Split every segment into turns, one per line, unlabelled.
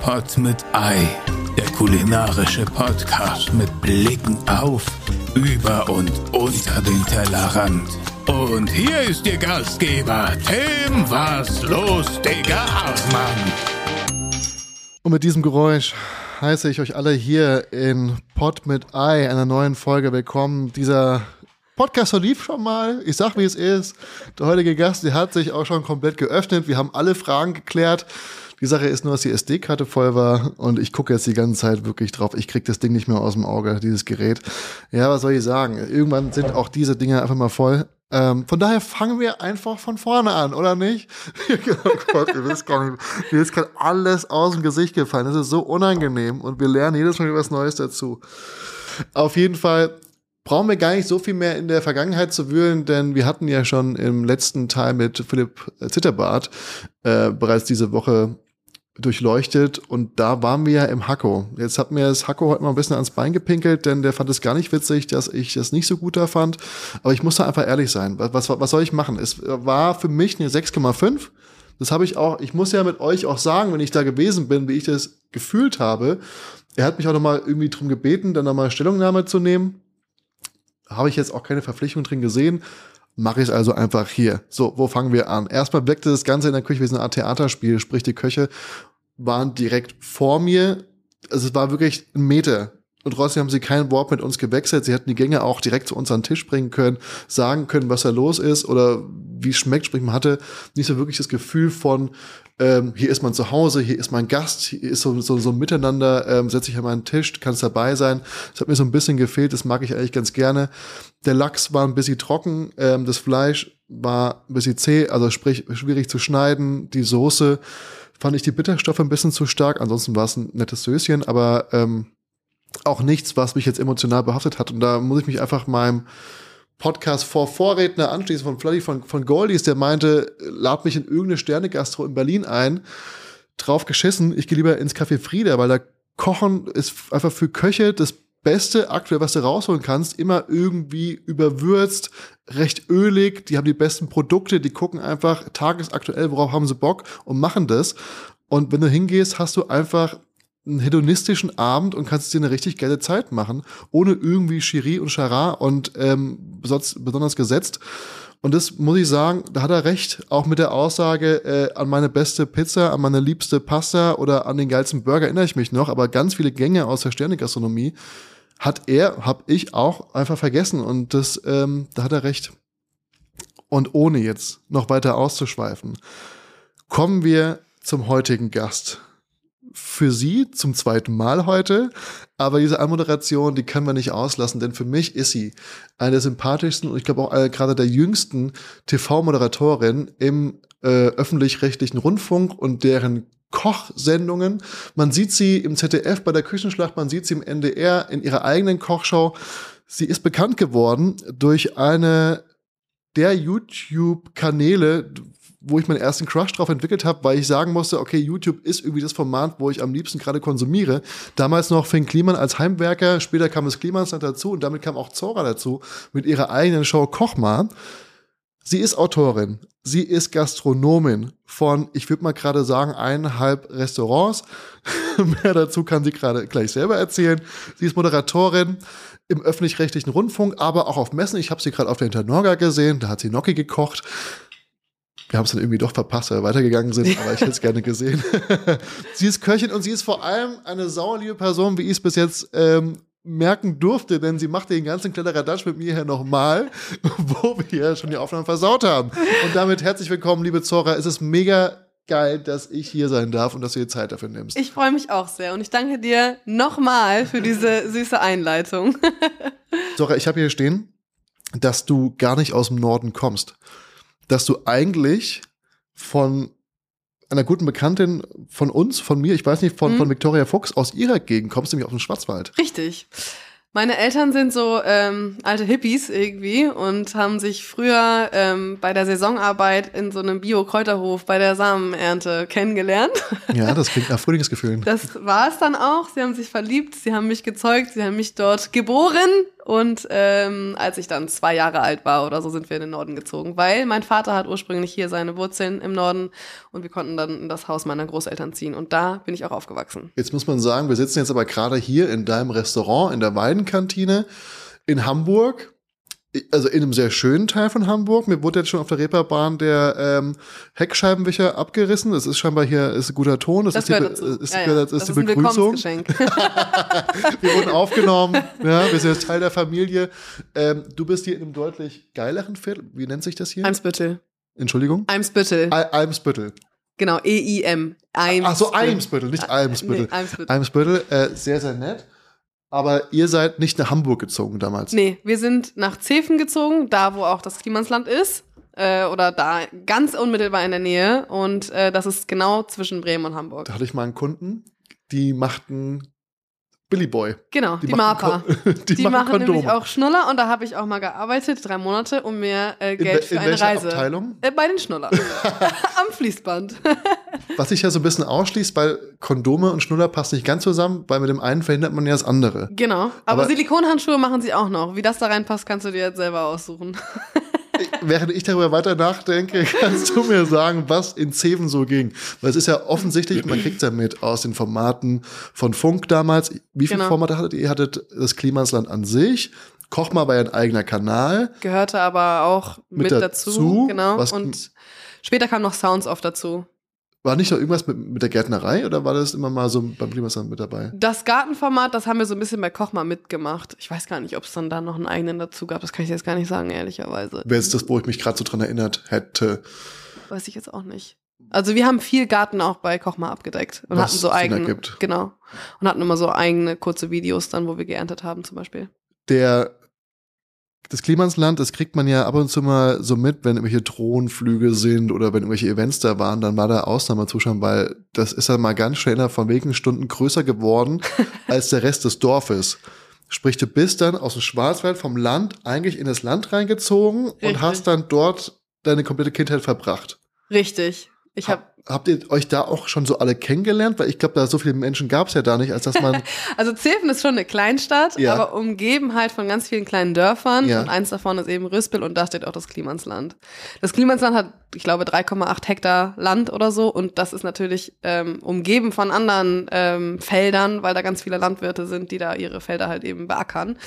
Pot mit Ei, der kulinarische Podcast mit Blicken auf, über und unter den Tellerrand. Und hier ist Ihr Gastgeber, Tim Was los, Digga Hartmann.
Und mit diesem Geräusch heiße ich euch alle hier in Pod mit Ei, einer neuen Folge willkommen. Dieser Podcast lief schon mal. Ich sag, wie es ist. Der heutige Gast, der hat sich auch schon komplett geöffnet. Wir haben alle Fragen geklärt. Die Sache ist nur, dass die SD-Karte voll war und ich gucke jetzt die ganze Zeit wirklich drauf. Ich krieg das Ding nicht mehr aus dem Auge, dieses Gerät. Ja, was soll ich sagen? Irgendwann sind auch diese Dinger einfach mal voll. Ähm, von daher fangen wir einfach von vorne an, oder nicht? oh Gott, ihr wisst gar nicht, mir ist gerade alles aus dem Gesicht gefallen. Das ist so unangenehm und wir lernen jedes Mal was Neues dazu. Auf jeden Fall brauchen wir gar nicht so viel mehr in der Vergangenheit zu wühlen, denn wir hatten ja schon im letzten Teil mit Philipp Zitterbart äh, bereits diese Woche durchleuchtet und da waren wir ja im Hacko. Jetzt hat mir das Hacko heute mal ein bisschen ans Bein gepinkelt, denn der fand es gar nicht witzig, dass ich das nicht so gut da fand. Aber ich muss da einfach ehrlich sein. Was, was, was soll ich machen? Es war für mich eine 6,5. Das habe ich auch, ich muss ja mit euch auch sagen, wenn ich da gewesen bin, wie ich das gefühlt habe. Er hat mich auch nochmal irgendwie drum gebeten, dann nochmal Stellungnahme zu nehmen. Habe ich jetzt auch keine Verpflichtung drin gesehen mache ich es also einfach hier. So, wo fangen wir an? Erstmal wirkte das Ganze in der Küche wie so ein Art Theaterspiel, sprich die Köche waren direkt vor mir. Also es war wirklich ein Meter. Und trotzdem haben sie kein Wort mit uns gewechselt. Sie hätten die Gänge auch direkt zu uns an den Tisch bringen können, sagen können, was da los ist oder wie es schmeckt. Sprich, man hatte nicht so wirklich das Gefühl von, ähm, hier ist man zu Hause, hier ist mein Gast, hier ist so, so, so ein Miteinander, ähm, setze ich an meinen Tisch, kannst dabei sein. Das hat mir so ein bisschen gefehlt, das mag ich eigentlich ganz gerne. Der Lachs war ein bisschen trocken, ähm, das Fleisch war ein bisschen zäh, also sprich schwierig zu schneiden. Die Soße fand ich die Bitterstoffe ein bisschen zu stark, ansonsten war es ein nettes Söschen, aber ähm, auch nichts, was mich jetzt emotional behaftet hat. Und da muss ich mich einfach meinem Podcast vor Vorredner anschließen von Fladdy von, von Goldies, der meinte, äh, lad mich in irgendeine Sterne-Gastro in Berlin ein. Drauf geschissen, ich gehe lieber ins Café Frieda, weil da Kochen ist einfach für Köche das Beste aktuell, was du rausholen kannst, immer irgendwie überwürzt, recht ölig, die haben die besten Produkte, die gucken einfach tagesaktuell, worauf haben sie Bock und machen das. Und wenn du hingehst, hast du einfach einen hedonistischen Abend und kannst dir eine richtig geile Zeit machen, ohne irgendwie Chiri und Chara und ähm, sonst besonders gesetzt. Und das muss ich sagen, da hat er recht, auch mit der Aussage, äh, an meine beste Pizza, an meine liebste Pasta oder an den geilsten Burger erinnere ich mich noch, aber ganz viele Gänge aus der Sternegastronomie hat er, hab ich auch einfach vergessen und das, ähm, da hat er recht. Und ohne jetzt noch weiter auszuschweifen, kommen wir zum heutigen Gast für Sie zum zweiten Mal heute. Aber diese Anmoderation, die kann man nicht auslassen, denn für mich ist sie eine der sympathischsten und ich glaube auch eine, gerade der jüngsten TV-Moderatorin im äh, öffentlich-rechtlichen Rundfunk und deren Kochsendungen. Man sieht sie im ZDF bei der Küchenschlacht, man sieht sie im NDR in ihrer eigenen Kochshow. Sie ist bekannt geworden durch eine der YouTube-Kanäle, wo ich meinen ersten Crush drauf entwickelt habe, weil ich sagen musste, okay, YouTube ist irgendwie das Format, wo ich am liebsten gerade konsumiere. Damals noch Finn Kliman als Heimwerker, später kam es Klimansland dazu und damit kam auch Zora dazu mit ihrer eigenen Show Kochmann. Sie ist Autorin, sie ist Gastronomin von, ich würde mal gerade sagen, eineinhalb Restaurants. Mehr dazu kann sie gerade gleich selber erzählen. Sie ist Moderatorin im öffentlich-rechtlichen Rundfunk, aber auch auf Messen. Ich habe sie gerade auf der Internorga gesehen, da hat sie Gnocchi gekocht. Wir haben es dann irgendwie doch verpasst, weil wir weitergegangen sind, aber ich hätte es gerne gesehen. sie ist Köchin und sie ist vor allem eine sauerliebe Person, wie ich es bis jetzt ähm, merken durfte, denn sie macht den ganzen Kletteradatsch mit mir hier nochmal, wo wir schon die Aufnahmen versaut haben. Und damit herzlich willkommen, liebe Zora. Es ist mega geil, dass ich hier sein darf und dass du dir Zeit dafür nimmst.
Ich freue mich auch sehr und ich danke dir nochmal für diese süße Einleitung.
Zora, ich habe hier stehen, dass du gar nicht aus dem Norden kommst dass du eigentlich von einer guten Bekanntin von uns, von mir, ich weiß nicht, von, mhm. von Victoria Fuchs aus ihrer Gegend kommst, nämlich aus dem Schwarzwald.
Richtig. Meine Eltern sind so ähm, alte Hippies irgendwie und haben sich früher ähm, bei der Saisonarbeit in so einem Bio-Kräuterhof bei der Samenernte kennengelernt.
Ja, das klingt nach Frühlingsgefühlen.
Das war es dann auch. Sie haben sich verliebt, sie haben mich gezeugt, sie haben mich dort geboren Und ähm, als ich dann zwei Jahre alt war oder so, sind wir in den Norden gezogen, weil mein Vater hat ursprünglich hier seine Wurzeln im Norden und wir konnten dann in das Haus meiner Großeltern ziehen. Und da bin ich auch aufgewachsen.
Jetzt muss man sagen, wir sitzen jetzt aber gerade hier in deinem Restaurant, in der Weidenkantine in Hamburg. Also in einem sehr schönen Teil von Hamburg. Mir wurde jetzt schon auf der Reeperbahn der ähm, Heckscheibenwischer abgerissen. Das ist scheinbar hier ist ein guter Ton. Das,
Das
ist die, Be-
gehört dazu.
Ist,
Ja, ja.
Das ist
Das
die
ist ein
Begrüßung.
Willkommensgeschenk.
Wir wurden aufgenommen. ja, wir sind jetzt Teil der Familie. Ähm, du bist hier in einem deutlich geileren Viertel. Wie nennt sich das hier?
Eimsbüttel.
Entschuldigung?
Eimsbüttel.
Al- Almsbüttel.
Genau, E-I-M. Eims.
Ach so, Eimsbüttel, nicht Almsbüttel.
Nee, Eimsbüttel.
Eimsbüttel, äh, sehr, sehr nett. Aber ihr seid nicht nach Hamburg gezogen damals.
Nee, wir sind nach Zeven gezogen, da wo auch das Klimansland ist. Äh, oder da ganz unmittelbar in der Nähe. Und äh, das ist genau zwischen Bremen und Hamburg.
Da hatte ich mal einen Kunden, die machten Billy Boy.
Genau, die, Marpa.
machen Kon- Die,
Die
machen
machen nämlich
Kondome.
auch Schnuller und da habe ich auch mal gearbeitet, drei Monate, um mir äh,
in,
Geld
wel-
für
in
eine
welcher
Reise.
Abteilung?
Äh, bei den Schnullern. Am Fließband.
Was sich ja so ein bisschen ausschließt, weil Kondome und Schnuller passt nicht ganz zusammen, weil mit dem einen verhindert man ja das andere.
genau. Aber,
Aber-
Silikonhandschuhe machen sie auch noch. Wie das da reinpasst, kannst du dir jetzt selber aussuchen.
Während ich darüber weiter nachdenke, kannst du mir sagen, was in Zeven so ging. Weil es ist ja offensichtlich, man kriegt es ja mit aus den Formaten von Funk damals. Wie viele
Genau.
Formate hattet ihr? Ihr hattet das Klimansland an sich. Kochma war ja ein eigener Kanal.
Gehörte aber auch
Mit
mit, dazu.
dazu,
Genau.
was-
Und später kam noch Sounds off dazu.
War nicht noch irgendwas mit, mit der Gärtnerei oder war das immer mal so beim Klimansland mit dabei?
Das Gartenformat, das haben wir so ein bisschen bei Koch mal mitgemacht. Ich weiß gar nicht, ob es dann da noch einen eigenen dazu gab. Das kann ich jetzt gar nicht sagen, ehrlicherweise.
Wäre jetzt das, wo ich mich gerade so dran erinnert hätte.
Weiß ich jetzt auch nicht. Also wir haben viel Garten auch bei Koch mal abgedeckt und
Was
hatten so
Sinn
eigene,
ergibt.
genau, und hatten immer so eigene kurze Videos dann, wo wir geerntet haben zum Beispiel.
der das Klimansland, das kriegt man ja ab und zu mal so mit, wenn irgendwelche Drohnenflüge sind oder wenn irgendwelche Events da waren, dann war da Ausnahmezustand, weil das ist dann mal ganz schnell innerhalb von wenigen Stunden größer geworden als der Rest des Dorfes. Sprich, du bist dann aus dem Schwarzwald vom Land eigentlich in das Land reingezogen und
Richtig.
hast dann dort deine komplette Kindheit verbracht.
Richtig. Ich habe
Hab- Habt ihr euch da auch schon so alle kennengelernt? Weil ich glaube, da so viele Menschen gab es ja da nicht, als dass man
also Zeven ist schon eine Kleinstadt,
Ja.
aber umgeben halt von ganz vielen kleinen Dörfern
Ja.
und eins davon ist eben Rüspel und da steht auch das Klimansland. Das Klimansland hat, ich glaube, 3,8 Hektar Land oder so und das ist natürlich ähm, umgeben von anderen ähm, Feldern, weil da ganz viele Landwirte sind, die da ihre Felder halt eben beackern.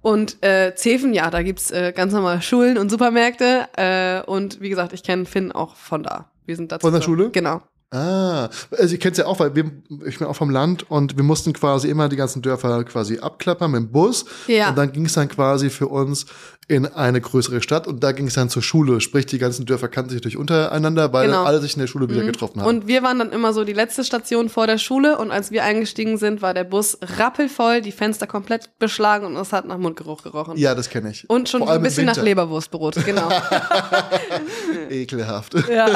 Und äh, Zeven, ja, da gibt's äh, ganz normal Schulen und Supermärkte äh, und wie gesagt, ich kenne Finn auch von da. Wir sind da
Von der
zusammen.
Schule?
Genau.
Ah, also ich kenn's ja auch, weil wir, ich bin auch vom Land und wir mussten quasi immer die ganzen Dörfer quasi abklappern mit dem Bus.
Ja.
Und dann ging's dann quasi für uns in eine größere Stadt und da ging's dann zur Schule. Sprich, die ganzen Dörfer kannten sich durch untereinander, weil
Genau.
dann alle sich in der Schule wieder getroffen haben.
Und wir waren dann immer so die letzte Station vor der Schule und als wir eingestiegen sind, war der Bus rappelvoll, die Fenster komplett beschlagen und es hat nach Mundgeruch gerochen.
ja, das kenne ich.
Und schon
Vor
so ein
allem im
bisschen nach
Winter.
Leberwurstbrot, genau.
Ekelhaft.
ja,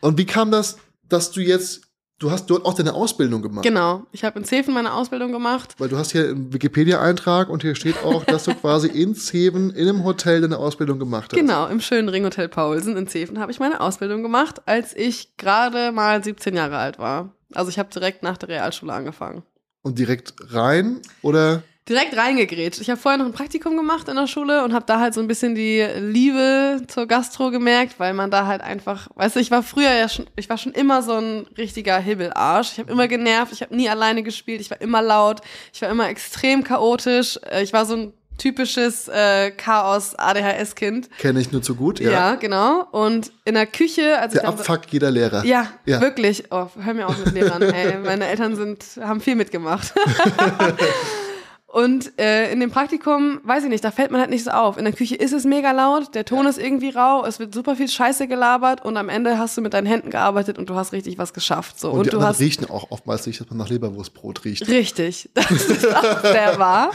Und wie kam das, dass du jetzt, du hast dort auch deine Ausbildung gemacht?
genau. Ich habe in Zeven meine Ausbildung gemacht.
Weil du hast hier einen Wikipedia-Eintrag und hier steht auch, dass du quasi in Zeven in einem Hotel deine Ausbildung gemacht hast.
Genau, im schönen Ringhotel Paulsen in Zeven habe ich meine Ausbildung gemacht, als ich gerade mal 17 Jahre alt war. Also ich habe direkt nach der Realschule angefangen.
Und direkt rein oder?
direkt reingegrätscht. Ich habe vorher noch ein Praktikum gemacht in der Schule und habe da halt so ein bisschen die Liebe zur Gastro gemerkt, weil man da halt einfach, weißt du, ich war früher ja schon, ich war schon immer so ein richtiger Hibbelarsch. Ich habe immer genervt, ich habe nie alleine gespielt, ich war immer laut, ich war immer extrem chaotisch, äh, ich war so ein typisches äh, Chaos-ADHS-Kind.
Kenne ich nur zu gut,
Ja.
ja.
genau. Und in der Küche, als ich
Der
dann so-
Abfuck jeder Lehrer.
ja,
Ja.
wirklich. Oh, hör mir auf mit Lehrern. Ey, meine Eltern sind, haben viel mitgemacht. Und äh, in dem Praktikum, weiß ich nicht, da fällt man halt nicht so auf. In der Küche ist es mega laut, der Ton ist irgendwie rau, es wird super viel Scheiße gelabert und am Ende hast du mit deinen Händen gearbeitet und du hast richtig was geschafft. So.
Und, die
du
anderen
hast
riechen auch oftmals nicht, dass man nach Leberwurstbrot riecht.
Richtig, das ist auch sehr wahr.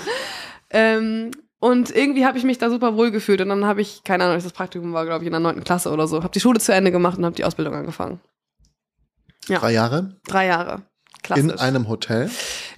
Ähm, und irgendwie habe ich mich da super wohl gefühlt und dann habe ich, keine Ahnung, das Praktikum war, glaube ich, in der neunten Klasse oder so, habe die Schule zu Ende gemacht und habe die Ausbildung angefangen. Ja.
Drei Jahre
Drei Jahre. Klassisch.
in einem Hotel.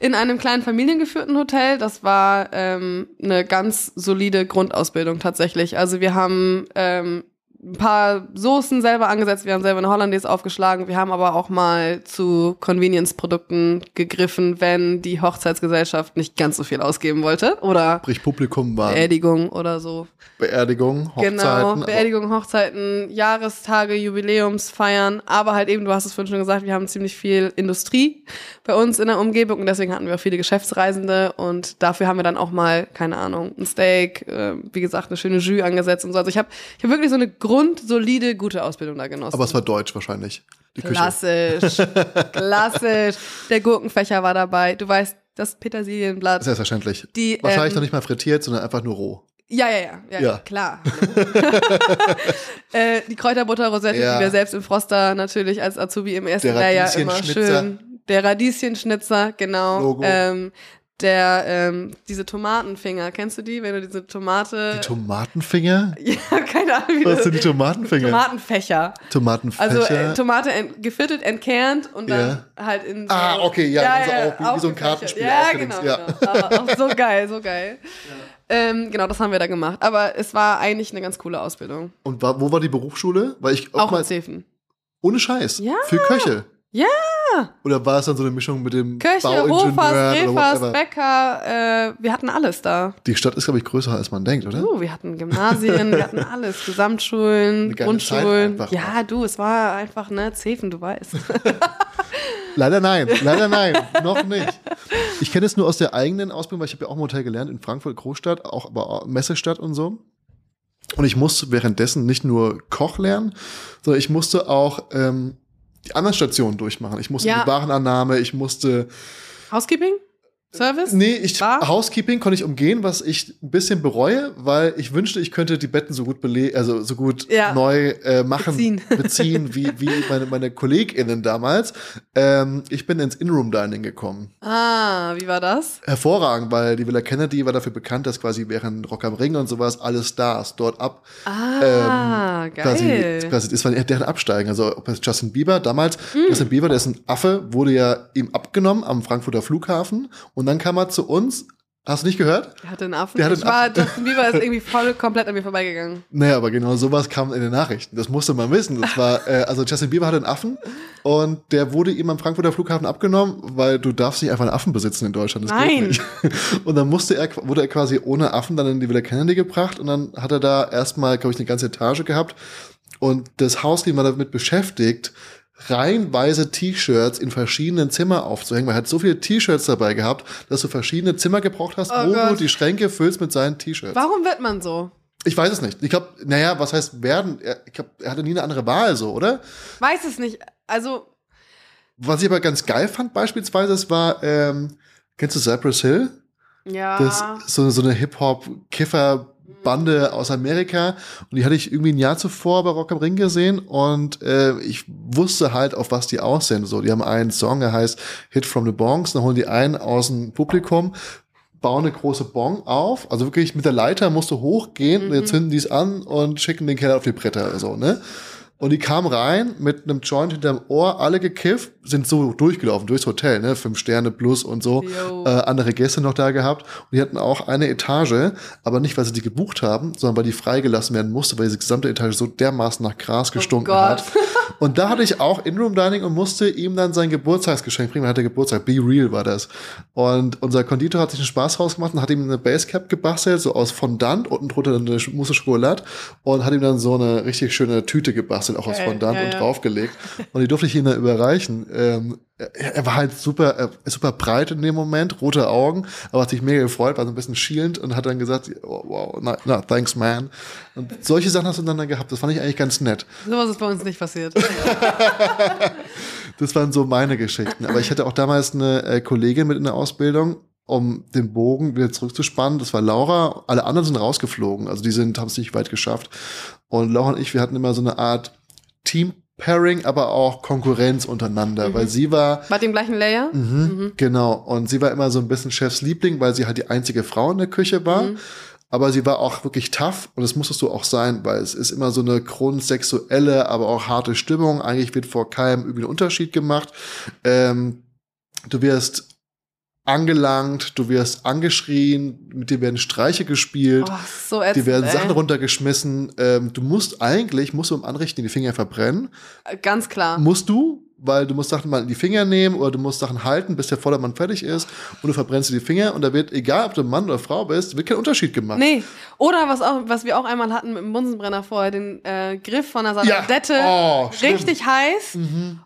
In einem kleinen familiengeführten Hotel. Das war ähm, eine ganz solide Grundausbildung tatsächlich. Also wir haben ähm, ein paar Soßen selber angesetzt, wir haben selber eine Hollandaise aufgeschlagen, wir haben aber auch mal zu Convenience-Produkten gegriffen, wenn die Hochzeitsgesellschaft nicht ganz so viel ausgeben wollte oder
Sprich, Publikum war
Beerdigung oder so.
Beerdigung, Hochzeiten.
Genau,
aber-
Beerdigung, Hochzeiten, Jahrestage, Jubiläumsfeiern, aber halt eben, du hast es vorhin schon gesagt, wir haben ziemlich viel Industrie bei uns in der Umgebung und deswegen hatten wir auch viele Geschäftsreisende und dafür haben wir dann auch mal, keine Ahnung, ein Steak, äh, wie gesagt, eine schöne Jus angesetzt und so. Also ich habe ich hab wirklich so eine grundsolide, gute Ausbildung da genossen.
Aber es war deutsch wahrscheinlich. Die Küche.
klassisch, klassisch. Der Gurkenfächer war dabei, du weißt, das Petersilienblatt.
Selbstverständlich.
Die,
wahrscheinlich
ähm,
noch nicht mal frittiert, sondern einfach nur roh.
Ja, ja, ja, ja,
Ja.
klar. äh, die Kräuterbutter-Rosette,
Ja.
die wir selbst im Froster natürlich als Azubi im ersten
Der
Lehrjahr immer
Radieschenschnitzer.
schön. Der Radieschenschnitzer, genau.
Logo.
Ähm, der, ähm, diese Tomatenfinger, kennst du die? Wenn du diese Tomate.
Die Tomatenfinger?
ja, keine Ahnung, wie
Was
das
sind die Tomatenfinger?
Tomatenfächer.
Tomatenfächer.
Also äh, Tomate ent geviertelt, entkernt und dann halt in so
Ah, okay, ja, also auch wie- wie so ein
aufgefächert.
Kartenspiel
Ja,
aufgedingst,
genau,
ja.
genau. Aber auch so geil, so geil. Ähm, genau, das haben wir da gemacht. Aber es war eigentlich eine ganz coole Ausbildung.
Und wa- wo war die Berufsschule? Weil ich
Auch in
mal,
Zefen.
ohne Scheiß.
Ja.
Für Köche.
Ja.
Oder war es dann so eine Mischung mit dem
Köche,
Bauingenieur
Hofers,
oder
Refers,
whatever?
Bäcker, äh, wir hatten alles da.
Die Stadt ist, glaube ich, größer, als man denkt, oder?
Du, wir hatten Gymnasien, wir hatten alles, Gesamtschulen,
Eine geile Zeit
Grundschulen.
einfach.
Ja, du, es war einfach, ne, Zefen, du weißt.
Leider nein, leider nein, noch nicht. Ich kenne es nur aus der eigenen Ausbildung, weil ich habe ja auch im Hotel gelernt in Frankfurt, Großstadt, auch aber auch Messestadt und so. Und ich musste währenddessen nicht nur Koch lernen, sondern ich musste auch ähm, die anderen Stationen durchmachen. Ich musste
Ja.
die Warenannahme, ich musste
Housekeeping? Service?
Nee, ich,
Bar?
Housekeeping konnte ich umgehen, was ich ein bisschen bereue, weil ich wünschte, ich könnte die Betten so gut bele also so gut
Ja.
neu äh, machen,
Beziehen.
beziehen, wie, wie meine, meine KollegInnen damals. Ähm, ich bin ins In-Room Dining gekommen.
Ah, wie war das?
Hervorragend, weil die Villa Kennedy war dafür bekannt, dass quasi während Rock am Ring und sowas alle Stars dort ab
Ah, geil.
Ähm, quasi, quasi das war deren Absteigen. Also ob es Justin Bieber damals, Justin Bieber, der ist ein Affe, wurde ja ihm abgenommen am Frankfurter Flughafen und dann kam er zu uns. Hast du nicht gehört?
Der hatte einen Affen.
Der hatte
ich
einen
war, Justin Bieber ist irgendwie voll komplett an mir vorbeigegangen.
Naja, aber genau sowas kam in den Nachrichten. Das musste man wissen. Das war, äh, also Justin Bieber hatte einen Affen und der wurde ihm am Frankfurter Flughafen abgenommen, weil du darfst nicht einfach einen Affen besitzen in Deutschland. Das
Nein.
Geht nicht. Und dann musste er, wurde er quasi ohne Affen dann in die Villa Kennedy gebracht und dann hat er da erstmal, glaube ich, eine ganze Etage gehabt und das Hauslied war damit beschäftigt, reihenweise T-Shirts in verschiedenen Zimmer aufzuhängen, weil er hat so viele T-Shirts dabei gehabt, dass du verschiedene Zimmer gebraucht hast,
Oh
wo du
Gott.
die Schränke füllst mit seinen T-Shirts.
Warum wird man so?
Ich weiß es nicht. Ich glaube, naja, was heißt werden? Er, ich glaub, er hatte nie eine andere Wahl, so, oder?
Weiß es nicht. Also,
Was ich aber ganz geil fand, beispielsweise, es war, ähm, kennst du Cypress Hill?
ja.
Das ist so, so eine Hip-Hop-Kiffer-Bande aus Amerika. Und die hatte ich irgendwie ein Jahr zuvor bei Rock am Ring gesehen. Und äh, ich wusste halt, auf was die aus sind. So, die haben einen Song, der heißt Hit from the Bongs. Dann holen die einen aus dem Publikum, bauen eine große Bong auf. Also wirklich mit der Leiter musst du hochgehen. und Jetzt zünden die es an und schicken den Keller auf die Bretter. So, ne? Und die kamen rein mit einem Joint hinterm Ohr, alle gekifft, sind so durchgelaufen durchs Hotel, ne? Fünf Sterne plus und so.
Jo.
Äh, andere Gäste noch da gehabt. Und die hatten auch eine Etage, aber nicht, weil sie die gebucht haben, sondern weil die freigelassen werden musste, weil diese gesamte Etage so dermaßen nach Gras gestunken
Gott.
hat. Und da hatte ich auch Inroom Dining und musste ihm dann sein Geburtstagsgeschenk bringen. Er hatte Geburtstag, Be Real war das. Und unser Konditor hat sich einen Spaß rausgemacht und hat ihm eine Basecap gebastelt, so aus Fondant, unten drunter dann eine Sch- Mousse Schokolade und hat ihm dann so eine richtig schöne Tüte gebastelt, auch aus
Geil,
Fondant
ja,
und
ja.
draufgelegt. Und die durfte ich ihm dann überreichen. Ähm, er, er war halt super, er ist super breit in dem Moment, rote Augen, aber hat sich mega gefreut, war so ein bisschen schielend und hat dann gesagt, oh, wow, na, na, thanks man. Und solche Sachen hast du dann gehabt, das fand ich eigentlich ganz nett.
Sowas ist bei uns nicht passiert.
Das waren so meine Geschichten. Aber ich hatte auch damals eine äh, Kollegin mit in der Ausbildung, um den Bogen wieder zurückzuspannen. Das war Laura. Alle anderen sind rausgeflogen. Also die sind, haben es nicht weit geschafft. Und Laura und ich, wir hatten immer so eine Art Team-Pairing, aber auch Konkurrenz untereinander. Weil sie war,
War dem gleichen Layer? Mhm.
genau, und sie war immer so ein bisschen Chefs Liebling, weil sie halt die einzige Frau in der Küche war.
Mhm.
Aber sie war auch wirklich tough und das musstest du auch sein, weil es ist immer so eine grundsexuelle, aber auch harte Stimmung. Eigentlich wird vor keinem irgendwie ein Unterschied gemacht. Ähm, du wirst angelangt, du wirst angeschrien, mit dir werden Streiche gespielt,
Oh, so ätzend,
dir werden
ey.
Sachen runtergeschmissen. Ähm, du musst eigentlich, musst du im Anrichten die Finger verbrennen.
Ganz klar.
Musst du, weil du musst Sachen mal in die Finger nehmen oder du musst Sachen halten, bis der Vordermann fertig ist und du verbrennst dir die Finger und da wird, egal ob du Mann oder Frau bist, wird kein Unterschied gemacht.
Nee. Oder was, auch, was wir auch einmal hatten mit dem Bunsenbrenner vorher, den äh, Griff von der
Ja.
Saladette
Oh, stimmt. Mhm.
richtig heiß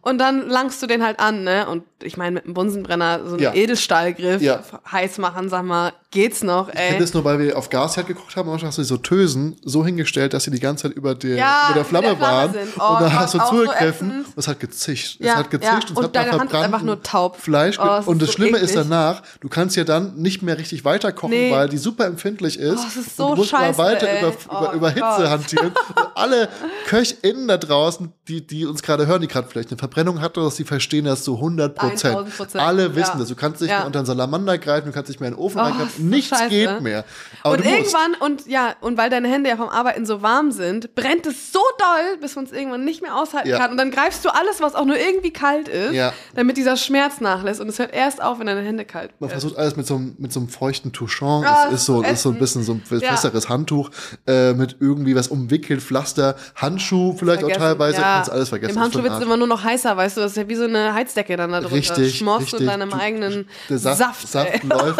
und dann langst du den halt an, ne? Und ich meine, mit dem Bunsenbrenner so einen
Ja.
Edelstahlgriff
Ja.
heiß machen, sag mal, geht's noch,
Ich
ey.
kenne das nur, weil wir auf Gasherd geguckt haben und dann hast du so Tösen so hingestellt, dass sie die ganze Zeit über der,
Ja,
über der Flamme,
über der Flamme
waren.
sind. Oh
und dann
Gott,
hast du
auch so
zugegriffen
ätzend.
und es hat gezischt.
Ja,
es hat gezischt
ja.
und es
Und
hat nach
deine Hand ist
verbranntem
einfach nur taub.
Fleisch. ge-
Oh, es
und
ist
das
so
Schlimme ist
eklig.
danach, du kannst ja dann nicht mehr richtig weiterkochen,
Nee.
weil die super empfindlich ist.
Oh, es ist
und
so
du musst
scheiße,
mal weiter
ey.
über,
Oh
über, über Hitze
Gott.
hantieren. und alle KöchInnen da draußen, die, die uns gerade hören, die gerade vielleicht eine Verbrennung hatten, dass die verstehen das zu 100 Prozent.
1000%,
Alle wissen
ja.
das. Du kannst nicht
Ja.
mehr unter einen Salamander greifen, du kannst nicht mehr in den Ofen
Oh, ist so
reingreifen. Nichts
scheiße.
geht mehr. Aber
und
du musst.
irgendwann, und ja, und weil deine Hände ja vom Arbeiten so warm sind, brennt es so doll, bis man es irgendwann nicht mehr aushalten
Ja.
kann. Und dann greifst du alles, was auch nur irgendwie kalt ist,
Ja.
damit dieser Schmerz nachlässt. Und es hört erst auf, wenn deine Hände kalt
Man
werden.
versucht alles mit so einem, mit so einem feuchten Touchon.
Ah,
es ist so,
zum
ist so ein
Essen.
bisschen so ein
Ja.
besseres Handtuch äh, mit irgendwie was umwickelt, Pflaster, Handschuh vielleicht auch
Vergessen.
teilweise.
Ja.
Kannst alles vergessen.
Im Handschuh
Ist
wird
für
es
den Arsch.
immer nur noch heißer, weißt du, das ist ja wie so eine Heizdecke dann da drunter.
Richtig,
Schmorst
richtig.
du in deinem
Du-
eigenen
Der Saft,
Saft. ey.
Saft läuft.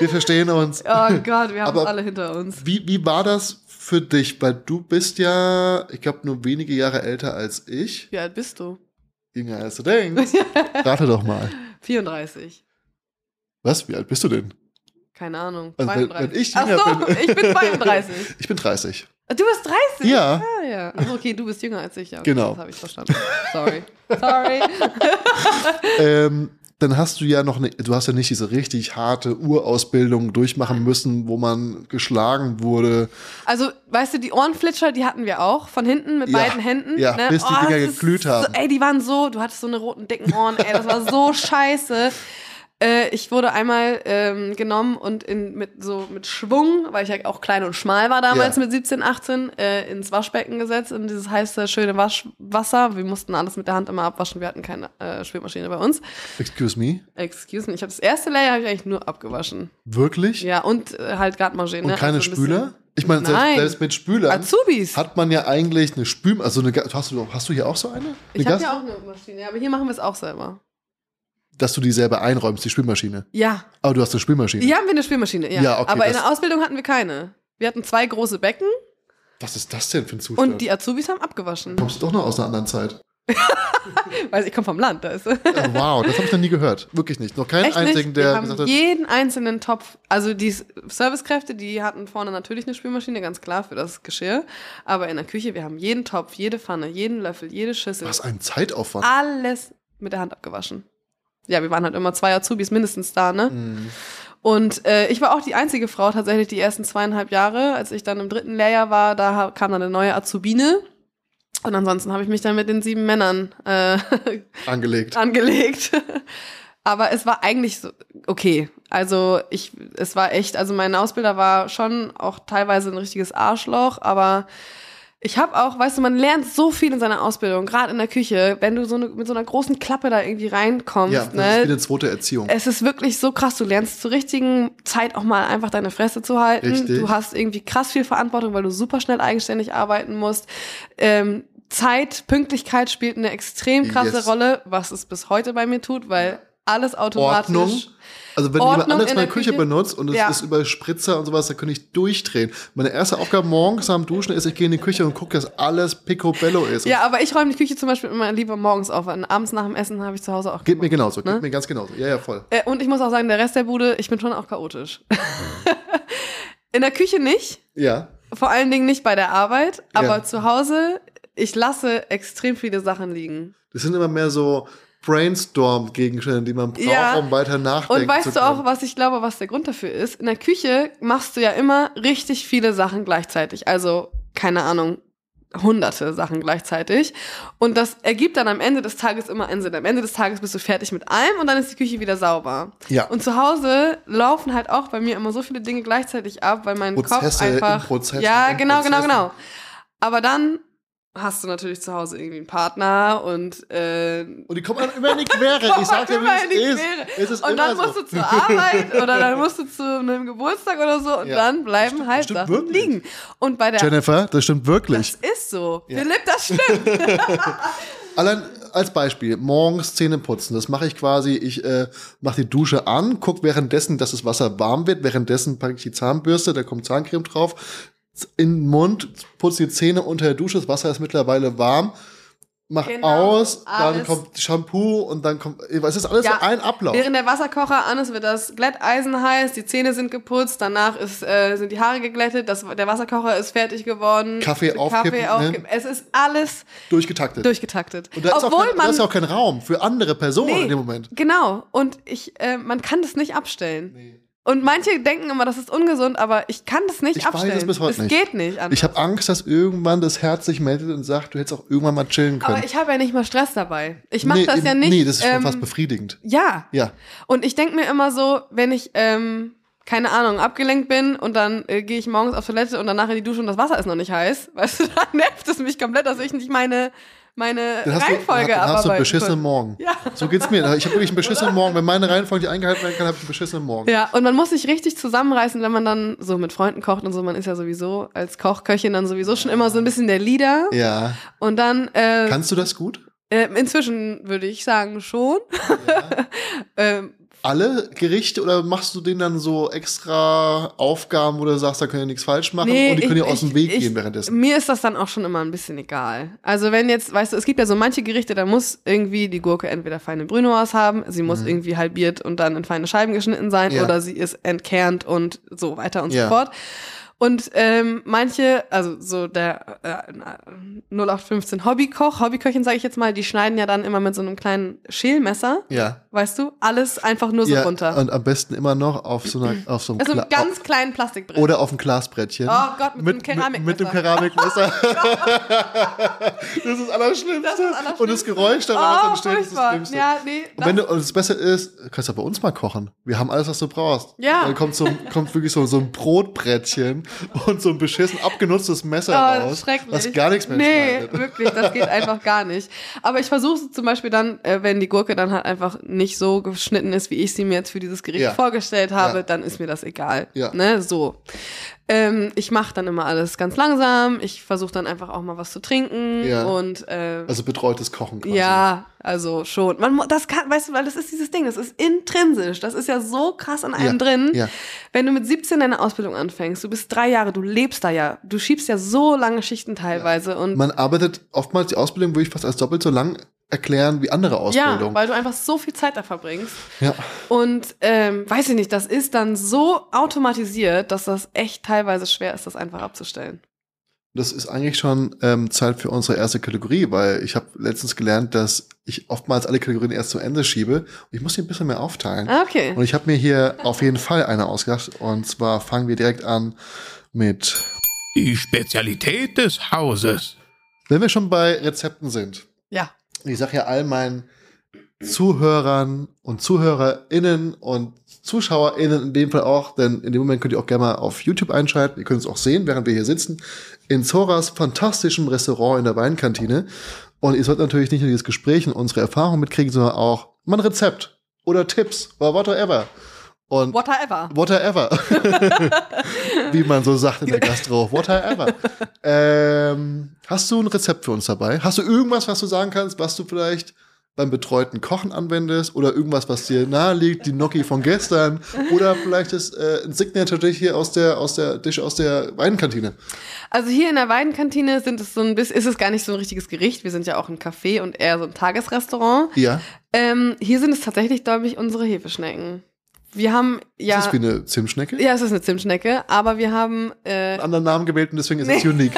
Wir verstehen uns.
Oh Gott, wir haben
Aber-
es alle hinter uns.
Wie, wie war das für dich? Weil du bist ja, ich glaube, nur wenige Jahre älter als ich.
Wie alt bist du?
Jünger als du denkst. Rate doch mal.
34.
Was? Wie alt bist du denn?
Keine Ahnung.
Also, wenn-
32.
wenn ich
Ach
jünger
so, ich bin 32.
Ich bin 30.
Du bist 30?
Ja.
Ah, ja. Ach, okay, du bist jünger als ich, ja.
Genau.
Das habe ich verstanden. Sorry. Sorry.
ähm, dann hast du ja noch ne, du hast ja nicht diese richtig harte Urausbildung durchmachen müssen, wo man geschlagen wurde.
Also, weißt du, die Ohrenflitscher, die hatten wir auch. Von hinten mit
Ja.
beiden Händen.
Ja,
ne?
bis die Dinger
das ist
geglüht haben.
So, ey, die waren so, du hattest so eine roten, dicken Ohren, ey, das war so scheiße. Äh, Ich wurde einmal ähm, genommen und in, mit so mit Schwung, weil ich ja auch klein und schmal war damals
Ja.
mit 17, 18, äh, ins Waschbecken gesetzt, in dieses heiße, schöne Waschwasser. Wir mussten alles mit der Hand immer abwaschen, wir hatten keine äh, Spülmaschine bei uns.
Excuse me?
Excuse me, ich habe das erste Layer habe ich eigentlich nur abgewaschen.
Wirklich?
Ja, und äh, halt Gartenmaschine.
Und keine
also ein
Spüler?
bisschen-
Ich meine, selbst,
Nein.
selbst mit Spülern
Azubis.
hat man ja eigentlich eine Spül, also eine, Ga- hast du, hast du hier auch so eine? Eine
ich habe
Gas-
ja auch eine Maschine, aber hier machen wir es auch selber.
Dass du die selber einräumst, die Spülmaschine.
Ja,
Aber du hast eine Spülmaschine.
hier haben wir eine Spülmaschine, ja.
Ja, okay,
aber in
das-
der Ausbildung hatten wir keine. Wir hatten zwei große Becken
Was ist das denn für ein Zustand?
und die Azubis haben abgewaschen.
Kommst du doch noch aus einer anderen Zeit?
Weil ich komme vom Land, da ist
Äh, wow, das habe ich noch nie gehört. Wirklich nicht. Noch keinen
Echt
einzigen,
nicht?
der
wir
gesagt
haben
hat,
jeden einzelnen Topf, also die S- Servicekräfte, die hatten vorne natürlich eine Spülmaschine, ganz klar für das Geschirr, aber in der Küche, wir haben jeden Topf, jede Pfanne, jeden Löffel, jede Schüssel,
was ein Zeitaufwand.
alles mit der Hand abgewaschen. Ja, wir waren halt immer zwei Azubis mindestens da, ne?
Mhm.
Und äh, ich war auch die einzige Frau tatsächlich die ersten zweieinhalb Jahre. Als ich dann im dritten Lehrjahr war, da ha- kam dann eine neue Azubine. Und ansonsten habe ich mich dann mit den sieben Männern äh,
Angelegt.
angelegt. Aber es war eigentlich so, okay. Also ich, es war echt, also mein Ausbilder war schon auch teilweise ein richtiges Arschloch, aber ich habe auch, weißt du, man lernt so viel in seiner Ausbildung, gerade in der Küche, wenn du so eine- mit so einer großen Klappe da irgendwie reinkommst.
Ja, das
ne?
ist wie eine zweite Erziehung.
Es ist wirklich so krass. Du lernst zur richtigen Zeit auch mal einfach deine Fresse zu halten.
Richtig.
Du hast irgendwie krass viel Verantwortung, weil du super schnell eigenständig arbeiten musst. Ähm, Zeit, Pünktlichkeit spielt eine extrem krasse
Yes.
Rolle, was es bis heute bei mir tut, weil alles automatisch.
Ordnung. Also wenn
Ordnung
jemand anderes
in
meine
der
Küche
Küche?
benutzt und es
Ja.
ist über Spritzer und sowas, dann könnte ich durchdrehen. Meine erste Aufgabe morgens am Duschen ist, ich gehe in die Küche und gucke, dass alles picobello ist.
Ja, aber ich räume die Küche zum Beispiel immer lieber morgens auf. Und abends nach dem Essen habe ich zu Hause auch.
Geht mir genauso,
Ne?
geht mir ganz genauso. Ja, ja, voll.
Äh, und ich muss auch sagen, der Rest der Bude, ich bin schon auch chaotisch. In der Küche nicht.
Ja.
Vor allen Dingen nicht bei der Arbeit, aber
Ja.
zu Hause, ich lasse extrem viele Sachen liegen.
Das sind immer mehr so Brainstorm-Gegenstände, die man braucht,
Ja.
um weiter
Und
nachdenken zu
weißt du
können.
auch, was ich glaube, was der Grund dafür ist? In der Küche machst du ja immer richtig viele Sachen gleichzeitig. Also, keine Ahnung, hunderte Sachen gleichzeitig. Und das ergibt dann am Ende des Tages immer einen Sinn. Am Ende des Tages bist du fertig mit allem und dann ist die Küche wieder sauber.
Ja.
Und zu Hause laufen halt auch bei mir immer so viele Dinge gleichzeitig ab, weil mein
Prozesse
Kopf einfach.
in Prozessen
ja,
in
genau, genau,
Prozessen.
genau. Aber dann hast du natürlich zu Hause irgendwie einen Partner und äh,
Und die kommen einem immer in die Quere. Ich sag dir,
immer in die
wie es
Quere.
ist. Es ist
und
immer
dann musst
so.
du zur Arbeit oder dann musst du zu einem Geburtstag oder so und
Ja.
dann bleiben halt
stimmt
Sachen
wirklich.
liegen. Und bei der
Jennifer, das stimmt wirklich.
das ist so.
Ja.
Philipp, das stimmt.
Allein als Beispiel, morgens Zähne putzen. Das mache ich quasi, ich äh, mache die Dusche an, guck währenddessen, dass das Wasser warm wird, währenddessen packe ich die Zahnbürste, da kommt Zahncreme drauf, z- in den Mund, putze die Zähne unter der Dusche, das Wasser ist mittlerweile warm, mach
Genau,
aus, dann
alles.
kommt Shampoo und dann kommt, es ist alles
Ja,
so ein Ablauf.
Während der Wasserkocher an ist, wird das Glätteisen heiß, die Zähne sind geputzt, danach ist, äh, sind die Haare geglättet, das, der Wasserkocher ist fertig geworden.
Kaffee aufkippen,
Kaffee aufkippen.
ne?
Es ist alles
Durchgetaktet.
durchgetaktet.
und da ist, auch
Obwohl
kein, da
man
ist ja auch kein Raum für andere Personen
Nee,
in dem Moment.
Genau. Und ich, äh, man kann das nicht abstellen. Und manche denken immer, das ist ungesund, aber ich kann das nicht
Ich weiß
abstellen.
es bis heute
es
nicht.
geht nicht anders.
Ich habe Angst, dass irgendwann das Herz sich meldet und sagt, du hättest auch irgendwann mal chillen können.
aber ich habe ja nicht mal Stress dabei. Ich mache
Nee,
das ja
eben-
nicht.
Nee, das ist schon
ähm,
fast befriedigend.
Ja.
Ja.
Und ich denke mir immer so, wenn ich, ähm, keine Ahnung, abgelenkt bin und dann äh, gehe ich morgens auf Toilette und danach in die Dusche und das Wasser ist noch nicht heiß, weißt du, dann nervt es mich komplett, dass ich nicht meine, meine
Dann hast
Reihenfolge
du, dann hast du einen
abarbeiten
beschissenen
kann.
Morgen.
Ja.
So geht's mir. Ich habe wirklich einen beschissenen Morgen. Wenn meine Reihenfolge nicht eingehalten werden kann, habe ich einen beschissenen Morgen.
Ja, und man muss sich richtig zusammenreißen, wenn man dann so mit Freunden kocht und so. Man ist ja sowieso als Kochköchin dann sowieso schon immer so ein bisschen der Leader.
Ja.
Und dann, äh,
Kannst du das gut?
äh, inzwischen würde ich sagen, schon. ähm,
Alle Gerichte oder machst du denen dann so extra Aufgaben, wo du sagst, da könnt ihr nichts falsch machen
nee,
und die können
ich-
ja aus dem
ich-
Weg
ich-
gehen währenddessen?
Mir ist das dann auch schon immer ein bisschen egal. Also wenn jetzt, weißt du, es gibt ja so manche Gerichte, da muss irgendwie die Gurke entweder feine Brunoise haben, sie muss irgendwie halbiert und dann in feine Scheiben geschnitten sein
Mhm. Ja.
oder sie ist entkernt und so weiter und
Ja.
so fort. Und ähm, manche, also so der äh, 0815 Hobbykoch, Hobbyköchin sage ich jetzt mal, die schneiden ja dann immer mit so einem kleinen Schälmesser,
Ja.
weißt du, alles einfach nur so
ja.
runter.
Und am besten immer noch auf so, einer, auf so einem
Also
Kla-
einen ganz kleinen Plastikbrett.
oder auf dem Glasbrettchen.
Oh Gott, mit einem
Mit, mit dem
Keramikmesser.
Keramikmesser. das ist das Allerschlimmste.
Das ist das Allerschlimmste.
Und das Geräusch danach
oh,
entsteht, das ist das
furchtbar.
Schlimmste.
Ja, nee,
Und wenn du, und das Beste ist, kannst du bei uns mal kochen. Wir haben alles, was du brauchst.
Ja.
Dann kommt so, ein- kommt wirklich so, so ein Brotbrettchen und so ein beschissen abgenutztes Messer
Oh, das ist
raus,
schrecklich.
was gar nichts mehr
Nee,
schneidet.
wirklich, das geht einfach gar nicht. Aber ich versuche zum Beispiel dann, äh, wenn die Gurke dann halt einfach nicht so geschnitten ist, wie ich sie mir jetzt für dieses Gericht
Ja.
vorgestellt habe,
Ja.
dann ist mir das egal.
Ja.
Ne, so. Ähm, ich mache dann immer alles ganz langsam. Ich versuche dann einfach auch mal was zu trinken
Ja.
und äh,
Also betreutes Kochen quasi.
ja, also schon. Man, mu- das kann, weißt du, weil das ist dieses Ding, das ist intrinsisch. Das ist ja so krass an
Ja,
einem drin.
ja.
Wenn du mit 17 deine Ausbildung anfängst, du bist drei Jahre, du lebst da ja, du schiebst ja so lange Schichten teilweise und
Man arbeitet oftmals die Ausbildung, würde ich fast als doppelt so lang erklären wie andere
ja,
Ausbildungen.
weil du einfach so viel Zeit da verbringst.
Ja.
Und ähm, weiß ich nicht, das ist dann so automatisiert, dass das echt teilweise schwer ist, das einfach abzustellen.
Das ist eigentlich schon ähm, Zeit für unsere erste Kategorie, weil ich habe letztens gelernt, dass ich oftmals alle Kategorien erst zum Ende schiebe. Und ich muss die ein bisschen mehr aufteilen.
Ah, Okay.
Und ich habe mir hier auf jeden Fall eine ausgedacht. Und zwar fangen wir direkt an mit,
Die Spezialität des Hauses.
wenn wir schon bei Rezepten sind.
Ja.
Ich sage ja all meinen Zuhörern und ZuhörerInnen und ZuschauerInnen in dem Fall auch, denn in dem Moment könnt ihr auch gerne mal auf YouTube einschalten. Ihr könnt es auch sehen, während wir hier sitzen, in Zoras fantastischem Restaurant in der Weinkantine. Und ihr sollt natürlich nicht nur dieses Gespräch und unsere Erfahrungen mitkriegen, sondern auch mal ein Rezept oder Tipps oder whatever. Und
Whatever.
Whatever. Wie man so sagt in der Gastro. Whatever. ähm, hast du ein Rezept für uns dabei? Hast du irgendwas, was du sagen kannst, was du vielleicht beim betreuten Kochen anwendest oder irgendwas, was dir nahe liegt, die Gnocchi von gestern oder vielleicht ist äh, ein Signature-Dish hier aus der, aus der Dish aus der Weinkantine.
Also hier in der Weidenkantine sind es so ein bisschen, ist es gar nicht so ein richtiges Gericht. Wir sind ja auch ein Café und eher so ein Tagesrestaurant.
Ja,
Ähm, hier sind es tatsächlich, glaube ich, unsere Hefeschnecken. Wir haben ja.
ist das wie eine Zimtschnecke?
ja, es ist eine Zimtschnecke, aber wir haben, äh,
Einen anderen Namen gewählt und deswegen ist es unique.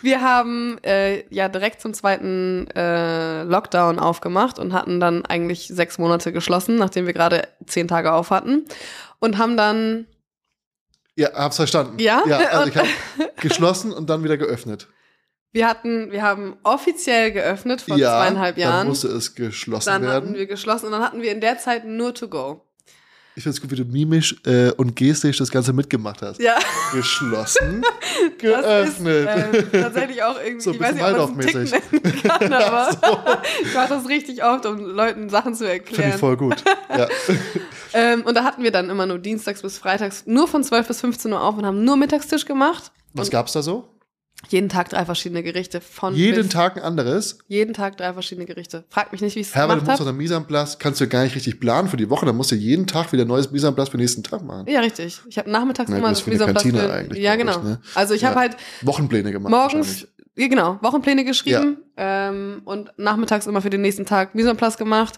wir haben äh, ja direkt zum zweiten äh, Lockdown aufgemacht und hatten dann eigentlich sechs Monate geschlossen, nachdem wir gerade zehn Tage auf hatten. Und haben dann,
Ja, hab's verstanden.
Ja?
ja also ich
Und-
hab geschlossen und dann wieder geöffnet.
wir hatten, wir haben offiziell geöffnet vor
ja,
zweieinhalb
Dann
Jahren.
musste es geschlossen
Dann
werden.
hatten wir geschlossen und dann hatten wir in der Zeit nur to go.
Ich finde es gut, wie du mimisch äh, und gestisch das Ganze mitgemacht hast.
Ja,
Geschlossen,
das ist
geöffnet.
ähm, tatsächlich auch irgendwie,
So ein
ich weiß nicht,
bisschen
ob man es einen Tick nennen kann, aber ich mache das richtig oft, um Leuten Sachen zu
Finde ich
erklären.
voll gut. Ja.
Ähm, und da hatten wir dann immer nur dienstags bis freitags, nur von 12 bis 15 Uhr auf und haben nur Mittagstisch gemacht.
Was gab's da so?
Jeden Tag drei verschiedene Gerichte. Von
Jeden
bis.
Tag ein anderes.
Jeden Tag drei verschiedene Gerichte. Frag mich nicht, wie ich es
Herbert,
gemacht
du musst
habe.
unter Mise en place, kannst du gar nicht richtig planen für die Woche. Dann musst du jeden Tag wieder neues Mise en place für den nächsten Tag machen.
Ja, richtig. Ich habe nachmittags
Na,
immer
das ist wie eine
Mise en place
Kantine
für-
eigentlich,
Ja,
glaub ich,
genau.
ne?
Also ich habe
Ja.
halt
Wochenpläne gemacht.
morgens,
wahrscheinlich.
ja, genau, Wochenpläne geschrieben ähm, und nachmittags immer für den nächsten Tag Mise en place gemacht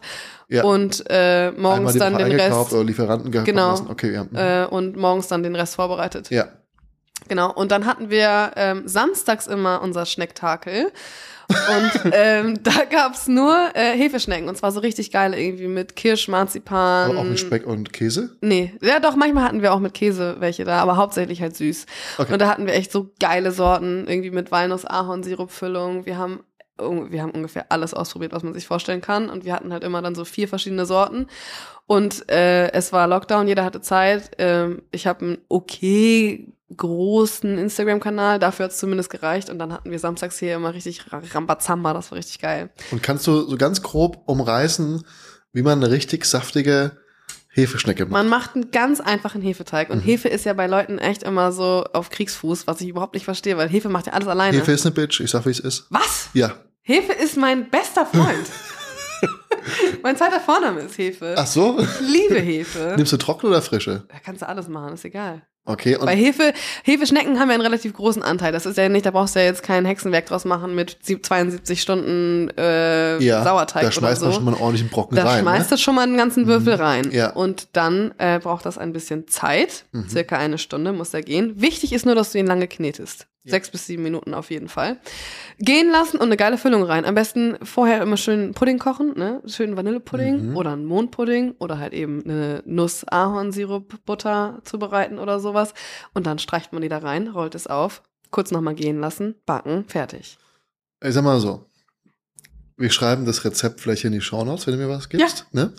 Ja.
und äh,
Einmal
morgens dann
Brei
den
gekauft
Rest
oder Lieferanten gekauft.
Genau.
lassen. Okay, ja. Mhm.
äh, und morgens dann den Rest vorbereitet.
ja.
Genau. Und dann hatten wir ähm, samstags immer unser Schnecktakel. Und ähm, da gab's nur äh, Hefeschnecken. Und zwar so richtig geil irgendwie mit Kirsch, Marzipan.
Aber auch mit Speck und Käse.
Nee, ja doch, manchmal hatten wir auch mit Käse welche da, aber hauptsächlich halt süß.
Okay.
Und da hatten wir echt so geile Sorten, irgendwie mit Walnuss-Ahorn-Sirupfüllung. Wir haben, un- wir haben ungefähr alles ausprobiert, was man sich vorstellen kann. Und wir hatten halt immer dann so vier verschiedene Sorten. Und äh, es war Lockdown, jeder hatte Zeit. Ähm, ich habe einen okay großen Instagram-Kanal, dafür hat's zumindest gereicht. Und dann hatten wir samstags hier immer richtig Ra- Rambazamba, das war richtig geil.
Und kannst du so ganz grob umreißen, wie man eine richtig saftige Hefeschnecke macht?
Man macht einen ganz einfachen Hefeteig.
Mhm.
Und Hefe ist ja bei Leuten echt immer so auf Kriegsfuß, was ich überhaupt nicht verstehe, weil Hefe macht ja alles alleine.
Hefe ist eine Bitch, ich sag, wie es ist.
was?
Ja.
Hefe ist mein bester Freund. mein zweiter Vorname ist Hefe.
Ach so? Ne-
Ich liebe Hefe.
Nimmst du trockene oder frische?
Da kannst du alles machen, ist egal.
Okay, und
Bei Hefe, Hefeschnecken haben ja einen relativ großen Anteil. Das ist ja nicht, da brauchst du ja jetzt kein Hexenwerk draus machen mit sieb- 72 Stunden äh,
ja,
Sauerteig
da schmeißt
oder
man
so.
schon mal einen ordentlichen Brocken
Da
rein. ne? Mhm.
schmeißt du schon mal einen ganzen Würfel rein.
Ja. Mhm.
Und dann äh, braucht das ein bisschen Zeit. Circa eine Stunde muss er gehen. Wichtig ist nur, dass du ihn lange knetest. Sechs bis sieben Minuten auf jeden Fall. Gehen lassen und eine geile Füllung rein. Am besten vorher immer schön Pudding kochen, ne? Schönen Vanillepudding
Mhm.
oder einen Mondpudding oder halt eben eine Nuss-Ahornsirup-Butter zubereiten oder sowas. Und dann streicht man die da rein, rollt es auf, kurz nochmal gehen lassen, backen, fertig.
Ich sag mal so, wir schreiben das Rezept vielleicht in die Shownotes, wenn du mir was gibst. Ne?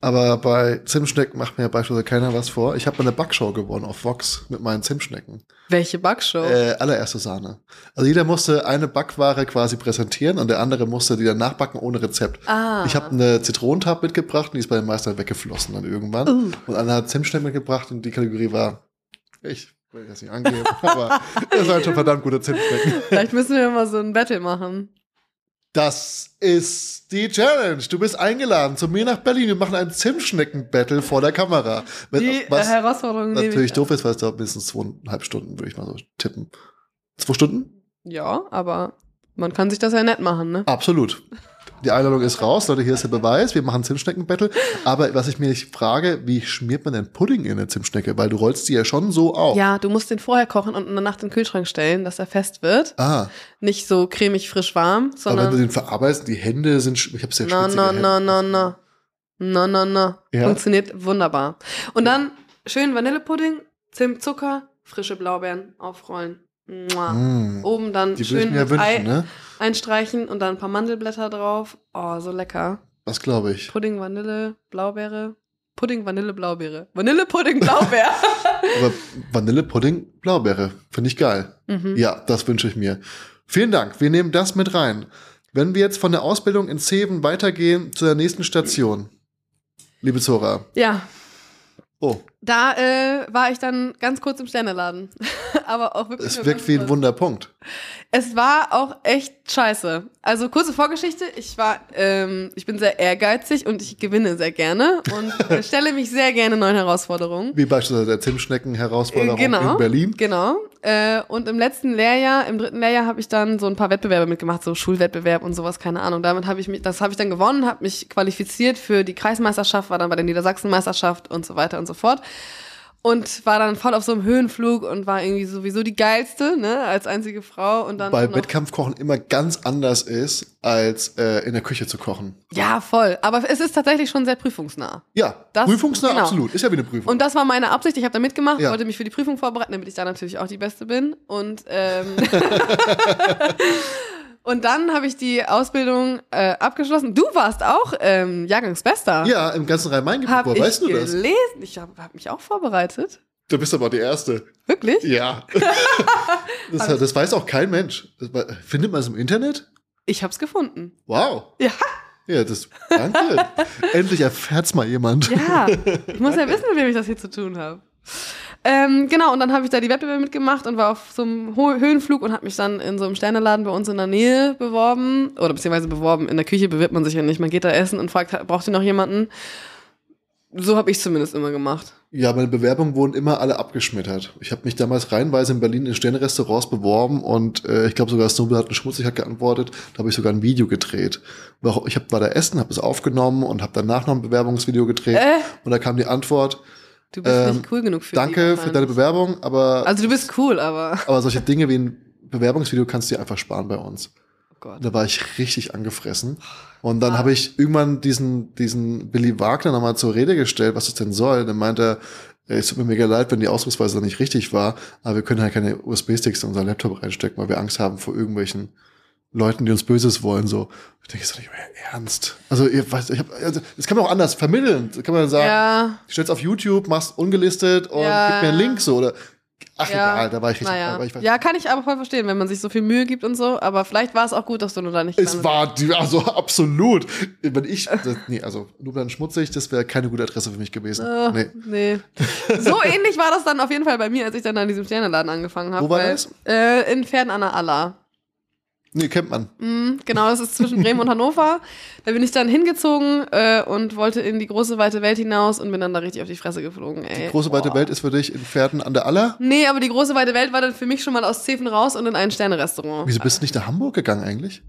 Aber bei Zimtschnecken macht mir ja beispielsweise keiner was vor. Ich habe eine Backshow gewonnen auf Vox mit meinen Zimtschnecken.
Welche Backshow?
Äh, allererste Sahne. Also jeder musste eine Backware quasi präsentieren und der andere musste die dann nachbacken ohne Rezept.
Ah.
Ich habe eine Zitronentab mitgebracht und die ist bei den Meistern weggeflossen dann irgendwann.
Uh.
Und einer hat Zimtschnecken mitgebracht und die Kategorie war, ich will das nicht angeben, aber das war schon verdammt guter Zimtschnecken.
Vielleicht müssen wir mal so ein Battle machen.
Das ist die Challenge. Du bist eingeladen zu mir nach Berlin. Wir machen ein Zimtschnecken-Battle vor der Kamera. Mit,
Die äh,
was
Herausforderung nehme
natürlich
ich.
doof ist, weil es dauert mindestens zweieinhalb Stunden, würde ich mal so tippen. Zwei Stunden?
Ja, aber man kann sich das ja nett machen, ne?
Absolut. Die Einladung ist raus. Leute, hier ist der Beweis. Wir machen Zimtschnecken-Battle. Aber was ich mir nicht frage, wie schmiert man denn Pudding in eine Zimtschnecke? Weil du rollst die ja schon so auf.
Ja, du musst den vorher kochen und danach in den Kühlschrank stellen, dass er fest wird.
Ah,
Nicht so cremig frisch warm,
aber wenn du
sondern
den verarbeitest, die Hände sind, sch- ich hab's ja
na
schwitzige
na
Hände.
na na na. Na na na.
Ja.
Funktioniert wunderbar. Und dann schön Vanillepudding, Zimt, Zucker, frische Blaubeeren aufrollen. Mua.
Mm.
Oben dann
Die würde ich
Oh, schön
mir ja
mit Ei
wünschen, ne?
einstreichen und dann ein paar Mandelblätter drauf. Oh, so lecker.
Das glaube ich.
Pudding, Vanille, Blaubeere. Pudding, Vanille, Blaubeere. Vanille, Pudding, Blaubeer.
Aber Vanillepudding, Blaubeere, finde ich geil.
mhm.
Ja, das wünsche ich mir. Vielen Dank, wir nehmen das mit rein. Wenn wir jetzt von der Ausbildung in Zeven weitergehen zu der nächsten Station, liebe Zora.
Ja,
Oh,
da äh, war ich dann ganz kurz im Sterneladen. Aber auch wirklich.
es
nur
wirkt
ganz
wie ein
kurz.
Wunderpunkt.
Es war auch echt scheiße. Also kurze Vorgeschichte, ich war, ähm, ich bin sehr ehrgeizig und ich gewinne sehr gerne und äh, stelle mich sehr gerne neuen Herausforderungen.
Wie beispielsweise der Zimtschnecken-Herausforderung
Äh, genau,
in Berlin.
Genau. Äh, und im letzten Lehrjahr, im dritten Lehrjahr, habe ich dann so ein paar Wettbewerbe mitgemacht, so Schulwettbewerb und sowas, keine Ahnung. Damit habe ich mich, das habe ich dann gewonnen, habe mich qualifiziert für die Kreismeisterschaft, war dann bei der Niedersachsenmeisterschaft und so weiter und so fort. Und war dann voll auf so einem Höhenflug und war irgendwie sowieso die geilste, ne, als einzige Frau. Und dann
Weil
noch-
Wettkampfkochen immer ganz anders ist, als äh, in der Küche zu kochen.
Ja, voll. Aber es ist tatsächlich schon sehr prüfungsnah.
Ja,
Das-
prüfungsnah
genau.
absolut. Ist ja wie eine Prüfung.
Und das war meine Absicht. Ich habe da mitgemacht,
Ja.
wollte mich für die Prüfung vorbereiten, damit ich da natürlich auch die Beste bin. Und ähm, Und dann habe ich die Ausbildung äh, abgeschlossen. Du warst auch ähm, Jahrgangsbester.
Ja, im ganzen
Hab
Rhein-Main-Gebiet,
ich
weißt du das?
gelesen. Ich habe hab mich auch vorbereitet.
Du bist aber die Erste.
Wirklich?
Ja. das, das weiß auch kein Mensch. Das we- Findet man es im Internet?
Ich habe es gefunden.
Wow.
Ja.
Ja, das. Danke. Endlich erfährt's mal jemand.
Ja, ich muss ja wissen, mit wem ich das hier zu tun habe. Ähm, genau, und dann habe ich da die Wettbewerbe mitgemacht und war auf so einem Ho Höhenflug und habe mich dann in so einem Sterneladen bei uns in der Nähe beworben. Oder beziehungsweise beworben. In der Küche bewirbt man sich ja nicht. Man geht da essen und fragt, braucht ihr noch jemanden? So habe ich zumindest immer gemacht.
Ja, meine Bewerbungen wurden immer alle abgeschmettert. Ich habe mich damals reihenweise in Berlin in Sternrestaurants beworben und äh, ich glaube sogar Snowball hat einen Schmutzig hat geantwortet. Da habe ich sogar ein Video gedreht. War auch- Ich hab, war da essen, habe es aufgenommen und habe danach noch ein Bewerbungsvideo gedreht.
Äh?
Und da kam die Antwort,
Du bist
Ähm,
nicht cool genug für
danke
die
für deine Bewerbung, aber,
Also du bist cool, aber
aber solche Dinge wie ein Bewerbungsvideo kannst du dir einfach sparen bei uns.
oh Gott.
Und da war ich richtig angefressen. Und
Ah.
dann habe ich irgendwann diesen, diesen Billy Wagner nochmal zur Rede gestellt, was das denn soll. Dann meinte er, es tut mir mega leid, wenn die Ausdrucksweise nicht richtig war, aber wir können halt keine USB-Sticks in unseren Laptop reinstecken, weil wir Angst haben vor irgendwelchen Leuten, die uns Böses wollen. So, ich denke, ist doch nicht euer Ernst. Also, ihr weißt, ich hab, also, das kann man auch anders vermitteln. Das kann man sagen,
Ja.
ich stell's auf YouTube, mach's ungelistet und
Ja.
gib mir einen Link so. Oder, ach
Ja,
egal, da war ich richtig.
naja.
Aber ich war,
ja, kann ich aber voll verstehen, wenn man sich so viel Mühe gibt und so. Aber vielleicht war es auch gut, dass du nur da nicht
Es
gelandet
war die, also absolut. Wenn ich, das, nee, also Lublin schmutzig, das wäre keine gute Adresse für mich gewesen. Nee.
bist. Nee. So ähnlich war das dann auf jeden Fall bei mir, als ich dann an diesem Sternenladen angefangen habe.
Wo war
weil-
das?
Äh, in Pferden an der Aller.
nee, kennt man.
Mhm, genau, das ist zwischen Bremen und Hannover. Da bin ich dann hingezogen äh, und wollte in die große weite Welt hinaus und bin dann da richtig auf die Fresse geflogen. Ey.
Die große weite
Boah.
Welt ist für dich in Pferden an der Aller.
Nee, aber die große weite Welt war dann für mich schon mal aus Zefen raus und in ein Sterne-Restaurant.
Wieso bist du nicht nach Hamburg gegangen eigentlich?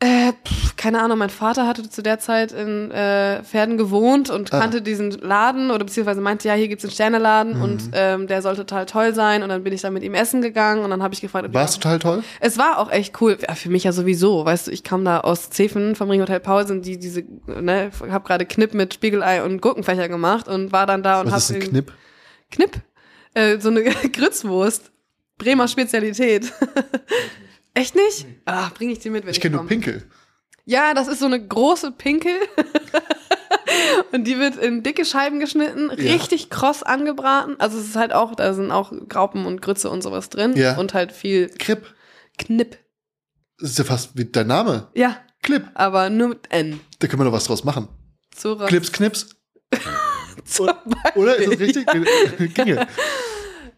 Äh, pf, keine Ahnung, mein Vater hatte zu der Zeit in äh, Pferden gewohnt und
Ah.
kannte diesen Laden oder beziehungsweise meinte, ja, hier gibt's einen
Mhm.
Sterneladen und ähm, der soll total toll sein. Und dann bin ich dann mit ihm essen gegangen und dann habe ich gefragt, ob
War
ich
es total toll?
Es war auch echt cool. Ja, für mich ja sowieso. Weißt du, ich kam da aus Zefen vom Ring Hotel Pausen, die diese, ne, hab gerade Knipp mit Spiegelei und Gurkenfächer gemacht und war dann da und
Was ist
hab
ein
den-
Knipp?
Knipp, äh, so eine Grützwurst. Bremer Spezialität. echt nicht? Ah, bring ich dir mit, wenn ich,
Ich kenne nur
komm.
Pinkel.
Ja, das ist so eine große Pinkel. Und die wird in dicke Scheiben geschnitten, richtig kross angebraten. Also es ist halt auch, da sind auch Graupen und Grütze und sowas drin.
Ja.
Und halt viel
Kripp.
Knipp.
Das ist ja fast wie dein Name.
Ja,
Clip.
aber nur mit N.
Da können wir doch was draus machen.
Zora.
Clips, Knips.
Zum Beispiel.
Oder? Ist das richtig? Ginge.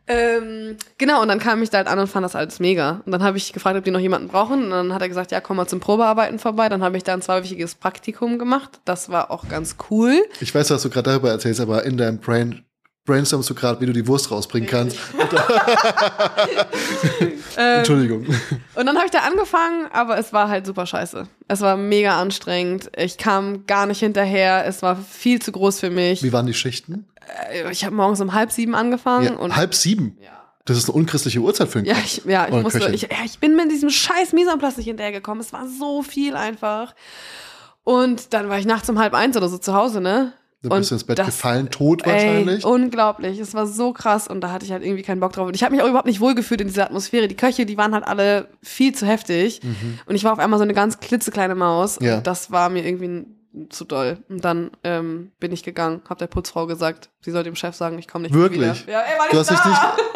Ähm, genau, und dann kam ich da halt an und fand das alles mega. Und dann habe ich gefragt, ob die noch jemanden brauchen. Und dann hat er gesagt, ja, komm mal zum Probearbeiten vorbei. Dann habe ich da ein zweiwöchiges Praktikum gemacht. Das war auch ganz cool.
Ich weiß, was du gerade darüber erzählst, aber in deinem Brain brainstormst du gerade, wie du die Wurst rausbringen kannst. Ähm. Entschuldigung.
Und dann habe ich da angefangen, aber es war halt super scheiße. Es war mega anstrengend. Ich kam gar nicht hinterher. Es war viel zu groß für mich.
Wie waren die Schichten?
Äh, Ich habe morgens um halb sieben angefangen.
Ja,
und
halb sieben. Das ist eine unchristliche Uhrzeit für einen
Ja,
Koch.
ich, ja, ich
Oder
musste,
Köchin.
ich, ja, ich bin mit diesem scheiß Misanplatz nicht hinterhergekommen. Es war so viel einfach. Und dann war ich nachts um halb eins oder so zu Hause, ne?
Dann
und
bist du ins Bett
das-
gefallen, tot
Ey,
wahrscheinlich.
unglaublich. Es war so krass und da hatte ich halt irgendwie keinen Bock drauf. Und ich habe mich auch überhaupt nicht wohlgefühlt in dieser Atmosphäre. Die Köche, die waren halt alle viel zu heftig. Und ich war auf einmal so eine ganz klitzekleine Maus.
Mhm. Ja.
Und das war mir irgendwie zu doll. Und dann ähm, bin ich gegangen, habe der Putzfrau gesagt, sie soll dem Chef sagen, ich komme nicht mehr
Wirklich?
wieder. Ja, ey, war
du
nicht
hast dich
da.
nicht.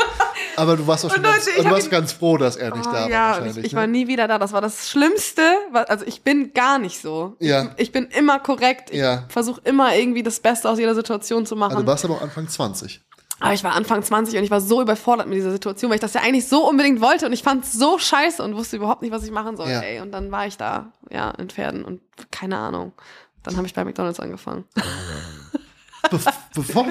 Aber du warst auch schon
Und Leute,
ganz,
ich
du
hab
warst
ihn-
ganz froh, dass er nicht
Oh,
da war.
ja, und
wahrscheinlich,
ich, ich
ne?
war nie wieder da. Das war das Schlimmste. wa- Also ich bin gar nicht so.
Ja.
Ich, ich bin immer korrekt. Ich
Ja.
versuche immer irgendwie das Beste aus jeder Situation zu machen.
also du warst aber auch Anfang 20.
aber ich war Anfang 20 und ich war so überfordert mit dieser Situation, weil ich das ja eigentlich so unbedingt wollte und ich fand es so scheiße und wusste überhaupt nicht, was ich machen soll.
Ja.
Ey. Und dann war ich da, ja, in Pferden und keine Ahnung. Dann habe ich bei McDonalds angefangen.
Be bevor,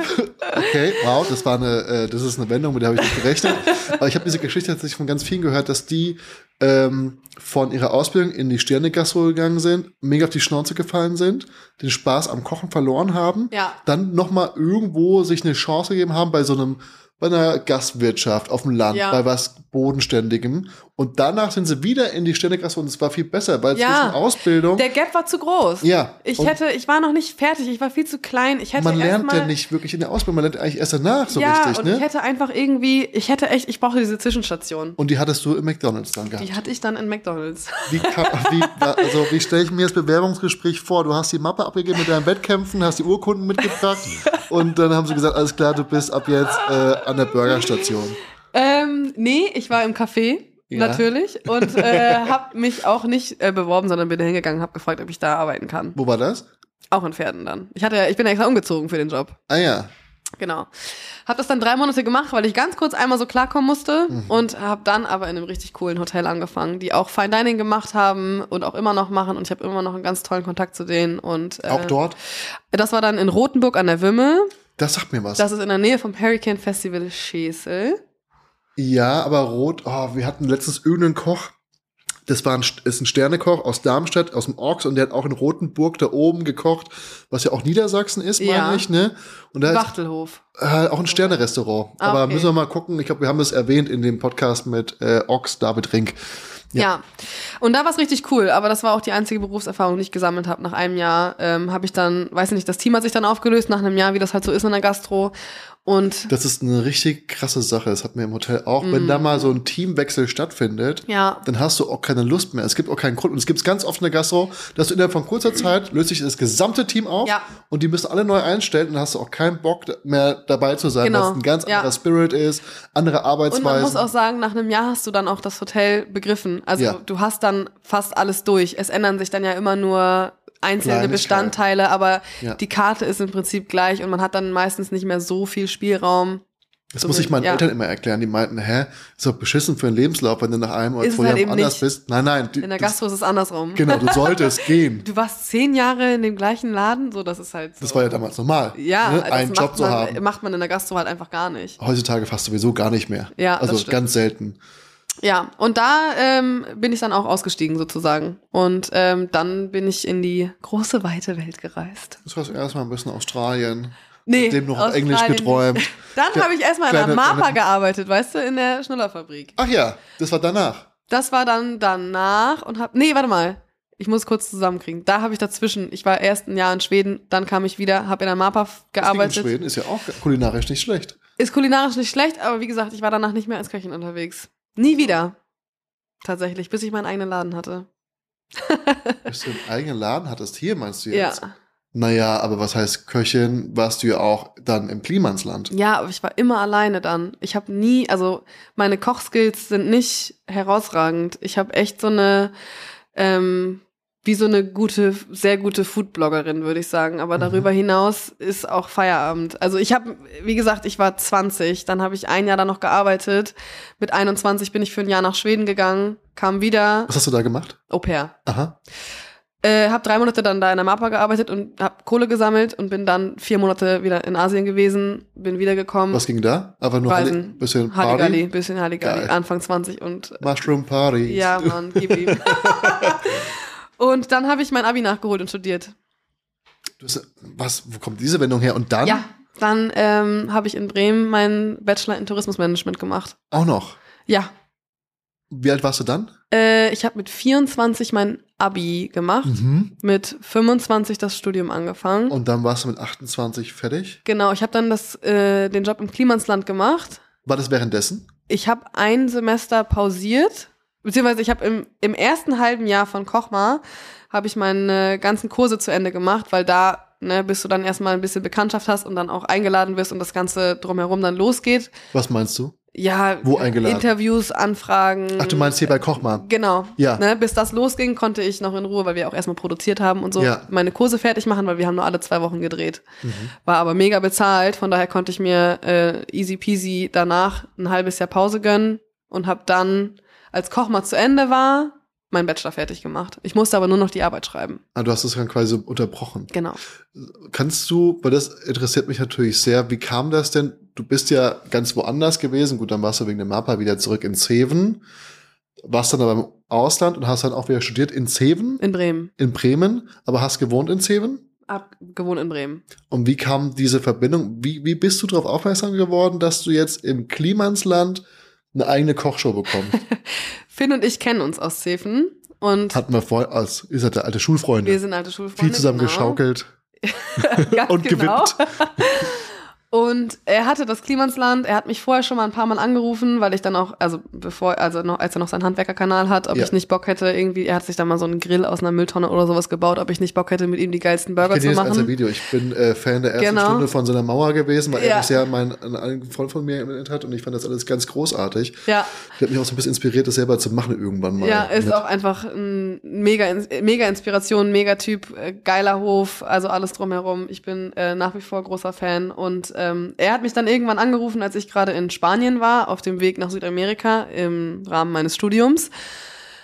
okay, wow, das war eine, äh, das ist eine Wendung, mit der habe ich nicht gerechnet. Aber ich habe diese Geschichte tatsächlich von ganz vielen gehört, dass die ähm, von ihrer Ausbildung in die Sterne-Gastrolle gegangen sind, mega auf die Schnauze gefallen sind, den Spaß am Kochen verloren haben,
Ja.
dann nochmal irgendwo sich eine Chance gegeben haben bei so einem bei einer Gastwirtschaft auf dem Land,
Ja.
bei was Bodenständigem. Und danach sind sie wieder in die Ständegastro und es war viel besser, weil
Ja.
zwischen Ausbildung.
Der Gap war zu groß.
ja.
Ich
und
hätte, ich war noch nicht fertig, ich war viel zu klein. Ich hätte
man
erst
lernt
mal,
ja nicht wirklich in der Ausbildung, man lernt eigentlich erst danach so
ja,
richtig,
und
ne?
ich hätte einfach irgendwie, ich hätte echt, ich brauchte diese Zwischenstation.
und die hattest du im McDonalds dann gehabt.
Die hatte ich dann in McDonalds.
Wie, kann, wie, also, wie stelle ich mir das Bewerbungsgespräch vor? Du hast die Mappe abgegeben mit deinen Wettkämpfen, hast die Urkunden mitgebracht und dann haben sie gesagt, alles klar, du bist ab jetzt äh, an der Burgerstation.
Ähm, nee, ich war im Café.
Ja.
Natürlich. Und äh, habe mich auch nicht äh, beworben, sondern bin da hingegangen, habe gefragt, ob ich da arbeiten kann.
Wo war das?
Auch in Pferden dann. Ich hatte, ja- ich bin ja extra umgezogen für den Job.
Ah ja.
Genau. Habe das dann drei Monate gemacht, weil ich ganz kurz einmal so klarkommen musste
Mhm.
und habe dann aber in einem richtig coolen Hotel angefangen, die auch Fine Dining gemacht haben und auch immer noch machen und ich habe immer noch einen ganz tollen Kontakt zu denen und äh,
Auch dort?
Das war dann in Rothenburg an der Wimme.
Das sagt mir was.
Das ist in der Nähe vom Hurricane Festival Schesel.
ja, aber rot. Oh, wir hatten letztens irgendeinen Koch. Das war ein, ist ein Sternekoch aus Darmstadt, aus dem Orks, und der hat auch in Rotenburg da oben gekocht, was ja auch Niedersachsen ist, meine
Ja.
ich, ne? Und da ist
Wachtelhof.
äh, auch ein Sternerestaurant.
Ah,
Aber
okay.
müssen wir mal gucken. Ich glaube, wir haben es erwähnt in dem Podcast mit äh, Ox David Rink.
Ja.
Ja.
Und da war es richtig cool, aber das war auch die einzige Berufserfahrung, die ich gesammelt habe. Nach einem Jahr ähm, habe ich dann, weiß nicht, das Team hat sich dann aufgelöst nach einem Jahr, wie das halt so ist in der Gastro. Und
Das ist eine richtig krasse Sache. Das hatten wir im Hotel auch. Wenn
Mhm.
da mal so ein Teamwechsel stattfindet,
ja,
dann hast du auch keine Lust mehr. Es gibt auch keinen Grund. Und es gibt es ganz oft in der Gastro, dass du innerhalb von kurzer Zeit löst sich das gesamte Team auf
Ja.
und die müssen alle neu einstellen und dann hast du auch keinen Bock da- mehr dabei zu sein,
Genau.
weil es ein ganz
Ja.
anderer Spirit ist, andere
und man muss
Arbeitsweisen.
auch sagen, nach einem Jahr hast du dann auch das Hotel begriffen. Also
Ja.
du hast dann fast alles durch. Es ändern sich dann ja immer nur einzelne
Kleinigkeiten.
Bestandteile, aber
Ja.
die Karte ist im Prinzip gleich und man hat dann meistens nicht mehr so viel Spielraum.
das muss ich meinen
ja.
Eltern immer erklären. Die meinten, hä, ist doch beschissen für den Lebenslauf, wenn du nach einem oder
Ist es
zwei
halt
Jahren
eben
anders
nicht.
bist. Nein, nein. Die,
In der
das,
Gastro ist es andersrum.
genau, du solltest gehen.
Du warst zehn Jahre in dem gleichen Laden, so das ist halt. So.
Das war ja damals normal,
Ja,
ne?
das
einen
macht
Job zu
man,
haben.
macht man in der Gastro halt einfach gar nicht.
Heutzutage fast sowieso gar nicht mehr.
Ja, das
also
stimmt.
ganz selten.
Ja, und da ähm, bin ich dann auch ausgestiegen sozusagen. Und ähm, dann bin ich in die große, weite Welt gereist.
Das war erstmal ein bisschen Australien.
Nee,
Dem noch auf Englisch
Australien
geträumt.
nicht. Dann
Kle-
habe ich erstmal in der
kleine-
MAPA
kleine-
gearbeitet, weißt du, in der Schnullerfabrik.
Ach ja, das war danach.
Das war dann danach und hab. Nee, warte mal. Ich muss kurz zusammenkriegen. Da habe ich dazwischen, ich war erst ein Jahr in Schweden, dann kam ich wieder, habe in der MAPA
Das Ding
gearbeitet.
In Schweden ist ja auch kulinarisch nicht schlecht.
Ist kulinarisch nicht schlecht, aber wie gesagt, ich war danach nicht mehr als Köchin unterwegs. Nie wieder. Tatsächlich, bis ich meinen eigenen Laden hatte.
Bis du einen eigenen Laden hattest, hier meinst du
Ja.
jetzt? Naja, aber was heißt Köchin? Warst du ja auch dann im Klimansland.
ja, aber ich war immer alleine dann. Ich habe nie, also meine Kochskills sind nicht herausragend. Ich habe echt so eine, ähm, wie so eine gute, sehr gute Foodbloggerin, würde ich sagen. Aber darüber hinaus ist auch Feierabend. Also ich habe, wie gesagt, ich war 20, dann habe ich ein Jahr da noch gearbeitet. Mit 21 bin ich für ein Jahr nach Schweden gegangen, kam wieder,
Was hast du da gemacht?
Au pair.
Aha.
Äh, hab drei Monate dann da in der MAPA gearbeitet und hab Kohle gesammelt und bin dann vier Monate wieder in Asien gewesen, bin wiedergekommen.
Was ging da? Aber nur
Hm. Reisen.
ein bisschen Party.
Halligalli, bisschen Halligalli,
Geil.
Anfang 20 und
Mushroom Party.
ja, Mann, gib ihm. und dann habe ich mein Abi nachgeholt und studiert.
Du hast, was, wo kommt diese Wendung her? Und dann
Ja. Dann ähm, habe ich in Bremen meinen Bachelor in Tourismusmanagement gemacht.
auch noch.
Ja.
Wie alt warst du dann?
Äh, ich habe mit 24 mein Abi gemacht,
Mhm.
mit 25 das Studium angefangen.
Und dann warst du mit 28 fertig?
Genau, ich habe dann das, äh, den Job im Klimansland gemacht.
War das währenddessen?
Ich habe ein Semester pausiert, beziehungsweise ich habe im, im ersten halben Jahr von Kochma habe ich meine ganzen Kurse zu Ende gemacht, weil da ne, bis du dann erstmal ein bisschen Bekanntschaft hast und dann auch eingeladen wirst und das Ganze drumherum dann losgeht.
Was meinst du?
Ja,
Wo eingeladen?
Interviews, Anfragen.
Ach, du meinst hier bei Kochmann.
Genau.
Ja.
Hm. Ne, bis das losging, konnte ich noch in Ruhe, weil wir auch erstmal produziert haben und so,
Ja.
meine Kurse fertig machen, weil wir haben nur alle zwei Wochen gedreht.
Mhm.
War aber mega bezahlt, von daher konnte ich mir äh, easy peasy danach ein halbes Jahr Pause gönnen und habe dann, als Koch mal zu Ende war, meinen Bachelor fertig gemacht. Ich musste aber nur noch die Arbeit schreiben.
Ah, du hast es dann quasi unterbrochen.
Genau.
Kannst du, weil das interessiert mich natürlich sehr, wie kam das denn? Du bist ja ganz woanders gewesen. Gut, dann warst du wegen dem MAPA wieder zurück in Zeven, warst dann aber im Ausland und hast dann auch wieder studiert in Zeven,
In Bremen.
in Bremen, aber hast gewohnt in Zeven?
hab gewohnt in Bremen.
Und wie kam diese Verbindung? Wie, wie bist du darauf aufmerksam geworden, dass du jetzt im Klimansland eine eigene Kochshow bekommst?
Finn und ich kennen uns aus Zefen und
Hatten wir vorher als, ihr seid ja alte Schulfreunde.
wir sind alte Schulfreunde.
viel zusammen
genau.
geschaukelt.
Ganz
und gewippt.
genau. Und er hatte das Klimansland, er hat mich vorher schon mal ein paar Mal angerufen, weil ich dann auch, also bevor, also noch, als er noch seinen Handwerkerkanal hat, ob
Ja.
ich nicht Bock hätte, irgendwie, er hat sich dann mal so einen Grill aus einer Mülltonne oder sowas gebaut, ob ich nicht Bock hätte, mit ihm die geilsten
Ich
Burger
kenne
zu
das ganze
machen.
Video. Ich bin äh, Fan der ersten
Genau.
Stunde von seiner Mauer gewesen, weil er
Ja.
das ja mein, ein, ein Freund von mir erinnert hat und ich fand das alles ganz großartig.
Ja,
Ich habe mich auch so ein bisschen inspiriert, das selber zu machen irgendwann mal.
ja, ist
Mit-
auch einfach ein mega, mega Inspiration, mega Typ, äh, geiler Hof, also alles drumherum. Ich bin äh, nach wie vor großer Fan und ähm, er hat mich dann irgendwann angerufen, als ich gerade in Spanien war, auf dem Weg nach Südamerika im Rahmen meines Studiums.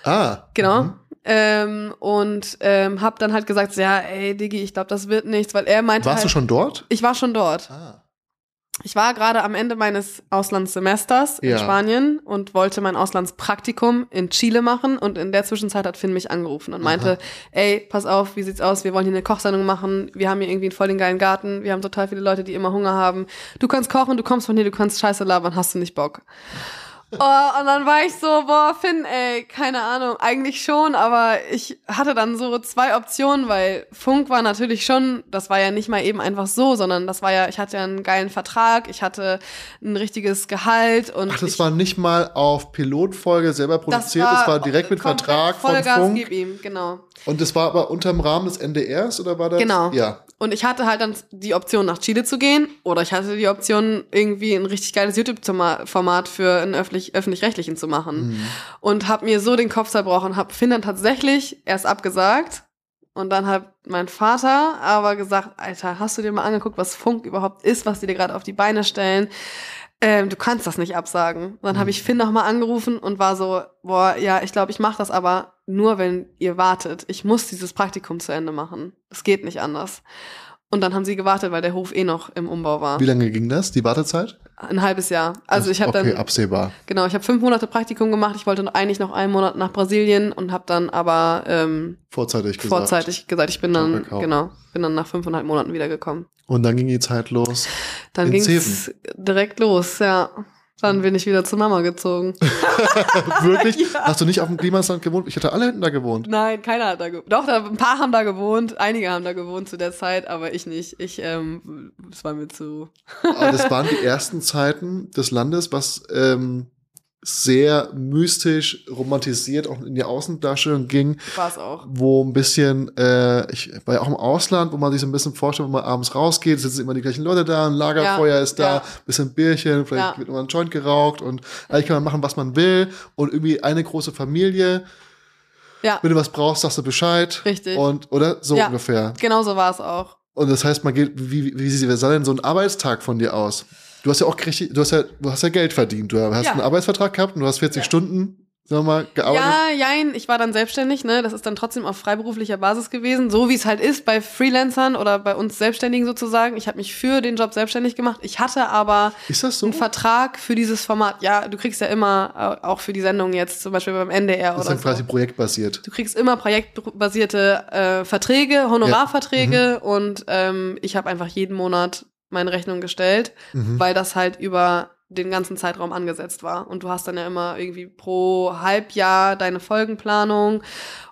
Ah.
Genau.
Mhm.
Ähm, und ähm, hab dann halt gesagt, so, ja, ey, Diggi, ich glaube, das wird nichts, weil er meinte.
Warst
halt,
du schon dort?
Ich war schon dort.
Ah.
Ich war gerade am Ende meines Auslandssemesters
Ja.
in Spanien und wollte mein Auslandspraktikum in Chile machen. Und in der Zwischenzeit hat Finn mich angerufen und meinte, ey, pass auf, wie sieht's aus? Wir wollen hier eine Kochsendung machen. Wir haben hier irgendwie einen voll den geilen Garten. Wir haben total viele Leute, die immer Hunger haben. Du kannst kochen, du kommst von hier, du kannst scheiße labern, hast du nicht Bock? Oh, und dann war ich so, boah, Finn, ey, keine Ahnung, eigentlich schon, aber ich hatte dann so zwei Optionen, weil Funk war natürlich schon, das war ja nicht mal eben einfach so, sondern das war ja, ich hatte ja einen geilen Vertrag, ich hatte ein richtiges Gehalt und
Ach, das
ich,
war nicht mal auf Pilotfolge selber produziert, das war, direkt mit
komplett
Vertrag von
Vollgas
Funk.
gib ihm, genau.
Und das war aber unterm Rahmen des NDRs oder war das?
Genau.
Ja.
Und ich hatte halt dann die Option, nach Chile zu gehen, oder ich hatte die Option, irgendwie ein richtig geiles YouTube-Format für einen öffentlich- öffentlich-rechtlichen zu machen. Und habe mir so den Kopf zerbrochen, habe Finn dann tatsächlich erst abgesagt. Und dann hat mein Vater aber gesagt, Alter, hast du dir mal angeguckt, was Funk überhaupt ist, was die dir gerade auf die Beine stellen? Ähm, du kannst das nicht absagen. Und dann habe ich Finn nochmal angerufen und war so, boah, ja, ich glaube, ich mache das aber nur, wenn ihr wartet. Ich muss dieses Praktikum zu Ende machen. Es geht nicht anders. Und dann haben sie gewartet, weil der Hof eh noch im Umbau war.
Wie lange ging das, die Wartezeit?
Ein halbes Jahr. Also ich habe
Okay,
dann
absehbar.
Genau, ich habe fünf Monate Praktikum gemacht. Ich wollte noch- eigentlich noch einen Monat nach Brasilien und habe dann aber ähm,
Vorzeitig gesagt.
vorzeitig gesagt, ich bin dann
Verkauf.
genau, bin dann nach fünfeinhalb Monaten wiedergekommen.
Und dann ging die Zeit los.
Dann
In
ging es
Zeven. Hm.
direkt los, ja. Dann bin ich wieder zu Mama gezogen.
Wirklich?
Ja.
Hast du nicht auf dem Klimasland gewohnt? Ich hatte alle hinten da gewohnt.
Nein, keiner hat da gewohnt. Doch, da, ein paar haben da gewohnt, einige haben da gewohnt zu der Zeit, aber ich nicht. Ich, ähm, es war mir zu.
Aber das waren die ersten Zeiten des Landes, was ähm, sehr mystisch, romantisiert auch in die Außendarstellung ging,
War es auch.
wo ein bisschen, äh, ich war ja auch im Ausland, wo man sich so ein bisschen vorstellt, wenn man abends rausgeht, sitzen immer die gleichen Leute da, ein Lagerfeuer
Ja,
ist da,
ja.
bisschen Bierchen, vielleicht
Ja.
wird immer ein Joint geraucht und eigentlich kann man machen, was man will und irgendwie eine große Familie,
Ja,
wenn du was brauchst, sagst du Bescheid.
Richtig.
Und, oder? So
Ja.
ungefähr.
genau so war es auch.
Und das heißt, man geht, wie, wie, wie sieht wie sah denn so ein Arbeitstag von dir aus? Du hast ja auch richtig, du hast ja, du hast ja Geld verdient. Du hast
Ja.
einen Arbeitsvertrag gehabt und du hast 40 Stunden, sagen wir mal, gearbeitet.
Ja, jein, ich war dann selbstständig, ne? Das ist dann trotzdem auf freiberuflicher Basis gewesen, so wie es halt ist bei Freelancern oder bei uns Selbstständigen sozusagen. Ich habe mich für den Job selbstständig gemacht. Ich hatte aber
Ist das so?
einen Vertrag für dieses Format. Ja, du kriegst ja immer äh, auch für die Sendung jetzt zum Beispiel beim NDR
Das ist
oder
dann
so.
quasi projektbasiert.
Du kriegst immer projektbasierte äh, Verträge, Honorarverträge
Mhm.
und ähm, ich habe einfach jeden Monat meine Rechnung gestellt,
Mhm.
weil das halt über den ganzen Zeitraum angesetzt war. Und du hast dann ja immer irgendwie pro Halbjahr deine Folgenplanung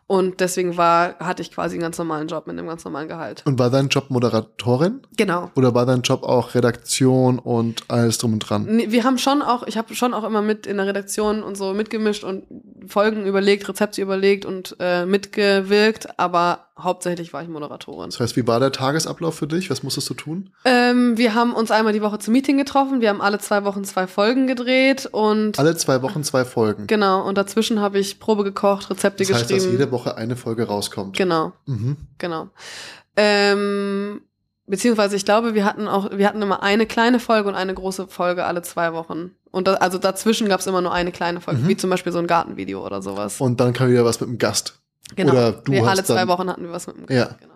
und deswegen war, hatte ich quasi einen ganz normalen Job mit einem ganz normalen Gehalt.
Und war dein Job Moderatorin?
Genau.
Oder war dein Job auch Redaktion und alles drum und dran?
Nee, wir haben schon auch, ich habe schon auch immer mit in der Redaktion und so mitgemischt und Folgen überlegt, Rezepte überlegt und äh, mitgewirkt, aber hauptsächlich war ich Moderatorin.
Das heißt, wie war der Tagesablauf für dich? Was musstest du tun?
Ähm, wir haben uns einmal die Woche zum Meeting getroffen. Wir haben alle zwei Wochen zwei Folgen gedreht und
Alle zwei Wochen zwei Folgen.
genau. Und dazwischen habe ich Probe gekocht, Rezepte
Das heißt, dass
geschrieben.
jede Woche eine Folge rauskommt.
genau,
Mhm.
genau. Ähm, beziehungsweise ich glaube, wir hatten auch, wir hatten immer eine kleine Folge und eine große Folge alle zwei Wochen. Und da, also dazwischen gab es immer nur eine kleine Folge,
Mhm.
wie zum Beispiel so ein Gartenvideo oder sowas.
Und dann kam wieder was mit dem Gast. oder du
wir
hast
Genau. alle zwei
dann-
Wochen hatten wir was mit dem
Ja.
Genau.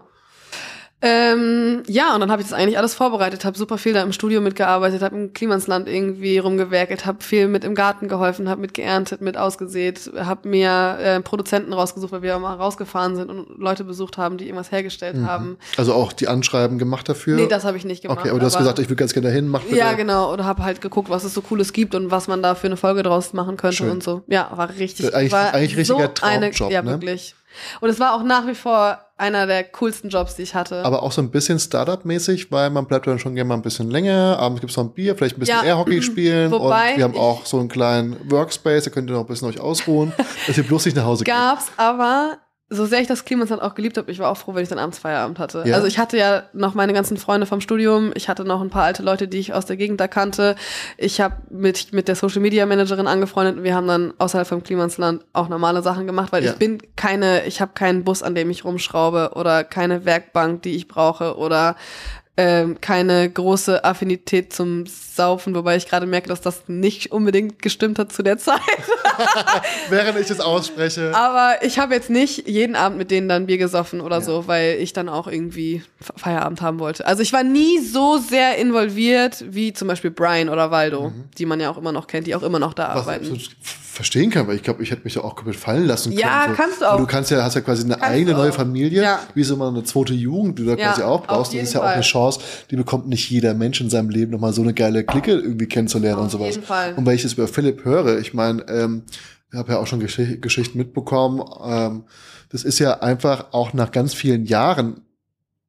Ähm, ja, und dann habe ich das eigentlich alles vorbereitet, habe super viel da im Studio mitgearbeitet, habe im Klimansland irgendwie rumgewerkelt, habe viel mit im Garten geholfen, habe mit geerntet, mit ausgesät, habe mir äh, Produzenten rausgesucht, weil wir auch mal rausgefahren sind und Leute besucht haben, die irgendwas hergestellt haben.
Also auch die Anschreiben gemacht dafür?
Ähm. Nee, das habe ich nicht gemacht.
Okay, aber du hast gesagt, ich will ganz gerne dahin, mach bitte.
ja, genau. Oder habe halt geguckt, was es so Cooles gibt und was man da für eine Folge draus machen könnte
Schön. Äh,
und so. Ja, war richtig.
Eigentlich-
war
eigentlich richtiger Traumjob,
Ja,
ne?
wirklich. Und es war auch nach wie vor einer der coolsten Jobs, die ich hatte.
Aber auch so ein bisschen Startup-mäßig, weil man bleibt dann schon gerne mal ein bisschen länger. Abends gibt's noch ein Bier, vielleicht ein bisschen
Ja.
Airhockey spielen.
Wobei
und wir haben
ich-
auch so einen kleinen Workspace, da könnt ihr noch ein bisschen euch ausruhen, dass ihr bloß nicht nach Hause geht.
gab's, aber so sehr ich das Klimasland auch geliebt habe, ich war auch froh, wenn ich dann abends Feierabend hatte.
Ja.
Also ich hatte ja noch meine ganzen Freunde vom Studium, ich hatte noch ein paar alte Leute, die ich aus der Gegend da kannte. Ich habe mit mit der Social Media Managerin angefreundet und wir haben dann außerhalb vom Klimasland auch normale Sachen gemacht, weil
Ja.
ich bin keine, ich habe keinen Bus, an dem ich rumschraube oder keine Werkbank, die ich brauche oder ähm, keine große Affinität zum Saufen, wobei ich gerade merke, dass das nicht unbedingt gestimmt hat zu der Zeit.
Während ich es ausspreche.
Aber ich habe jetzt nicht jeden Abend mit denen dann Bier gesoffen oder
Ja.
so, weil ich dann auch irgendwie Fe- Feierabend haben wollte. Also ich war nie so sehr involviert wie zum Beispiel Brian oder Waldo, die man ja auch immer noch kennt, die auch immer noch
Mhm.
da
Was ich
arbeiten.
absolut verstehen kann, weil ich glaube, ich hätte mich da auch komplett fallen lassen können.
Ja,
so.
kannst du auch.
Aber Du kannst ja, hast ja quasi eine eigene
du
neue
auch.
Familie,
Ja.
wie so immer eine zweite Jugend, die du da
Ja,
quasi auch
auf
brauchst. Das
jeden
ist ja auch
Fall.
eine Chance, die bekommt nicht jeder Mensch in seinem Leben nochmal so eine geile Clique irgendwie kennenzulernen und
Auf
sowas.
jeden Fall.
Und wenn ich das über Philipp höre, ich meine, ähm, ich habe ja auch schon Gesch Geschichten mitbekommen, ähm, das ist ja einfach auch nach ganz vielen Jahren,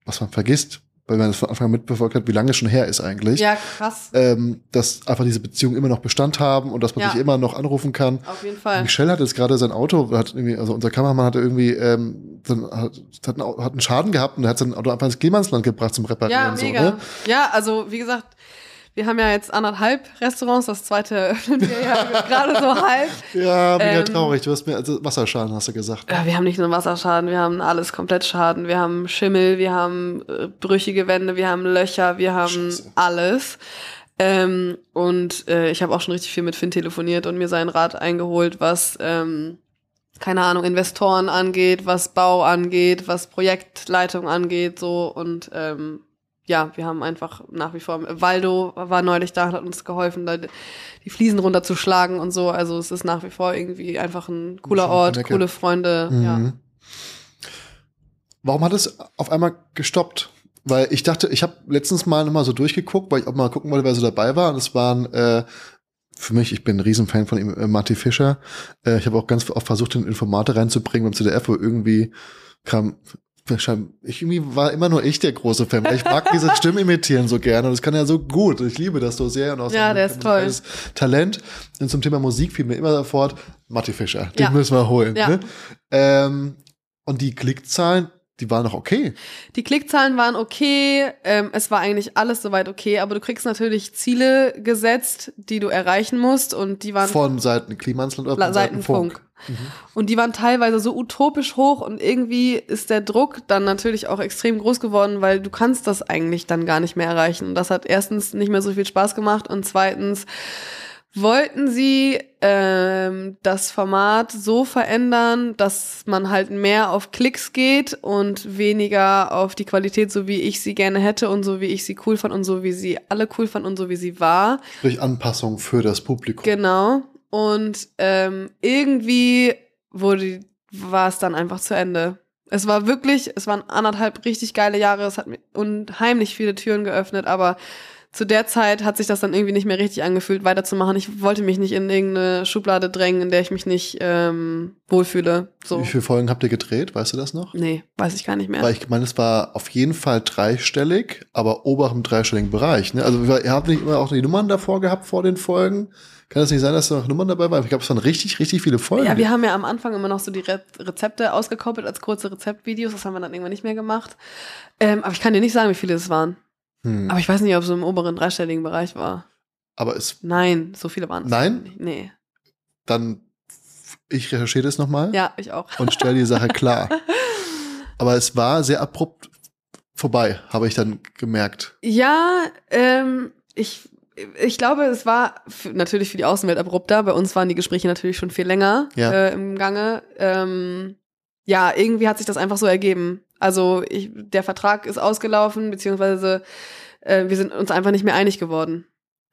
was man vergisst, weil man das von Anfang an mitverfolgt hat, wie lange es schon her ist eigentlich
Ja, krass.
ähm, dass einfach diese Beziehungen immer noch Bestand haben und dass man
Ja.
sich immer noch anrufen kann.
Auf jeden Fall.
Michelle hat jetzt gerade sein Auto, hat irgendwie, also unser Kameramann hatte irgendwie, ähm, sein- hat, hat, einen, Au- hat einen Schaden gehabt und hat sein Auto einfach ins Gehmannsland gebracht zum Reparieren.
Ja,
so,
mega.
ne?
Ja, also wie gesagt, wir haben ja jetzt anderthalb Restaurants, das zweite eröffnen wir ja gerade so halb.
Ja, mega
Ähm.
traurig. Du hast mir, also Wasserschaden hast du gesagt. ne?
Ja, wir haben nicht nur Wasserschaden, wir haben alles komplett Schaden. Wir haben Schimmel, wir haben äh, brüchige Wände, wir haben Löcher, wir haben
Scheiße.
alles. Ähm, und äh, ich habe auch schon richtig viel mit Finn telefoniert und mir seinen Rat eingeholt, was, ähm, keine Ahnung, Investoren angeht, was Bau angeht, was Projektleitung angeht, so. Und ähm, ja, wir haben einfach nach wie vor, Waldo war neulich da, hat uns geholfen, da die Fliesen runterzuschlagen und so. Also es ist nach wie vor irgendwie einfach ein cooler
Schöne
Ort,
Ecke.
coole Freunde. Ja.
Mhm. Warum hat es auf einmal gestoppt? Weil ich dachte, ich habe letztens mal nochmal so durchgeguckt, weil ich auch mal gucken wollte, wer so dabei war. Und es waren äh, für mich, ich bin ein Riesenfan von ihm, äh, Marty Fischer. Äh, ich habe auch ganz oft versucht, den Informate reinzubringen beim ZDF, wo irgendwie kam. Ich irgendwie war immer nur ich der große Fan, weil ich mag diese Stimmen imitieren so gerne und das kann er so gut. Ich liebe das so sehr und auch
Ja,
so
der ist toll.
Talent. Und zum Thema Musik fiel mir immer sofort Matti Fischer. Den
Ja.
müssen wir holen.
Ja.
Ne? Ähm, und die Klickzahlen, die waren noch okay.
Die Klickzahlen waren okay, ähm, es war eigentlich alles soweit okay, aber du kriegst natürlich Ziele gesetzt, die du erreichen musst und die waren
Von Seiten Klimansland oder
La
von Seiten
Seitenfunk.
Funk.
Und die waren teilweise so utopisch hoch und irgendwie ist der Druck dann natürlich auch extrem groß geworden, weil du kannst das eigentlich dann gar nicht mehr erreichen. Und das hat erstens nicht mehr so viel Spaß gemacht und zweitens wollten sie ähm, das Format so verändern, dass man halt mehr auf Klicks geht und weniger auf die Qualität, so wie ich sie gerne hätte und so wie ich sie cool fand und so wie sie alle cool fand und so wie sie war.
Durch Anpassung für das Publikum.
Genau. Und ähm, irgendwie wurde, war es dann einfach zu Ende. Es war wirklich, es waren anderthalb richtig geile Jahre. Es hat mir unheimlich viele Türen geöffnet, aber zu der Zeit hat sich das dann irgendwie nicht mehr richtig angefühlt, weiterzumachen. Ich wollte mich nicht in irgendeine Schublade drängen, in der ich mich nicht ähm, wohlfühle. So.
Wie viele Folgen habt ihr gedreht? Weißt du das noch?
Nee, weiß ich gar nicht mehr.
Weil ich meine, es war auf jeden Fall dreistellig, aber ober im dreistelligen Bereich. Ne? Also wir- ihr habt nicht immer auch die Nummern davor gehabt vor den Folgen. Kann es nicht sein, dass da noch Nummern dabei waren? Ich glaube, es waren richtig, richtig viele Folgen.
Ja, wir haben ja am Anfang immer noch so die Re Rezepte ausgekoppelt als kurze Rezeptvideos. Das haben wir dann irgendwann nicht mehr gemacht. Ähm, aber ich kann dir nicht sagen, wie viele es waren.
hm.
Aber ich weiß nicht, ob es im oberen dreistelligen Bereich war.
aber es
Nein, so viele waren es.
Nein?
nicht. Nee.
dann, ich recherchiere das nochmal.
Ja, ich auch.
und stell die Sache klar. Aber es war sehr abrupt vorbei, habe ich dann gemerkt.
Ja, ähm, ich, ich glaube, es war f- natürlich für die Außenwelt abrupter. Bei uns waren die Gespräche natürlich schon viel länger
Ja.
äh, im Gange. äh, Ähm, ja, irgendwie hat sich das einfach so ergeben. Also ich, der Vertrag ist ausgelaufen, beziehungsweise äh, wir sind uns einfach nicht mehr einig geworden.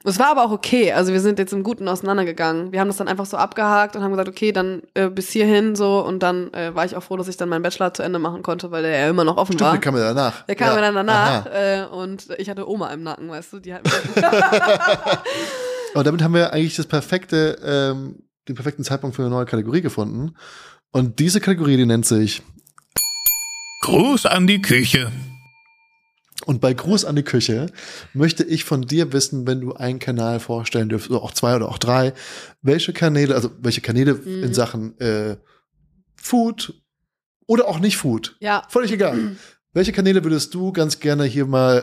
Es war aber auch okay. Also wir sind jetzt im Guten auseinandergegangen. Wir haben das dann einfach so abgehakt und haben gesagt, okay, dann äh, bis hierhin so. Und dann äh, war ich auch froh, dass ich dann meinen Bachelor zu Ende machen konnte, weil der ja immer noch offen
Stimmt,
war.
der kam ja danach.
Der kam
ja
mir dann danach
Aha.
äh, und ich hatte Oma im Nacken, weißt du, die hat
Aber damit haben wir eigentlich das perfekte, ähm, den perfekten Zeitpunkt für eine neue Kategorie gefunden. Und diese Kategorie, die nennt sich
Gruß an die Küche.
Und bei Gruß an die Küche möchte ich von dir wissen, wenn du einen Kanal vorstellen dürfst, oder auch zwei oder auch drei, welche Kanäle, also welche Kanäle
Mhm.
in Sachen äh, Food oder auch nicht Food,
Ja,
völlig egal. welche Kanäle würdest du ganz gerne hier mal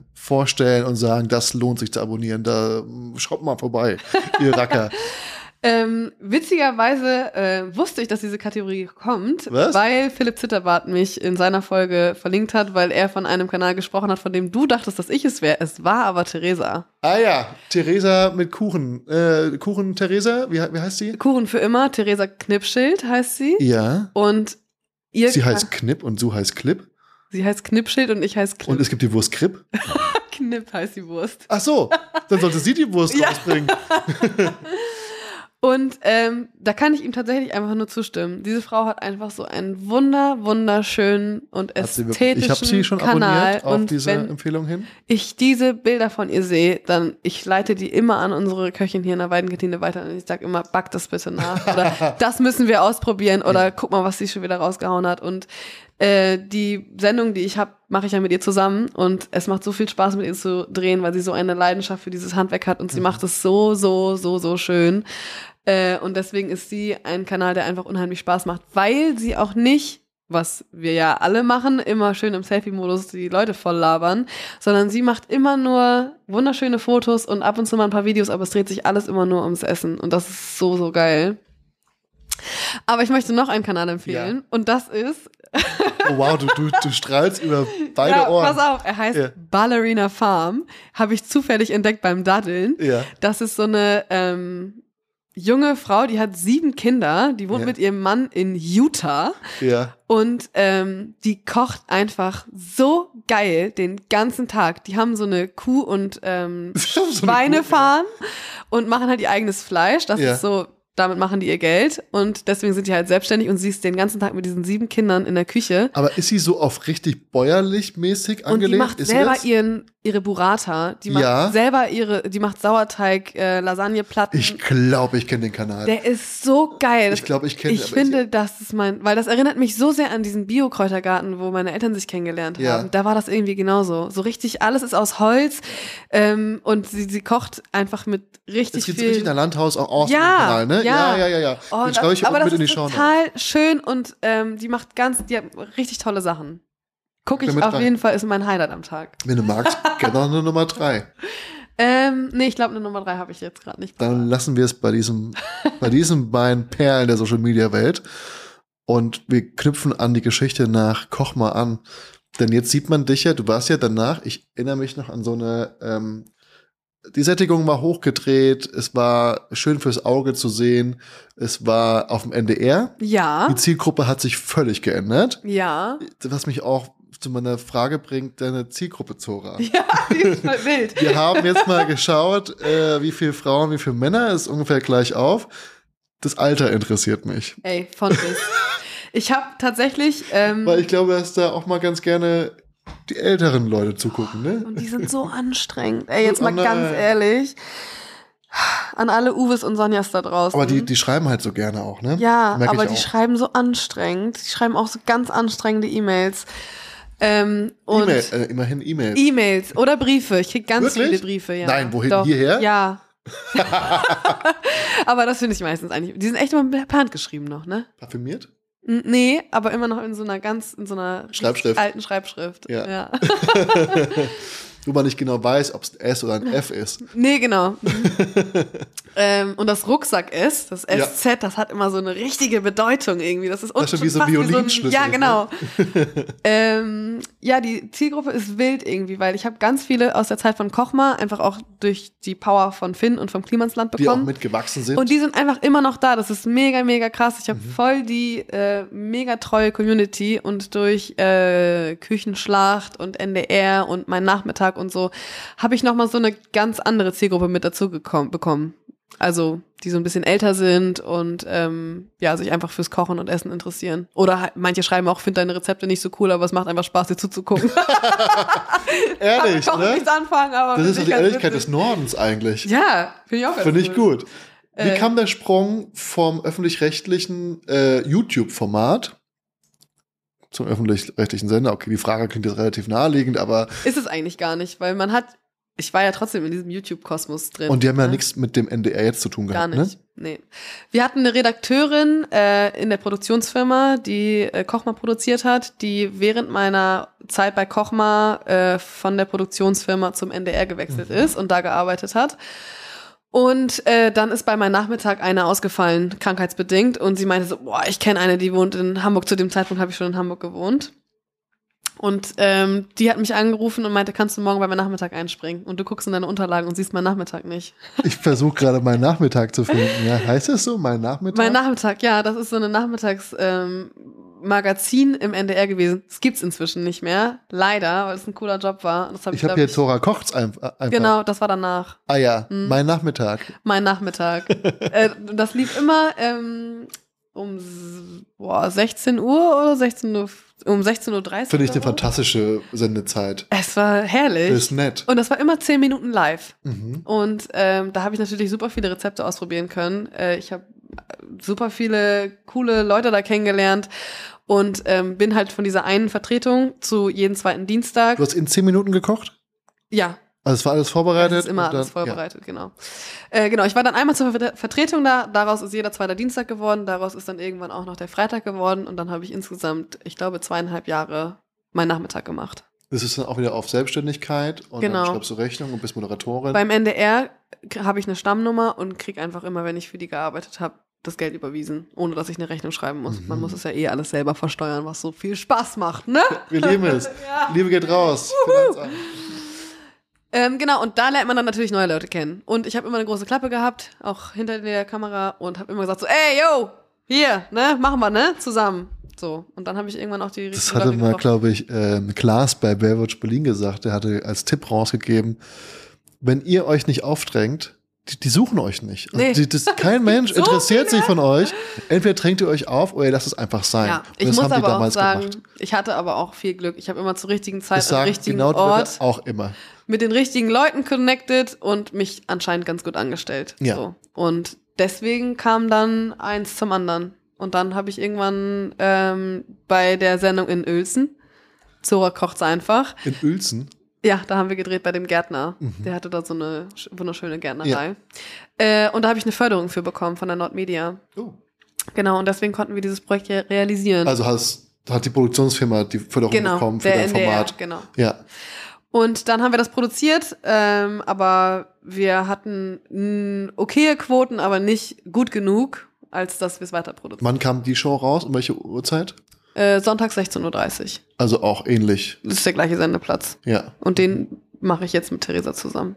äh, vorstellen und sagen, das lohnt sich zu abonnieren, da mm, schaut mal vorbei, ihr Racker.
Ähm, witzigerweise äh, wusste ich, dass diese Kategorie kommt,
Was?
weil Philipp Zitterbart mich in seiner Folge verlinkt hat, weil er von einem Kanal gesprochen hat, von dem du dachtest, dass ich es wäre. Es war aber Theresa.
ah ja, Theresa mit Kuchen. Äh, Kuchen Theresa, wie, he- wie heißt sie?
Kuchen für immer, Theresa Knipschild heißt sie.
Ja.
Und ihr
Sie heißt Knipp und du heißt Klipp.
sie heißt Knipschild und ich heißt
Und
Knip.
es gibt die Wurst Kripp.
Knip heißt die Wurst.
Ach so, dann sollte sie die Wurst
Ja.
rausbringen.
Und ähm, da kann ich ihm tatsächlich einfach nur zustimmen. Diese Frau hat einfach so einen wunder, wunderschönen und
Hat sie
ästhetischen
wirklich- ich habe sie schon
Kanal.
abonniert auf
und
diese
wenn
Empfehlung hin.
ich diese Bilder von ihr sehe, dann ich leite die immer an unsere Köchin hier in der Weidenkantine weiter und ich sag immer, back das bitte nach oder das müssen wir ausprobieren oder guck mal, was sie schon wieder rausgehauen hat und äh, die Sendung, die ich habe, mache ich ja mit ihr zusammen und es macht so viel Spaß, mit ihr zu drehen, weil sie so eine Leidenschaft für dieses Handwerk hat und
Mhm.
sie macht es so, so, so, so schön. Äh, und deswegen ist sie ein Kanal, der einfach unheimlich Spaß macht, weil sie auch nicht, was wir ja alle machen, immer schön im Selfie-Modus die Leute voll labern, sondern sie macht immer nur wunderschöne Fotos und ab und zu mal ein paar Videos, aber es dreht sich alles immer nur ums Essen und das ist so, so geil. Aber ich möchte noch einen Kanal empfehlen und das ist,
Oh, wow, du, du, du strahlst über beide
ja,
Ohren.
pass auf, er heißt
Ja.
Ballerina Farm, habe ich zufällig entdeckt beim Daddeln.
Ja.
Das ist so eine ähm, junge Frau, die hat sieben Kinder, die wohnt
Ja.
mit ihrem Mann in Utah
Ja.
und ähm, die kocht einfach so geil den ganzen Tag. Die haben so eine Kuh und ähm,
Ich hab so eine Kuh-
Schweinefarm und machen halt ihr eigenes Fleisch. Das
Ja.
ist so, damit machen die ihr Geld und deswegen sind die halt selbstständig und sie ist den ganzen Tag mit diesen sieben Kindern in der Küche.
Aber ist sie so auf richtig bäuerlich mäßig
Und
angelegt?
die macht
ist
selber
das?
ihren, ihre Burrata, die macht
Ja.
selber ihre, die macht Sauerteig, äh, Lasagneplatten.
Ich glaube, ich kenne den Kanal.
Der ist so geil.
Ich glaube, ich kenne
Ich finde, das ist mein, weil das erinnert mich so sehr an diesen Biokräutergarten, wo meine Eltern sich kennengelernt
Ja.
haben. Da war das irgendwie genauso. So richtig, alles ist aus Holz ähm, und sie, sie kocht einfach mit
Es
richtig
gibt
viel.
richtig ein Landhaus auch aus
Ja,
Kanal, ne? ja,
ja.
ja, ja. ja.
Oh,
den
das,
schreibe ich
aber
auch
das
mit in die
ist
Show. noch.
total schön und ähm, die macht ganz, die hat richtig tolle Sachen. Guck ich
Damit
auf
rein.
jeden Fall, ist mein Highlight am Tag.
Wenn du magst, gerne noch eine Nummer drei.
Ähm, nee, ich glaube, eine Nummer drei habe ich jetzt gerade nicht.
dann lassen wir es bei diesem, bei diesen beiden Perlen der Social Media Welt. Und wir knüpfen an die Geschichte nach Koch mal an. Denn jetzt sieht man dich ja, du warst ja danach, ich erinnere mich noch an so eine, ähm, die Sättigung war hochgedreht, es war schön fürs Auge zu sehen, es war auf dem NDR.
Ja,
Die Zielgruppe hat sich völlig geändert,
ja.
was mich auch zu meiner Frage bringt, deine Zielgruppe, Zora.
Ja, die ist voll wild.
Wir haben jetzt mal geschaut, äh, wie viele Frauen, wie viele Männer ist ungefähr gleich auf. Das Alter interessiert mich.
Ey, von bis. Ich habe tatsächlich. Ähm,
Weil ich glaube, dass da auch mal ganz gerne die älteren Leute zugucken, ne?
Und die sind so anstrengend. Ey, jetzt
Oh
mal
nein.
ganz ehrlich. An alle Uwes und Sonjas da draußen.
Aber die, die schreiben halt so gerne auch, ne?
mhm. ja,
Merk
aber
ich
die
auch.
schreiben so anstrengend. Die schreiben auch so ganz anstrengende E-Mails. Ähm, und
E-Mail, äh, immerhin E-Mail.
E- E-Mails oder Briefe. Ich krieg ganz
Wirklich?
viele Briefe, ja.
Nein, wohin? Hierher?
Ja. aber das finde ich meistens eigentlich. Die sind echt immer mit Hand geschrieben noch, ne?
Parfümiert?
N- Nee, aber immer noch in so einer ganz, in so einer
Schreibschrift.
alten Schreibschrift.
Ja. wo man nicht genau weiß, ob es ein S oder ein F ist.
Nee, genau. ähm, und das Rucksack S, das
Ja.
SZ, das hat immer so eine richtige Bedeutung irgendwie. Das ist
Das ist schon wie so ein
fast ein-
Violinschlüssel,
Ja,
ne?
genau. ähm, ja, die Zielgruppe ist wild irgendwie, weil ich habe ganz viele aus der Zeit von Kochma einfach auch durch die Power von Finn und vom Klimansland
Die auch
bekommen.
mitgewachsen sind.
und die sind einfach immer noch da. Das ist mega, mega krass. Ich habe
Mhm.
voll die äh, mega treue Community und durch äh, Küchenschlacht und NDR und mein Nachmittag und so habe ich nochmal so eine ganz andere Zielgruppe mit dazu gekommen, bekommen. Also die so ein bisschen älter sind und ähm, ja, sich einfach fürs Kochen und Essen interessieren. Oder halt, manche schreiben auch, finde deine Rezepte nicht so cool, aber es macht einfach Spaß, dir zuzugucken.
Ehrlich,
Kann man
ne?
nichts anfangen, aber
Das ist so
find
die
ich ganz
Ehrlichkeit des
witzig.
Nordens eigentlich.
Ja, finde ich auch ganz
Finde ich
cool.
gut. Wie
Äh.
kam der Sprung vom öffentlich-rechtlichen äh, YouTube-Format zum öffentlich-rechtlichen Sender? Okay, die Frage klingt jetzt relativ naheliegend, aber
Ist es eigentlich gar nicht, weil man hat, ich war ja trotzdem in diesem YouTube-Kosmos drin.
und die haben ja
ne?
nichts mit dem NDR jetzt zu tun
Gar
gehabt, ne?
nicht. Nee. Wir hatten eine Redakteurin äh, in der Produktionsfirma, die äh, Kochma produziert hat, die während meiner Zeit bei Kochma äh, von der Produktionsfirma zum NDR gewechselt ist und da gearbeitet hat. Und äh, dann ist bei meinem Nachmittag eine ausgefallen, krankheitsbedingt. Und sie meinte so, boah, ich kenne eine, die wohnt in Hamburg. Zu dem Zeitpunkt habe ich schon in Hamburg gewohnt. Und ähm, die hat mich angerufen und meinte, kannst du morgen bei meinem Nachmittag einspringen? Und du guckst in deine Unterlagen und siehst meinen Nachmittag nicht.
ne? Ich versuche gerade meinen Nachmittag zu finden. Ja, heißt das so? Mein Nachmittag?
Mein Nachmittag, ja, das ist so eine Nachmittags ähm, Magazin im NDR gewesen. Das gibt's inzwischen nicht mehr, leider, weil es ein cooler Job war. Das hab ich
ich habe
glaub
hier
ich-
Tora Kochs ein- äh, einfach.
Genau, Mhm. das war danach.
Ah ja, mein Nachmittag.
Mein Nachmittag. äh, das lief immer ähm, um s- boah, 16 Uhr oder 16 Uhr, um 16.30 Uhr.
Finde ich
oder
eine
so.
fantastische Sendezeit.
Es war herrlich.
Ist nett.
Und das war immer 10 Minuten live.
Mhm.
Und ähm, da habe ich natürlich super viele Rezepte ausprobieren können. Äh, ich habe super viele coole Leute da kennengelernt und ähm, bin halt von dieser einen Vertretung zu jeden zweiten Dienstag.
Du hast in zehn Minuten gekocht?
Ja,
Also es war alles
das
vorbereitet?
ist immer
und dann-
alles
Ja.
vorbereitet, genau. Äh, genau, ich war dann einmal zur Ver Vertretung da, daraus ist jeder zweite Dienstag geworden, daraus ist dann irgendwann auch noch der Freitag geworden und dann habe ich insgesamt, ich glaube, zweieinhalb Jahre meinen Nachmittag gemacht.
Das ist dann auch wieder auf Selbstständigkeit und
Genau.
dann schreibst du Rechnung und bist Moderatorin.
Beim NDR habe ich eine Stammnummer und krieg einfach immer, wenn ich für die gearbeitet habe, das Geld überwiesen, ohne dass ich eine Rechnung schreiben muss.
Mhm.
Man muss es ja eh alles selber versteuern, was so viel Spaß macht, ne?
Wir lieben es.
Ja.
Liebe geht raus. Finanzamt.
Ähm, genau, und da lernt man dann natürlich neue Leute kennen. Und ich habe immer eine große Klappe gehabt, auch hinter der Kamera, und habe immer gesagt so, ey, yo, hier, ne, machen wir, ne, zusammen. So, und dann habe ich irgendwann auch die
Das
richtigen
hatte
Leute
mal,
getroffen.
glaube ich, ähm, Klaas bei Baywatch Berlin gesagt. Der hatte als Tipp rausgegeben, wenn ihr euch nicht aufdrängt, die, die suchen euch nicht. Und
Nee.
die, das, kein Mensch
so
interessiert sich von euch. Entweder drängt ihr euch auf oder ihr lasst es einfach sein.
Ja,
und
ich
das
muss
haben die
aber auch
damals
sagen,
gemacht.
ich hatte aber auch viel Glück. Ich habe immer zur richtigen
Das
Zeit am
sagen
richtigen
genau die
Ort.
Leute auch immer.
mit den richtigen Leuten connected und mich anscheinend ganz gut angestellt.
Ja.
So. Und deswegen kam dann eins zum anderen. Und dann habe ich irgendwann ähm, bei der Sendung in Uelzen, Zora kocht's einfach.
In Uelzen.
Ja, da haben wir gedreht bei dem Gärtner.
Mhm.
Der hatte da so eine sch- wunderschöne Gärtnerei. Äh, und da habe ich eine Förderung für bekommen von der Nordmedia.
Oh.
Genau, und deswegen konnten wir dieses Projekt ja realisieren.
Also hast, hat die Produktionsfirma die Förderung
genau,
bekommen für
der
dein
NDR,
Format.
Genau.
Ja.
Und dann haben wir das produziert, ähm, aber wir hatten mh, okaye Quoten, aber nicht gut genug, als dass wir es weiter produzieren.
Wann kam die Show raus? Um welche Uhrzeit?
Äh, Sonntag 16.30 Uhr.
Also auch ähnlich.
Das ist der gleiche Sendeplatz.
Ja.
Und den mache ich jetzt mit Theresa zusammen.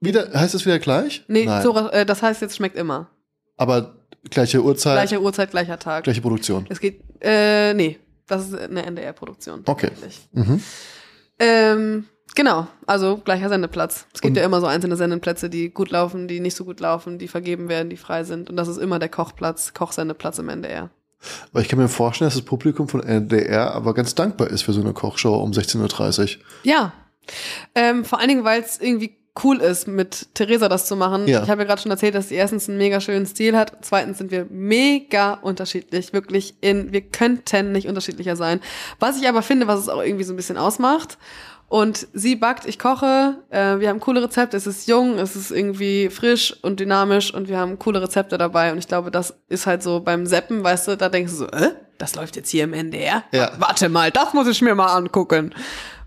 Wieder, heißt es wieder gleich?
Hm. Nee,
Nein.
Zora, äh, das heißt, jetzt schmeckt immer.
Aber gleiche Uhrzeit, gleiche,
Gleiche Uhrzeit, gleicher Tag.
Produktion.
Es geht, äh, nee, das ist eine NDR-Produktion.
Okay. Mhm.
Ähm, genau, also gleicher Sendeplatz. Es gibt
Und-
ja immer so einzelne Sendeplätze, die gut laufen, die nicht so gut laufen, die vergeben werden, die frei sind. Und das ist immer der Kochplatz, Kochsendeplatz im NDR.
Aber ich kann mir vorstellen, dass das Publikum von NDR aber ganz dankbar ist für so eine Kochshow um 16.30 Uhr.
Ja. Ähm, vor allen Dingen, weil es irgendwie cool ist, mit Theresa das zu machen.
Ja.
Ich habe ja gerade schon erzählt, dass sie erstens einen mega schönen Stil hat, zweitens sind wir mega unterschiedlich, wirklich in, wir könnten nicht unterschiedlicher sein. Was ich aber finde, was es auch irgendwie so ein bisschen ausmacht. Und sie backt, ich koche, äh, wir haben coole Rezepte, es ist jung, es ist irgendwie frisch und dynamisch und wir haben coole Rezepte dabei und ich glaube, das ist halt so beim Seppen, weißt du, da denkst du so, äh, das läuft jetzt hier im NDR?
Ja.
Warte mal, das muss ich mir mal angucken.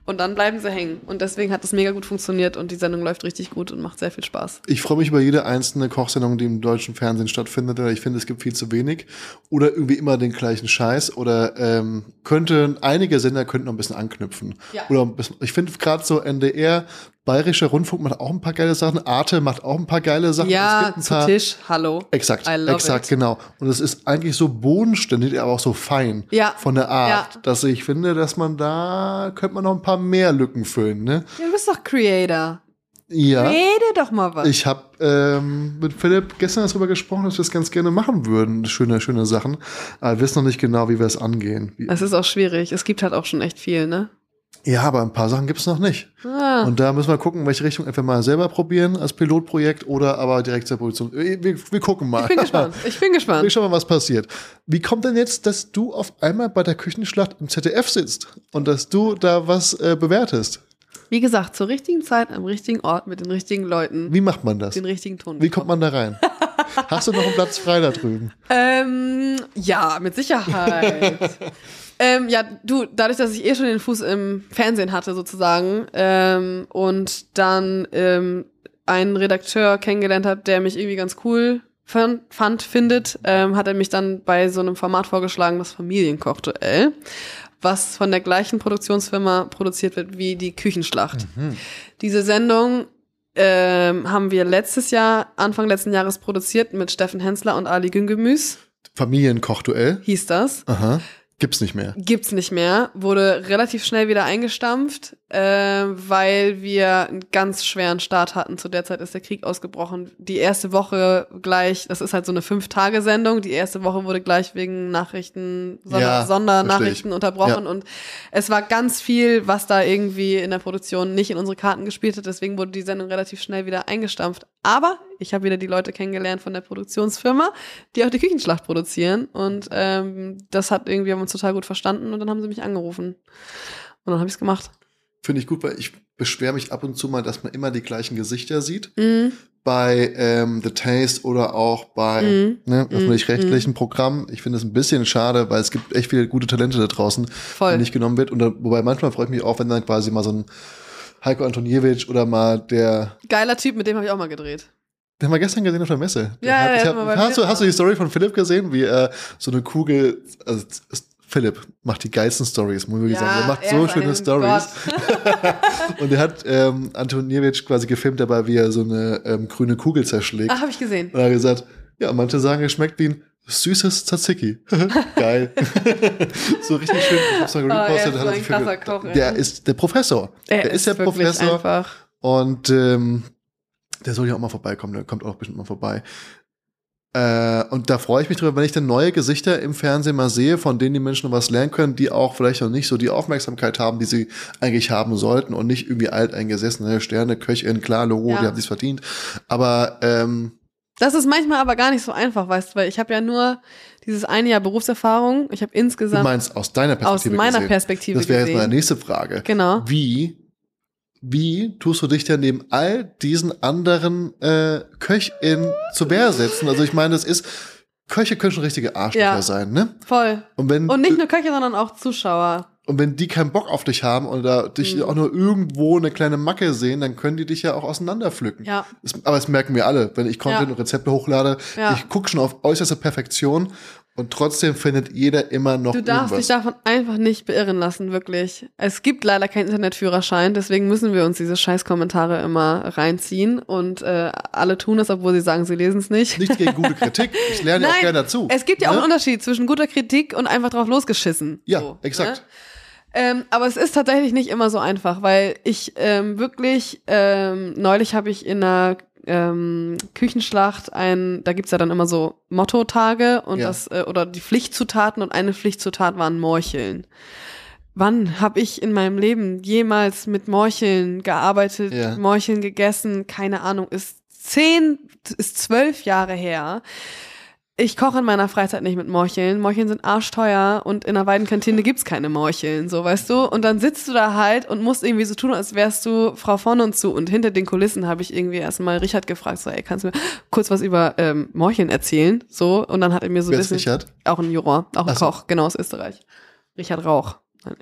Und dann bleiben sie hängen. Und deswegen hat das mega gut funktioniert und die Sendung läuft richtig gut und macht sehr viel Spaß.
Ich freue mich über jede einzelne Kochsendung, die im deutschen Fernsehen stattfindet, weil ich finde, es gibt viel zu wenig oder irgendwie immer den gleichen Scheiß oder ähm, könnte einige Sender könnten noch ein bisschen anknüpfen.
Ja.
Oder ein bisschen, ich finde gerade so NDR, Bayerischer Rundfunk macht auch ein paar geile Sachen, Arte macht auch ein paar geile Sachen. es
ja,
gibt ein
zu
paar,
Tisch, hallo.
Exakt,
I love
exakt,
it.
genau. Und es ist eigentlich so bodenständig, aber auch so fein
Ja.
von der Art,
Ja.
dass ich finde, dass man da könnte man noch ein paar mehr Lücken füllen, ne?
Ja, du bist doch Creator.
Ja.
Rede doch mal was.
Ich habe ähm, mit Philipp gestern darüber gesprochen, dass wir es ganz gerne machen würden. Schöne, schöne Sachen. Aber wir wissen noch nicht genau, wie wir es angehen. Wie,
es ist auch schwierig. Es gibt halt auch schon echt viel, ne?
ja, aber ein paar Sachen gibt es noch nicht.
Ah.
Und da müssen wir gucken, in welche Richtung entweder mal selber probieren als Pilotprojekt oder aber direkt zur Produktion. Wir, wir, wir gucken mal.
Ich bin gespannt. Ich bin
Wir
gespannt.
schauen mal, was passiert. Wie kommt denn jetzt, dass du auf einmal bei der Küchenschlacht im ZDF sitzt und dass du da was äh, bewertest?
Wie gesagt, zur richtigen Zeit, am richtigen Ort, mit den richtigen Leuten,
Wie macht man das?
den richtigen Ton.
Wie kommt man da rein? Hast du noch einen Platz frei da drüben?
Ähm, ja, mit Sicherheit. ähm, ja, du, dadurch, dass ich eh schon den Fuß im Fernsehen hatte, sozusagen, ähm, und dann ähm, einen Redakteur kennengelernt habe, der mich irgendwie ganz cool fand, fand findet, ähm, hat er mich dann bei so einem Format vorgeschlagen, das Familienkochduell, was von der gleichen Produktionsfirma produziert wird wie die Küchenschlacht. Diese Sendung ähm, haben wir letztes Jahr, Anfang letzten Jahres produziert mit Steffen Hensler und Ali Güngemüs,
Familienkochduell?
hieß das.
Aha. Gibt's nicht mehr.
Gibt's nicht mehr, wurde relativ schnell wieder eingestampft, äh, weil wir einen ganz schweren Start hatten. Zu der Zeit ist der Krieg ausgebrochen. Die erste Woche gleich, das ist halt so eine Fünf-Tage-Sendung, die erste Woche wurde gleich wegen Nachrichten, Sonder
Ja, verstehe
Sondernachrichten
ich.
unterbrochen und es war ganz viel, was da irgendwie in der Produktion nicht in unsere Karten gespielt hat. Deswegen wurde die Sendung relativ schnell wieder eingestampft. Aber ich habe wieder die Leute kennengelernt von der Produktionsfirma, die auch die Küchenschlacht produzieren. Und ähm, das hat irgendwie, haben wir uns total gut verstanden und dann haben sie mich angerufen. Und dann habe ich es gemacht.
Finde ich gut, weil ich beschwere mich ab und zu mal, dass man immer die gleichen Gesichter sieht.
Mhm.
Bei ähm, The Taste oder auch bei
Mhm.
ne, öffentlich-rechtlichen Programmen. Ich finde es ein bisschen schade, weil es gibt echt viele gute Talente da draußen,
Voll.
die nicht genommen wird. Und da, wobei manchmal freue ich mich auch, wenn dann quasi mal so ein Heiko Antoniewicz oder mal der,
Geiler Typ, mit dem habe ich auch mal gedreht.
den haben wir gestern gesehen auf der Messe. Der
Ja,
hat,
ja,
ich
der
hab,
hat mal bei
hast,
mir-
du, hast du die Story von Philipp gesehen, wie er so eine Kugel, also es- Philipp macht die geilsten Stories, muss ich wirklich sagen. Er macht
er
so
ist
schöne
ein
Stories.
Gott.
Und er hat ähm, Antoniewicz quasi gefilmt dabei, wie er so eine ähm, grüne Kugel zerschlägt.
Ach, habe Ah, ich gesehen.
Und er hat gesagt, ja, manche sagen, es schmeckt wie ein süßes Tzatziki. Geil. so richtig schön. Ich hab's mal
Oh, er ist
gepostet,
so
hat er
ein
sich für
krasser
ge-
Koch, ey.
Der ist der Professor. der ist der
wirklich
Professor.
Einfach.
Und ähm, der soll ja auch mal vorbeikommen, der kommt auch bestimmt mal vorbei. Äh, und da freue ich mich drüber, wenn ich dann neue Gesichter im Fernsehen mal sehe, von denen die Menschen noch was lernen können, die auch vielleicht noch nicht so die Aufmerksamkeit haben, die sie eigentlich haben sollten und nicht irgendwie alteingesessene Sterne, Köchin, klar, Logo,
Ja.
die haben sich's verdient. Aber ähm,
Das ist manchmal aber gar nicht so einfach, weißt du, weil ich habe ja nur dieses eine Jahr Berufserfahrung. Ich habe
du
insgesamt
meinst aus deiner
aus
Perspektive
meiner
gesehen.
Perspektive
das wäre jetzt
gesehen.
meine nächste Frage.
genau.
Wie, wie tust du dich denn neben all diesen anderen äh, KöchInnen zu Wehr setzen? Also ich meine, es ist, Köche können schon richtige Arschlöcher
Ja.
sein, ne?
Voll.
Und wenn,
Und nicht nur Köche, sondern auch Zuschauer.
und wenn die keinen Bock auf dich haben oder dich
Mhm.
auch nur irgendwo eine kleine Macke sehen, dann können die dich ja auch auseinanderpflücken.
Ja.
Es- aber das merken wir alle, wenn ich Content
Ja.
und Rezepte hochlade,
Ja.
ich gucke schon auf äußerste Perfektion und trotzdem findet jeder immer noch
Du darfst
irgendwas.
dich davon einfach nicht beirren lassen, wirklich. Es gibt leider keinen Internetführerschein, deswegen müssen wir uns diese Scheißkommentare immer reinziehen. Und äh, alle tun es, obwohl sie sagen, sie lesen es nicht.
Nichts gegen gute Kritik, ich lerne ja auch gerne dazu.
Es gibt ja auch
ne?
einen Unterschied zwischen guter Kritik und einfach drauf losgeschissen.
Ja,
So,
exakt.
ne? Ähm, aber es ist tatsächlich nicht immer so einfach, weil ich ähm, wirklich, ähm, neulich habe ich in einer ähm, Küchenschlacht ein, da gibt's ja dann immer so Mottotage und
Ja.
das, äh, oder die Pflichtzutaten und eine Pflichtzutat waren Morcheln. Wann habe ich in meinem Leben jemals mit Morcheln gearbeitet,
Ja.
Morcheln gegessen? Keine Ahnung, ist zehn, ist zwölf Jahre her. Ich koche in meiner Freizeit nicht mit Morcheln. Morcheln sind arschteuer und in der Weidenkantine gibt's keine Morcheln, so weißt du. Und dann sitzt du da halt und musst irgendwie so tun, als wärst du Frau vorne und zu. Und hinter den Kulissen habe ich irgendwie erstmal Richard gefragt, so, ey, kannst du mir kurz was über ähm, Morcheln erzählen? So, und dann hat er mir so ein
Wer ist
bisschen.
Richard?
Auch ein Juror, auch ein
Ach so.
Koch, genau aus Österreich. Richard Rauch. Nein,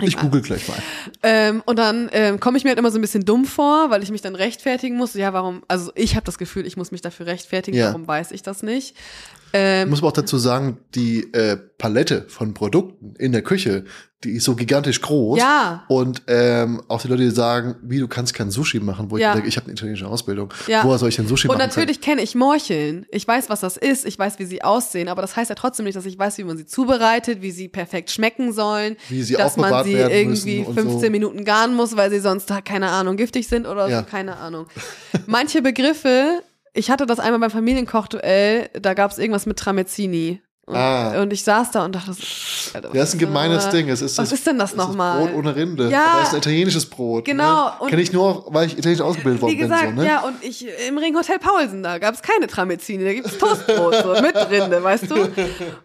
Ich google gleich mal.
Ähm, und dann ähm, komme ich mir halt immer so ein bisschen dumm vor, weil ich mich dann rechtfertigen muss. Ja, warum? Also ich habe das Gefühl, ich muss mich dafür rechtfertigen.
Ja.
Warum weiß ich das nicht? Ähm,
Muss man auch dazu sagen, die äh, Palette von Produkten in der Küche, die ist so gigantisch groß.
Ja.
Und ähm, auch die Leute, die sagen, wie, du kannst kein Sushi machen, wo ich
Ja.
mir denke, ich habe eine italienische Ausbildung.
Ja.
Woher soll ich denn Sushi
und
machen?
natürlich kenne ich Morcheln. Ich weiß, was das ist. Ich weiß, wie sie aussehen. Aber das heißt ja trotzdem nicht, dass ich weiß, wie man sie zubereitet, wie sie perfekt schmecken sollen.
Wie sie
dass man
aufbewahrt
sie
werden
irgendwie
müssen und
15
so.
Minuten garen muss, weil sie sonst, keine Ahnung, giftig sind oder
Ja.
so. Keine Ahnung. Manche Begriffe, ich hatte das einmal beim Familienkochduell, da gab es irgendwas mit Tramezzini. Und,
Ah.
und ich saß da und dachte, das Alter, was
Das ist ein gemeines
das?
Ding. Es ist
Was
das,
ist denn das
es
nochmal?
Ist Brot ohne Rinde.
Ja.
Aber es ist ein italienisches Brot.
Genau,
Ne?
und-
Kenne ich nur, weil ich italienisch ausgebildet
Wie
worden
gesagt,
bin. So, ne?
ja, und ich im Ringhotel Paulsen, da gab es keine Tramezzini, da gibt es Toastbrot so, mit Rinde, weißt du?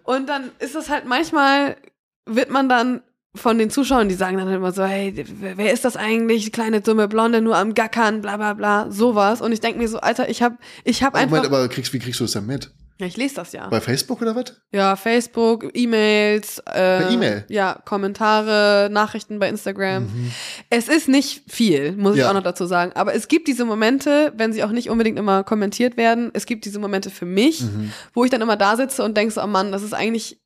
Und dann ist es halt manchmal, wird man dann von den Zuschauern, die sagen dann halt immer so, hey, wer wer ist das eigentlich, kleine dumme Blonde, nur am Gackern, bla bla bla, sowas. Und ich denke mir so, Alter, ich hab, ich hab einfach,
Moment, Also aber kriegst, wie kriegst du das denn mit?
ja, ich lese das ja.
Bei Facebook oder was?
Ja, Facebook, E-Mails, äh,
Per E-Mail? Mhm.
ja, Kommentare, Nachrichten bei Instagram. Es ist nicht viel, muss ich
Ja.
auch noch dazu sagen. Aber es gibt diese Momente, wenn sie auch nicht unbedingt immer kommentiert werden, es gibt diese Momente für mich,
Mhm.
wo ich dann immer da sitze und denke so, oh Mann, das ist eigentlich,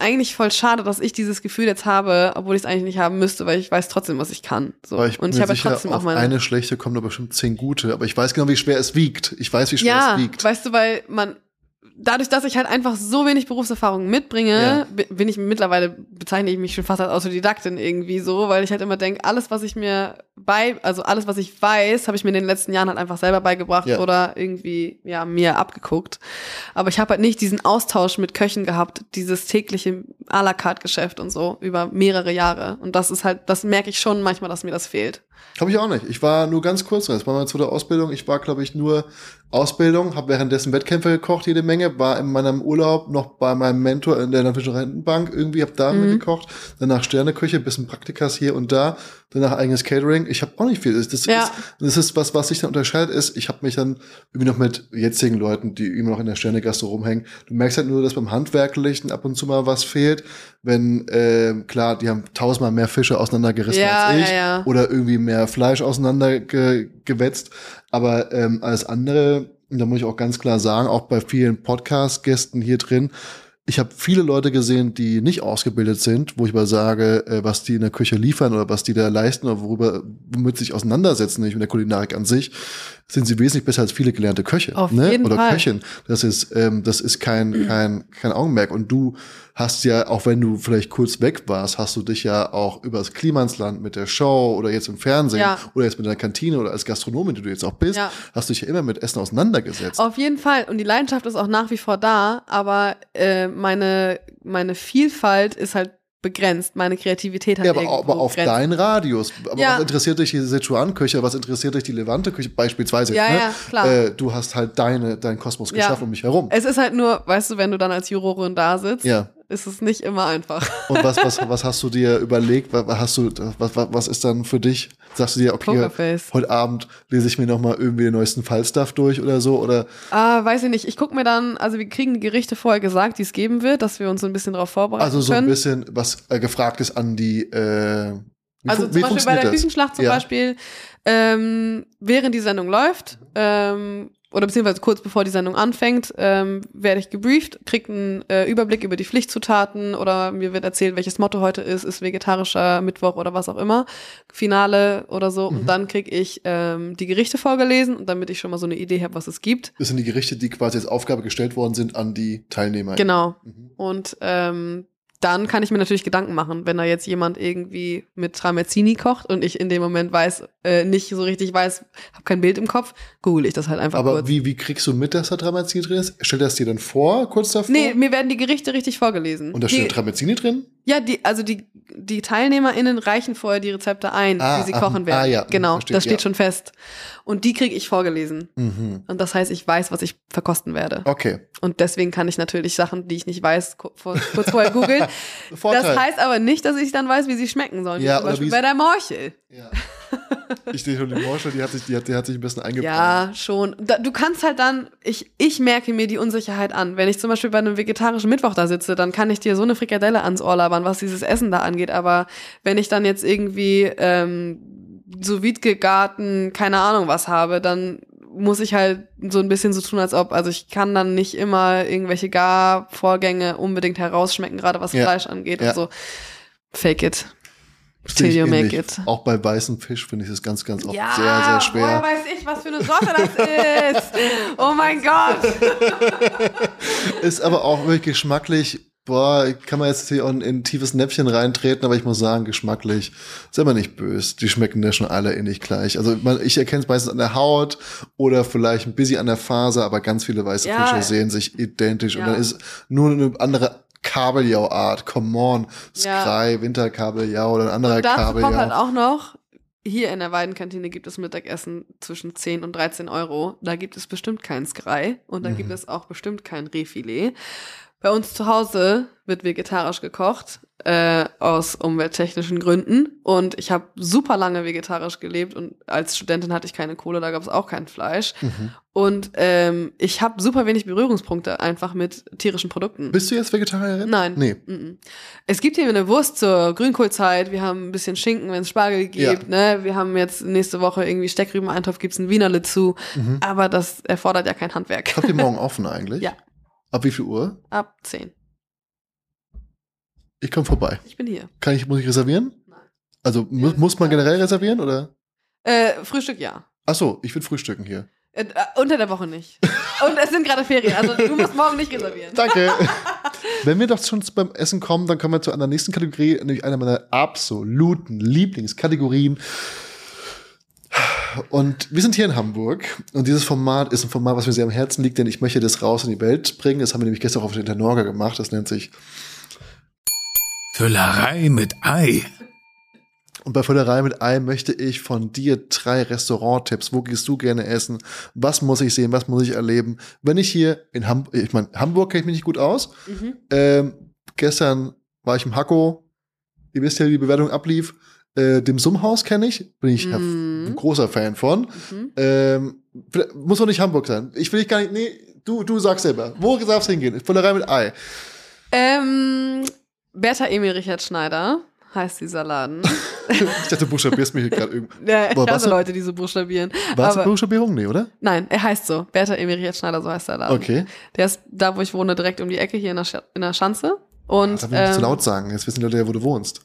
eigentlich voll schade, dass ich dieses Gefühl jetzt habe, obwohl ich es eigentlich nicht haben müsste, weil ich weiß trotzdem, was ich kann. So.
Aber ich bin
und ich
mir
habe ja
sicher,
trotzdem auch
auf
meine.
eine schlechte kommen da bestimmt zehn gute. Aber ich weiß genau, wie schwer es wiegt. Ich weiß, wie schwer
Ja,
es wiegt.
weißt du, weil man dadurch, dass ich halt einfach so wenig Berufserfahrung
Ja.
mitbringe, bi- bin ich mittlerweile bezeichne ich mich schon fast als Autodidaktin irgendwie so, weil ich halt immer denke, alles was ich mir bei also alles was ich weiß, habe ich mir in den letzten Jahren halt einfach selber beigebracht
Ja.
oder irgendwie ja mir abgeguckt. Aber ich habe halt nicht diesen Austausch mit Köchen gehabt, dieses tägliche à la carte Geschäft und so über mehrere Jahre und das ist halt das merke ich schon manchmal, dass mir das fehlt.
Habe ich auch nicht. Ich war nur ganz kurz drin. Das war meine zweite Ausbildung. Ich war, glaube ich, nur Ausbildung, habe währenddessen Wettkämpfe gekocht, jede Menge, war in meinem Urlaub noch bei meinem Mentor in der Landwirtlichen Rentenbank, irgendwie habe da mitgekocht, danach Sterneküche, bisschen Praktikas hier und da, danach eigenes Catering. Ich habe auch nicht viel. Das, das,
Ja.
ist, das ist was, was sich dann unterscheidet, ist, ich habe mich dann irgendwie noch mit jetzigen Leuten, die immer noch in der Sternegasse rumhängen. Du merkst halt nur, dass beim Handwerklichen ab und zu mal was fehlt, wenn, ähm, klar, die haben tausendmal mehr Fische auseinandergerissen
Ja,
als ich
ja, ja.
oder irgendwie mehr Fleisch auseinandergewetzt. Aber ähm, alles andere, und da muss ich auch ganz klar sagen, auch bei vielen Podcast-Gästen hier drin, ich habe viele Leute gesehen, die nicht ausgebildet sind, wo ich aber sage, äh, was die in der Küche liefern oder was die da leisten oder worüber, womit sie sich auseinandersetzen, nämlich mit der Kulinarik an sich, sind sie wesentlich besser als viele gelernte Köche
Auf
ne?
jeden
oder
Fall.
Köchin. Das ist, ähm, das ist
Mhm.
kein, kein, kein Augenmerk. Und du hast ja, auch wenn du vielleicht kurz weg warst, hast du dich ja auch übers Klimansland mit der Show oder jetzt im Fernsehen
Ja.
oder jetzt mit der Kantine oder als Gastronomin, die du jetzt auch bist,
Ja.
hast du dich ja immer mit Essen auseinandergesetzt.
Auf jeden Fall. Und die Leidenschaft ist auch nach wie vor da, aber äh, meine, meine Vielfalt ist halt begrenzt. Meine Kreativität hat
Ja, aber,
irgendwo
aber auf
Grenzen.
deinen Radius. Aber
Ja.
was interessiert dich die Sichuan-Küche? Was interessiert dich die Levante-Küche beispielsweise?
Ja,
ne?
ja, klar.
Äh, du hast halt deine, deinen Kosmos
Ja.
geschaffen um mich herum.
Es ist halt nur, weißt du, wenn du dann als Jurorin da sitzt,
Ja.
ist es nicht immer einfach.
Und was, was, was hast du dir überlegt? Was, was hast du, was, was, was ist dann für dich? Sagst du dir, okay,
Pokerface.
heute Abend lese ich mir nochmal irgendwie den neuesten Fallstuff durch oder so? Oder
Ah, weiß ich nicht. Ich gucke mir dann, also wir kriegen die Gerichte vorher gesagt, die es geben wird, dass wir uns so ein bisschen darauf vorbereiten
also so ein
können.
bisschen was äh, gefragtes an die äh, wie,
Also
fun-
zum Beispiel bei der
das?
Küchenschlacht zum
ja.
Beispiel, ähm, während die Sendung läuft, ähm, oder beziehungsweise kurz bevor die Sendung anfängt, ähm, werde ich gebrieft, kriege einen äh, Überblick über die Pflichtzutaten oder mir wird erzählt, welches Motto heute ist, ist vegetarischer Mittwoch oder was auch immer, Finale oder so.
Mhm.
Und dann kriege ich ähm, die Gerichte vorgelesen und damit ich schon mal so eine Idee habe, was es gibt.
Das sind die Gerichte, die quasi als Aufgabe gestellt worden sind an die Teilnehmer.
Genau.
Mhm.
Und ähm, dann kann ich mir natürlich Gedanken machen, wenn da jetzt jemand irgendwie mit Tramezzini kocht und ich in dem Moment weiß, äh, nicht so richtig weiß, habe kein Bild im Kopf, google ich das halt einfach
Aber
kurz.
wie, wie kriegst du mit, dass da Dramazin drin ist? Stellt das dir dann vor, kurz davor?
Nee, mir werden die Gerichte richtig vorgelesen.
Und da
die,
steht Dramazini drin?
ja, die, also die, die TeilnehmerInnen reichen vorher die Rezepte ein,
Ah,
wie sie
ah,
kochen werden.
ah, ja,
Genau,
verstehe,
das steht
ja.
schon fest. Und die kriege ich vorgelesen.
Mhm.
Und das heißt, ich weiß, was ich verkosten werde.
Okay.
Und deswegen kann ich natürlich Sachen, die ich nicht weiß, ku- vor- kurz vorher googeln.
Vorteil.
Das heißt aber nicht, dass ich dann weiß, wie sie schmecken sollen.
Ja,
Ja, zum
oder
Beispiel
wie's-
bei der Morchel.
Ja. Ich sehe schon die Morsche, die hat sich, die hat, die hat sich ein bisschen eingebracht.
Ja, schon. Da, du kannst halt dann, ich, ich merke mir die Unsicherheit an. Wenn ich zum Beispiel bei einem vegetarischen Mittwoch da sitze, dann kann ich dir so eine Frikadelle ans Ohr labern, was dieses Essen da angeht. Aber wenn ich dann jetzt irgendwie ähm, so gegarten, keine Ahnung was habe, dann muss ich halt so ein bisschen so tun, als ob, also ich kann dann nicht immer irgendwelche Garvorgänge unbedingt herausschmecken, gerade was
Ja.
Fleisch angeht
Ja.
und so. Fake it.
Sehe ich
till you make
ähnlich.
it.
Auch bei weißem Fisch finde ich das ganz, ganz oft sehr, sehr schwer.
Woher weiß ich, was für eine Sorte das ist? Oh mein Gott.
Ist aber auch wirklich geschmacklich. Boah, kann man jetzt hier in, in ein tiefes Näpfchen reintreten, aber ich muss sagen, geschmacklich sind wir nicht böse. Die schmecken ja schon alle ähnlich gleich. Also man, ich erkenne es meistens an der Haut oder vielleicht ein bisschen an der Faser, aber ganz viele weiße
Ja.
Fische sehen sich identisch.
Ja.
Und dann ist nur eine andere Kabeljauart. Come on.
Ja.
Sky, Winterkabeljau oder ein anderer
Dazu
Kabeljau.
kommt halt auch noch, hier in der Weidenkantine gibt es Mittagessen zwischen 10 und 13 Euro. Da gibt es bestimmt kein Skrei und da
Mhm.
gibt es auch bestimmt kein Rehfilet. Bei uns zu Hause wird vegetarisch gekocht, äh, aus umwelttechnischen Gründen. Und ich habe super lange vegetarisch gelebt und als Studentin hatte ich keine Kohle, da gab es auch kein Fleisch.
Mhm.
Und ähm, ich habe super wenig Berührungspunkte einfach mit tierischen Produkten.
Bist du jetzt Vegetarierin?
Nein.
Nee.
Mhm. Es gibt hier eine Wurst zur Grünkohlzeit. Wir haben ein bisschen Schinken, wenn es Spargel gibt. Ne? Wir haben jetzt nächste Woche irgendwie Steckrübeneintopf, gibt's ein Wienerle zu.
Mhm.
Aber das erfordert ja kein Handwerk.
Habt ihr morgen offen eigentlich?
Ja.
Ab wie viel Uhr?
Ab 10.
Ich komme vorbei.
Ich bin hier.
Kann ich, muss ich reservieren?
Nein.
Also mu
Ja,
muss man
ja.
generell reservieren oder?
Äh, Frühstück ja.
Ach so, ich will frühstücken hier.
Äh, äh, unter der Woche nicht. Und es sind gerade Ferien. Also du musst morgen nicht reservieren.
Danke. Wenn wir doch schon beim Essen kommen, dann kommen wir zu einer nächsten Kategorie, nämlich einer meiner absoluten Lieblingskategorien. Und wir sind hier in Hamburg und dieses Format ist ein Format, was mir sehr am Herzen liegt, denn ich möchte das raus in die Welt bringen. Das haben wir nämlich gestern auch auf der Internorga gemacht. Das nennt sich
Füllerei mit Ei.
Und bei Füllerei mit Ei möchte ich von dir drei Restauranttipps. Wo gehst du gerne essen? Was muss ich sehen? Was muss ich erleben? Wenn ich hier in Hamburg, ich meine, Hamburg kenne ich mich nicht gut aus.
Mhm.
Ähm, gestern war ich im Hacko. Ihr wisst ja, wie die Bewertung ablief. Äh, dem Summhaus kenne ich. Bin ich herv-
Mhm.
ein großer Fan von.
Mhm.
Ähm, vielleicht- muss doch nicht Hamburg sein. Ich will dich gar nicht, nee, du, du sagst selber. Wo darf's hingehen? Füllerei mit Ei.
Ähm, Bertha Emil Richard Schneider heißt dieser Laden.
Ich dachte, du buchstabierst mich hier gerade irgendwie.
Ja, ich
Boah, was-
hasse Leute, die so buchstabieren.
War es eine
Aber-
Buchstabierung? Nee, oder?
Nein, er heißt so. Bertha Emil Richard Schneider, so heißt der Laden.
Okay.
Der ist da, wo ich wohne, direkt um die Ecke hier in der, Scha- in der Schanze. Und
Das darf ich nicht
ähm,
zu laut sagen. Jetzt wissen die Leute ja, wo du wohnst.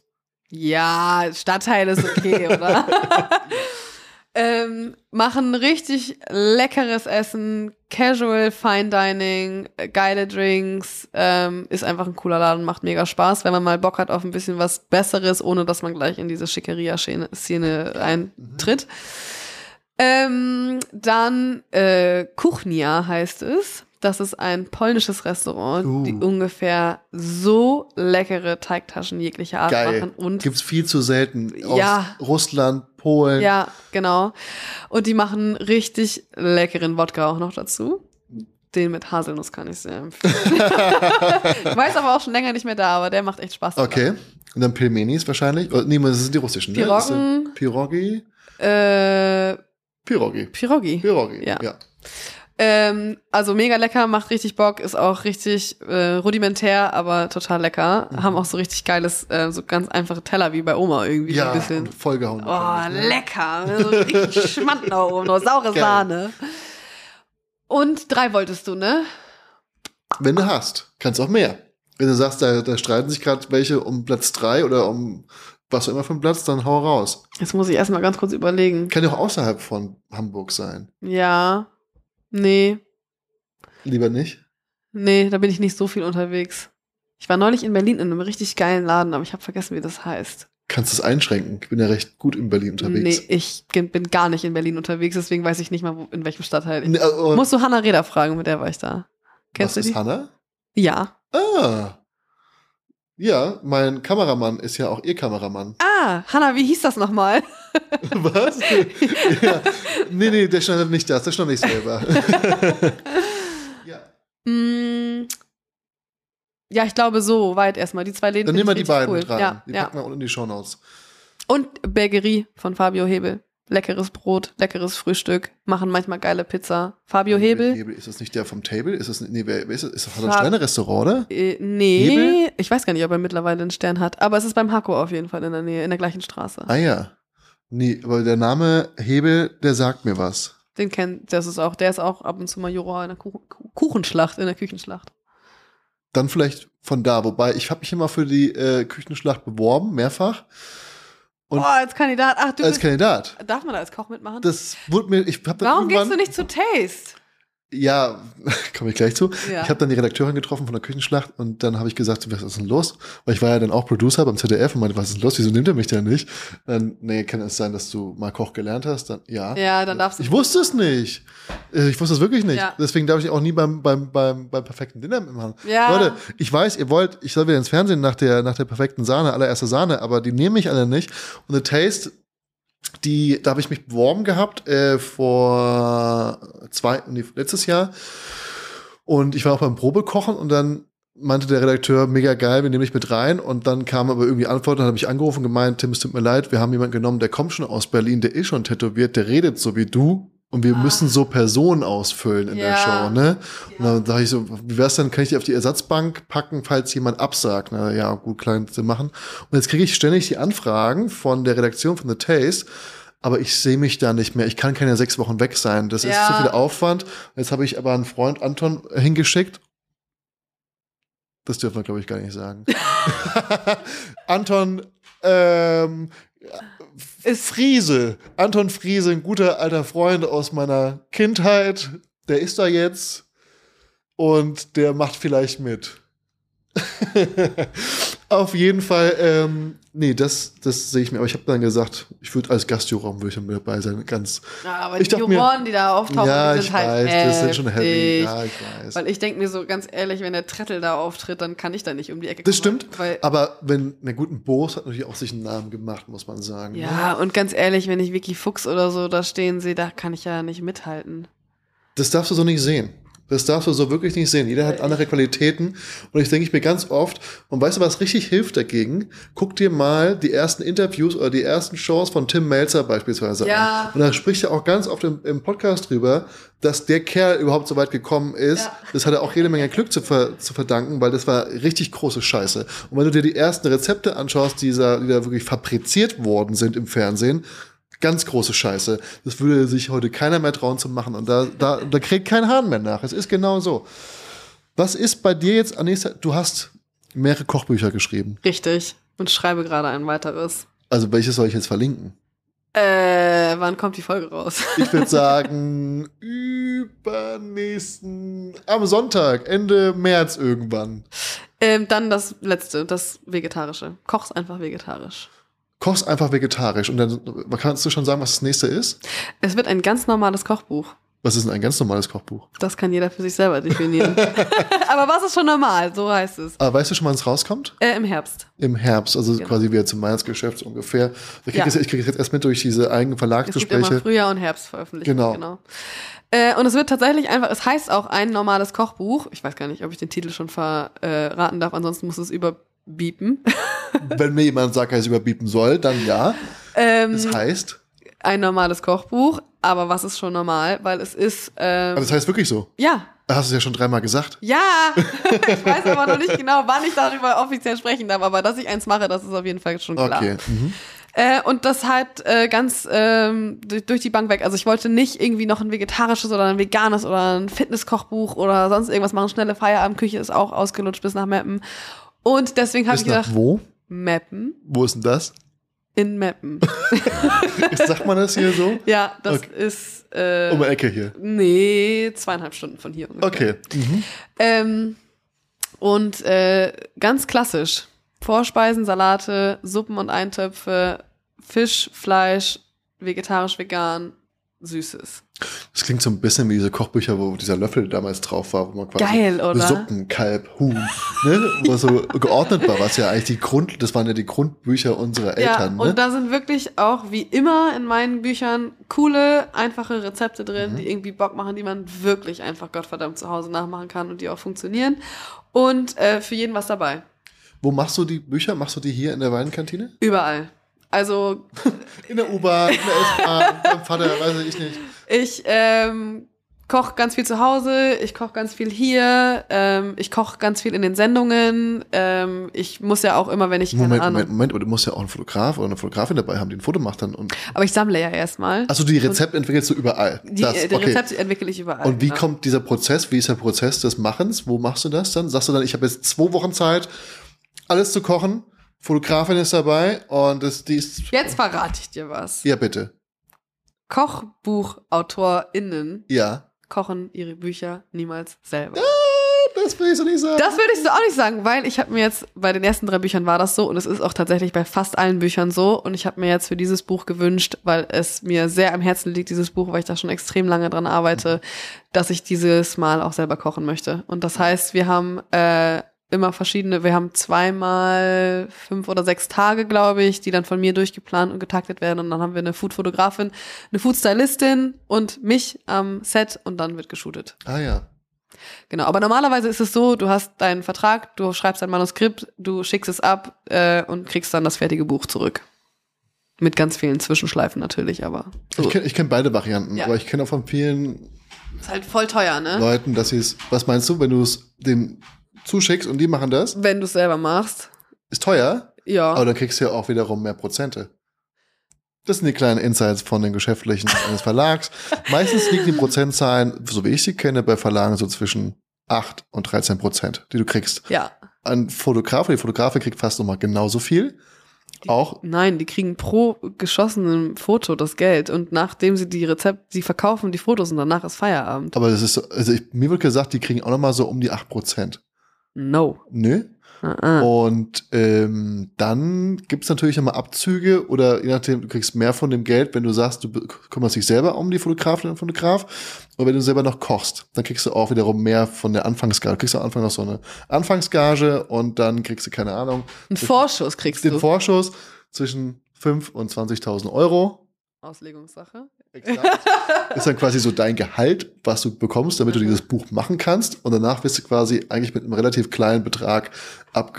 ja, Stadtteil ist okay, oder? ähm, machen richtig leckeres Essen, Casual, Fine Dining, äh, geile Drinks. Ähm, ist einfach ein cooler Laden, macht mega Spaß, wenn man mal Bock hat auf ein bisschen was Besseres, ohne dass man gleich in diese Schickeria-Szene eintritt. Ähm, dann äh, Kuchnia heißt es. Das ist ein polnisches Restaurant,
Uh.
die ungefähr so leckere Teigtaschen jeglicher Art
Geil.
machen. Und
Gibt's viel zu selten. Aus
Ja.
Russland, Polen.
ja, genau. Und die machen richtig leckeren Wodka auch noch dazu. Den mit Haselnuss kann ich sehr empfehlen. ich weiß aber auch schon länger nicht mehr da, aber der macht echt Spaß.
Okay. Und dann Pilmenis wahrscheinlich. Oder, nee, das sind die russischen. Ne? Das
Piroggen.
sind Pirogi.
Äh,
Pirogi.
Pirogi.
Pirogi.
Ja.
ja.
Ähm, also mega lecker, macht richtig Bock, ist auch richtig äh, rudimentär, aber total lecker.
Mhm.
Haben auch so richtig geiles, äh, so ganz einfache Teller wie bei Oma irgendwie so
Ja,
ein bisschen.
und vollgehauen.
Oh,
natürlich, ne?
lecker. So richtig Schmand nach oben, noch saure
Geil.
Sahne. Und drei wolltest du, ne?
Wenn du hast, kannst auch mehr. Wenn du sagst, da, da streiten sich gerade welche um Platz drei oder um was auch immer für einen Platz, dann hau raus.
Jetzt muss ich erstmal ganz kurz überlegen.
Kann ja auch außerhalb von Hamburg sein.
Ja. Nee.
Lieber nicht.
Nee, da bin ich nicht so viel unterwegs. Ich war neulich in Berlin in einem richtig geilen Laden, aber ich habe vergessen, wie das heißt.
Kannst es einschränken. Ich bin ja recht gut in Berlin unterwegs.
Nee, ich ge- bin gar nicht in Berlin unterwegs, deswegen weiß ich nicht mal, wo, in welchem Stadtteil ich
Nee, also,
Musst du Hanna Reda fragen, mit der war ich da. Kennst
was
du die?
ist Hanna?
ja.
Ah. Ja, mein Kameramann ist ja auch ihr Kameramann.
Ah, Hanna, wie hieß das nochmal?
Was? ja. Nee, nee, der schneidet nicht das, der schneidet nicht selber. ja.
Mm, ja, ich glaube so, weit erstmal. Die zwei Läden
Dann
find
nehmen wir
ich
die
richtig
beiden
cool.
mit rein.
Ja,
die
ja.
packen wir unten in die Shownotes.
Und Bergerie von Fabio Hebel. Leckeres Brot, leckeres Frühstück, machen manchmal geile Pizza. Fabio Hebel?
Hebel, ist das nicht der vom Table? Ist das, nee, wer, wer ist das? Ist das hat er ein
Fab-
Sterne-Restaurant, oder?
Äh, nee,
Hebel?
ich weiß gar nicht, ob er mittlerweile einen Stern hat, aber es ist beim Hako auf jeden Fall in der Nähe, in der gleichen Straße.
Ah ja. Nee, aber der Name Hebel, der sagt mir was.
Den kennt, das ist auch, der ist auch ab und zu mal Juror in der Kuchen, Kuchenschlacht, in der Küchenschlacht.
Dann vielleicht von da. Wobei, ich habe mich immer für die äh, Küchenschlacht beworben, mehrfach, Und-
oh, als Kandidat, ach du
als
bist,
Kandidat.
darf man da als Koch mitmachen?
Das wurde mir, ich habe
Warum gehst du nicht zu Taste?
Ja, komme ich gleich zu.
Ja.
Ich habe dann die Redakteurin getroffen von der Küchenschlacht und dann habe ich gesagt, was ist denn los? Weil ich war ja dann auch Producer beim ZDF und meinte, was ist denn los? Wieso nimmt er mich denn nicht? Dann, nee, kann es sein, dass du mal Koch gelernt hast? Dann, ja.
Ja, dann darfst du-
Ich wusste es nicht. Äh, Ich wusste es wirklich nicht.
Ja.
Deswegen darf ich auch nie beim, beim, beim, beim perfekten Dinner mitmachen.
Ja.
Leute, ich weiß, ihr wollt, ich soll wieder ins Fernsehen nach der, nach der perfekten Sahne, allererster Sahne, aber die nehme ich alle nicht. Und The Taste die, da habe ich mich beworben gehabt äh, vor zwei, nee, letztes Jahr. Und ich war auch beim Probekochen und dann meinte der Redakteur, mega geil, wir nehmen dich mit rein. Und dann kam aber irgendwie Antwort, dann habe ich angerufen und gemeint, Tim, es tut mir leid, wir haben jemanden genommen, der kommt schon aus Berlin, der ist schon tätowiert, der redet so wie du. Und wir müssen so Personen ausfüllen in der
Ah.
Show,
Ja.
ne? Und dann sage ich so, wie wär's dann, kann ich die auf die Ersatzbank packen, falls jemand absagt? Na ja, gut, klein zu machen. Und jetzt kriege ich ständig die Anfragen von der Redaktion von The Taste, aber ich sehe mich da nicht mehr. Ich kann keine sechs Wochen weg sein. Das ist
Ja.
zu viel Aufwand. Jetzt habe ich aber einen Freund Anton äh, hingeschickt. Das dürfen wir, glaube ich, gar nicht sagen. Anton ähm,
Ist
Friese. Anton Friese, ein guter alter Freund aus meiner Kindheit. Der ist da jetzt und der macht vielleicht mit. Auf jeden Fall, ähm, nee, das, das sehe ich mir. Aber ich habe dann gesagt, ich würde als Gastjuror würde ich dann mit dabei sein. Ganz,
Ja, aber
Ich
die
dachte mir-
Juroren, die da auftauchen,
ja,
die
ich
sind halt
weiß,
heftig.
das sind schon heavy. Ja, ich weiß.
Weil ich denke mir so, ganz ehrlich, wenn der Trettel da auftritt, dann kann ich da nicht um die Ecke
Das
kommen,
stimmt. Ah,
Weil,
Aber wenn einer guten Bos hat natürlich auch sich einen Namen gemacht, muss man sagen. ne?
ja, und ganz ehrlich, wenn ich Vicky Fuchs oder so da stehen sehe, da kann ich ja nicht mithalten.
Das darfst du so nicht sehen. Das darfst du so wirklich nicht sehen. Jeder hat andere Qualitäten. Und ich denke ich mir ganz oft, und weißt du, was richtig hilft dagegen? Guck dir mal die ersten Interviews oder die ersten Shows von Tim Melzer beispielsweise
Ja.
an. Und da spricht er auch ganz oft im, im Podcast drüber, dass der Kerl überhaupt so weit gekommen ist.
Ja.
Das hat er auch jede Menge Glück zu, ver zu verdanken, weil das war richtig große Scheiße. Und wenn du dir die ersten Rezepte anschaust, die da, die da wirklich fabriziert worden sind im Fernsehen, ganz große Scheiße. Das würde sich heute keiner mehr trauen zu machen. Und da, da, da kriegt kein Hahn mehr nach. Es ist genau so. Was ist bei dir jetzt an nächster Du hast mehrere Kochbücher geschrieben.
Richtig. Und schreibe gerade ein weiteres.
Also welches soll ich jetzt verlinken?
Äh, wann kommt die Folge raus?
Ich würde sagen, übernächsten, am Sonntag, Ende März irgendwann.
ähm, dann das letzte, das Vegetarische. Koch's einfach vegetarisch.
Kochst einfach vegetarisch und dann kannst du schon sagen, was das nächste ist?
Es wird ein ganz normales Kochbuch.
Was ist denn ein ganz normales Kochbuch?
Das kann jeder für sich selber definieren. Aber was ist schon normal? So heißt es.
Aber Ah, weißt du schon, wann es rauskommt?
Äh, Im Herbst.
Im Herbst, also
Genau.
quasi wieder zum Weihnachtsgeschäft so ungefähr. Ich kriege
Ja.
es ich krieg es jetzt erst mit durch diese eigenen
Es gibt immer
Verlagsgespräche.
Frühjahr und Herbst veröffentlicht.
Genau.
Äh, und es wird tatsächlich einfach, es heißt auch ein normales Kochbuch. Ich weiß gar nicht, ob ich den Titel schon verraten darf, ansonsten muss es überbiepen.
Wenn mir jemand sagt, dass ich überbieten soll, dann ja.
ähm,
Das heißt,
ein normales Kochbuch, aber was ist schon normal? Weil es ist, ähm,
aber das heißt wirklich so.
ja,
Hast du es ja schon dreimal gesagt.
ja, ich weiß aber noch nicht genau, wann ich darüber offiziell sprechen darf, aber dass ich eins mache, das ist auf jeden Fall schon klar.
Okay. Mhm.
Äh, und das halt äh, ganz ähm, durch, durch die Bank weg. Also ich wollte nicht irgendwie noch ein vegetarisches oder ein veganes oder ein Fitnesskochbuch oder sonst irgendwas machen. Schnelle Feierabendküche ist auch ausgelutscht bis nach Meppen. Und deswegen habe
Bis
ich
nach
gedacht,
wo?
Meppen
Wo ist denn das?
in Meppen.
Ist, sagt man das hier so?
ja, das
Okay.
ist äh,
Um die Ecke hier.
nee, zweieinhalb Stunden von hier
Okay.
ungefähr.
Mhm.
Ähm, und äh, ganz klassisch. Vorspeisen, Salate, Suppen und Eintöpfe, Fisch, Fleisch, vegetarisch, vegan, Süßes.
Das klingt so ein bisschen wie diese Kochbücher, wo dieser Löffel damals drauf war, wo man quasi
Geil, oder?
Suppen, Kalb, Huhn, ne? wo so geordnet war, was ja eigentlich die Grund, das waren ja die Grundbücher unserer Eltern.
ja, und
ne?
da sind wirklich auch wie immer in meinen Büchern coole, einfache Rezepte drin,
Mhm.
die irgendwie Bock machen, die man wirklich einfach Gottverdammt zu Hause nachmachen kann und die auch funktionieren. Und äh, für jeden was dabei.
Wo machst du die Bücher? Machst du die hier in der Weinkantine?
Überall. Also
In der U-Bahn, in der S-Bahn, beim Vater, weiß ich nicht.
ich ähm, koche ganz viel zu Hause, ich koche ganz viel hier, ähm, ich koche ganz viel in den Sendungen. Ähm, ich muss ja auch immer, wenn ich keine
Moment,
Ahnung.
Moment, Moment, aber du musst ja auch einen Fotograf oder eine Fotografin dabei haben, die ein Foto macht dann. Und,
Aber ich sammle ja erstmal.
also die Rezept entwickelst du überall.
Die, äh,
das,
Den
okay.
Rezept entwickle ich überall.
und wie
genau.
kommt dieser Prozess, wie ist der Prozess des Machens? Wo machst du das dann? Sagst du dann, ich habe jetzt zwei Wochen Zeit, alles zu kochen, Fotografin ist dabei und es, die ist.
Jetzt verrate ich dir was.
Ja, bitte.
KochbuchautorInnen
Ja.
kochen ihre Bücher niemals selber.
Das will ich so nicht sagen.
Das würde ich so auch nicht sagen, weil ich habe mir jetzt, bei den ersten drei Büchern war das so und es ist auch tatsächlich bei fast allen Büchern so und ich habe mir jetzt für dieses Buch gewünscht, weil es mir sehr am Herzen liegt, dieses Buch, weil ich da schon extrem lange dran arbeite, dass ich dieses Mal auch selber kochen möchte. Und das heißt, wir haben äh, immer verschiedene, wir haben zweimal fünf oder sechs Tage, glaube ich, die dann von mir durchgeplant und getaktet werden und dann haben wir eine Food-Fotografin, eine Food-Stylistin und mich am Set und dann wird geshootet.
ah ja.
Genau, aber normalerweise ist es so, du hast deinen Vertrag, du schreibst ein Manuskript, du schickst es ab äh, und kriegst dann das fertige Buch zurück. Mit ganz vielen Zwischenschleifen natürlich, aber so.
Ich kenne ich kenn beide Varianten,
Ja.
aber ich kenne auch von vielen
ist halt voll teuer, ne?
Leuten, dass sie es. Was meinst du, wenn du es denen zuschickst und die machen das?
Wenn du es selber machst.
Ist teuer,
Ja.
aber dann kriegst du ja auch wiederum mehr Prozente. Das sind die kleinen Insights von den Geschäftlichen eines Verlags. Meistens liegen die Prozentzahlen, so wie ich sie kenne, bei Verlagen so zwischen 8 und 13 Prozent, die du kriegst.
ja.
Ein Fotograf oder die Fotografin kriegt fast nochmal genauso viel. Auch
Nein, die kriegen pro geschossenem Foto das Geld und nachdem sie die Rezept, sie verkaufen die Fotos und danach ist Feierabend.
Aber das ist, so- also ich, mir wird gesagt, die kriegen auch nochmal so um die 8%.
No.
Nö. Oh.
Uh-uh.
Und ähm, dann gibt's natürlich nochmal Abzüge oder je nachdem, du kriegst mehr von dem Geld, wenn du sagst, du be- kümmerst dich selber um die Fotografin und Fotograf. Und wenn du selber noch kochst, dann kriegst du auch wiederum mehr von der Anfangsgage. Du kriegst am Anfang noch so eine Anfangsgage und dann kriegst du, keine Ahnung,
Ein Vorschuss kriegst
den
du.
Vorschuss zwischen 5 und 20.000 Euro.
Auslegungssache.
Exakt. ist dann quasi so dein Gehalt, was du bekommst, damit du dieses Buch machen kannst. Und danach wirst du quasi eigentlich mit einem relativ kleinen Betrag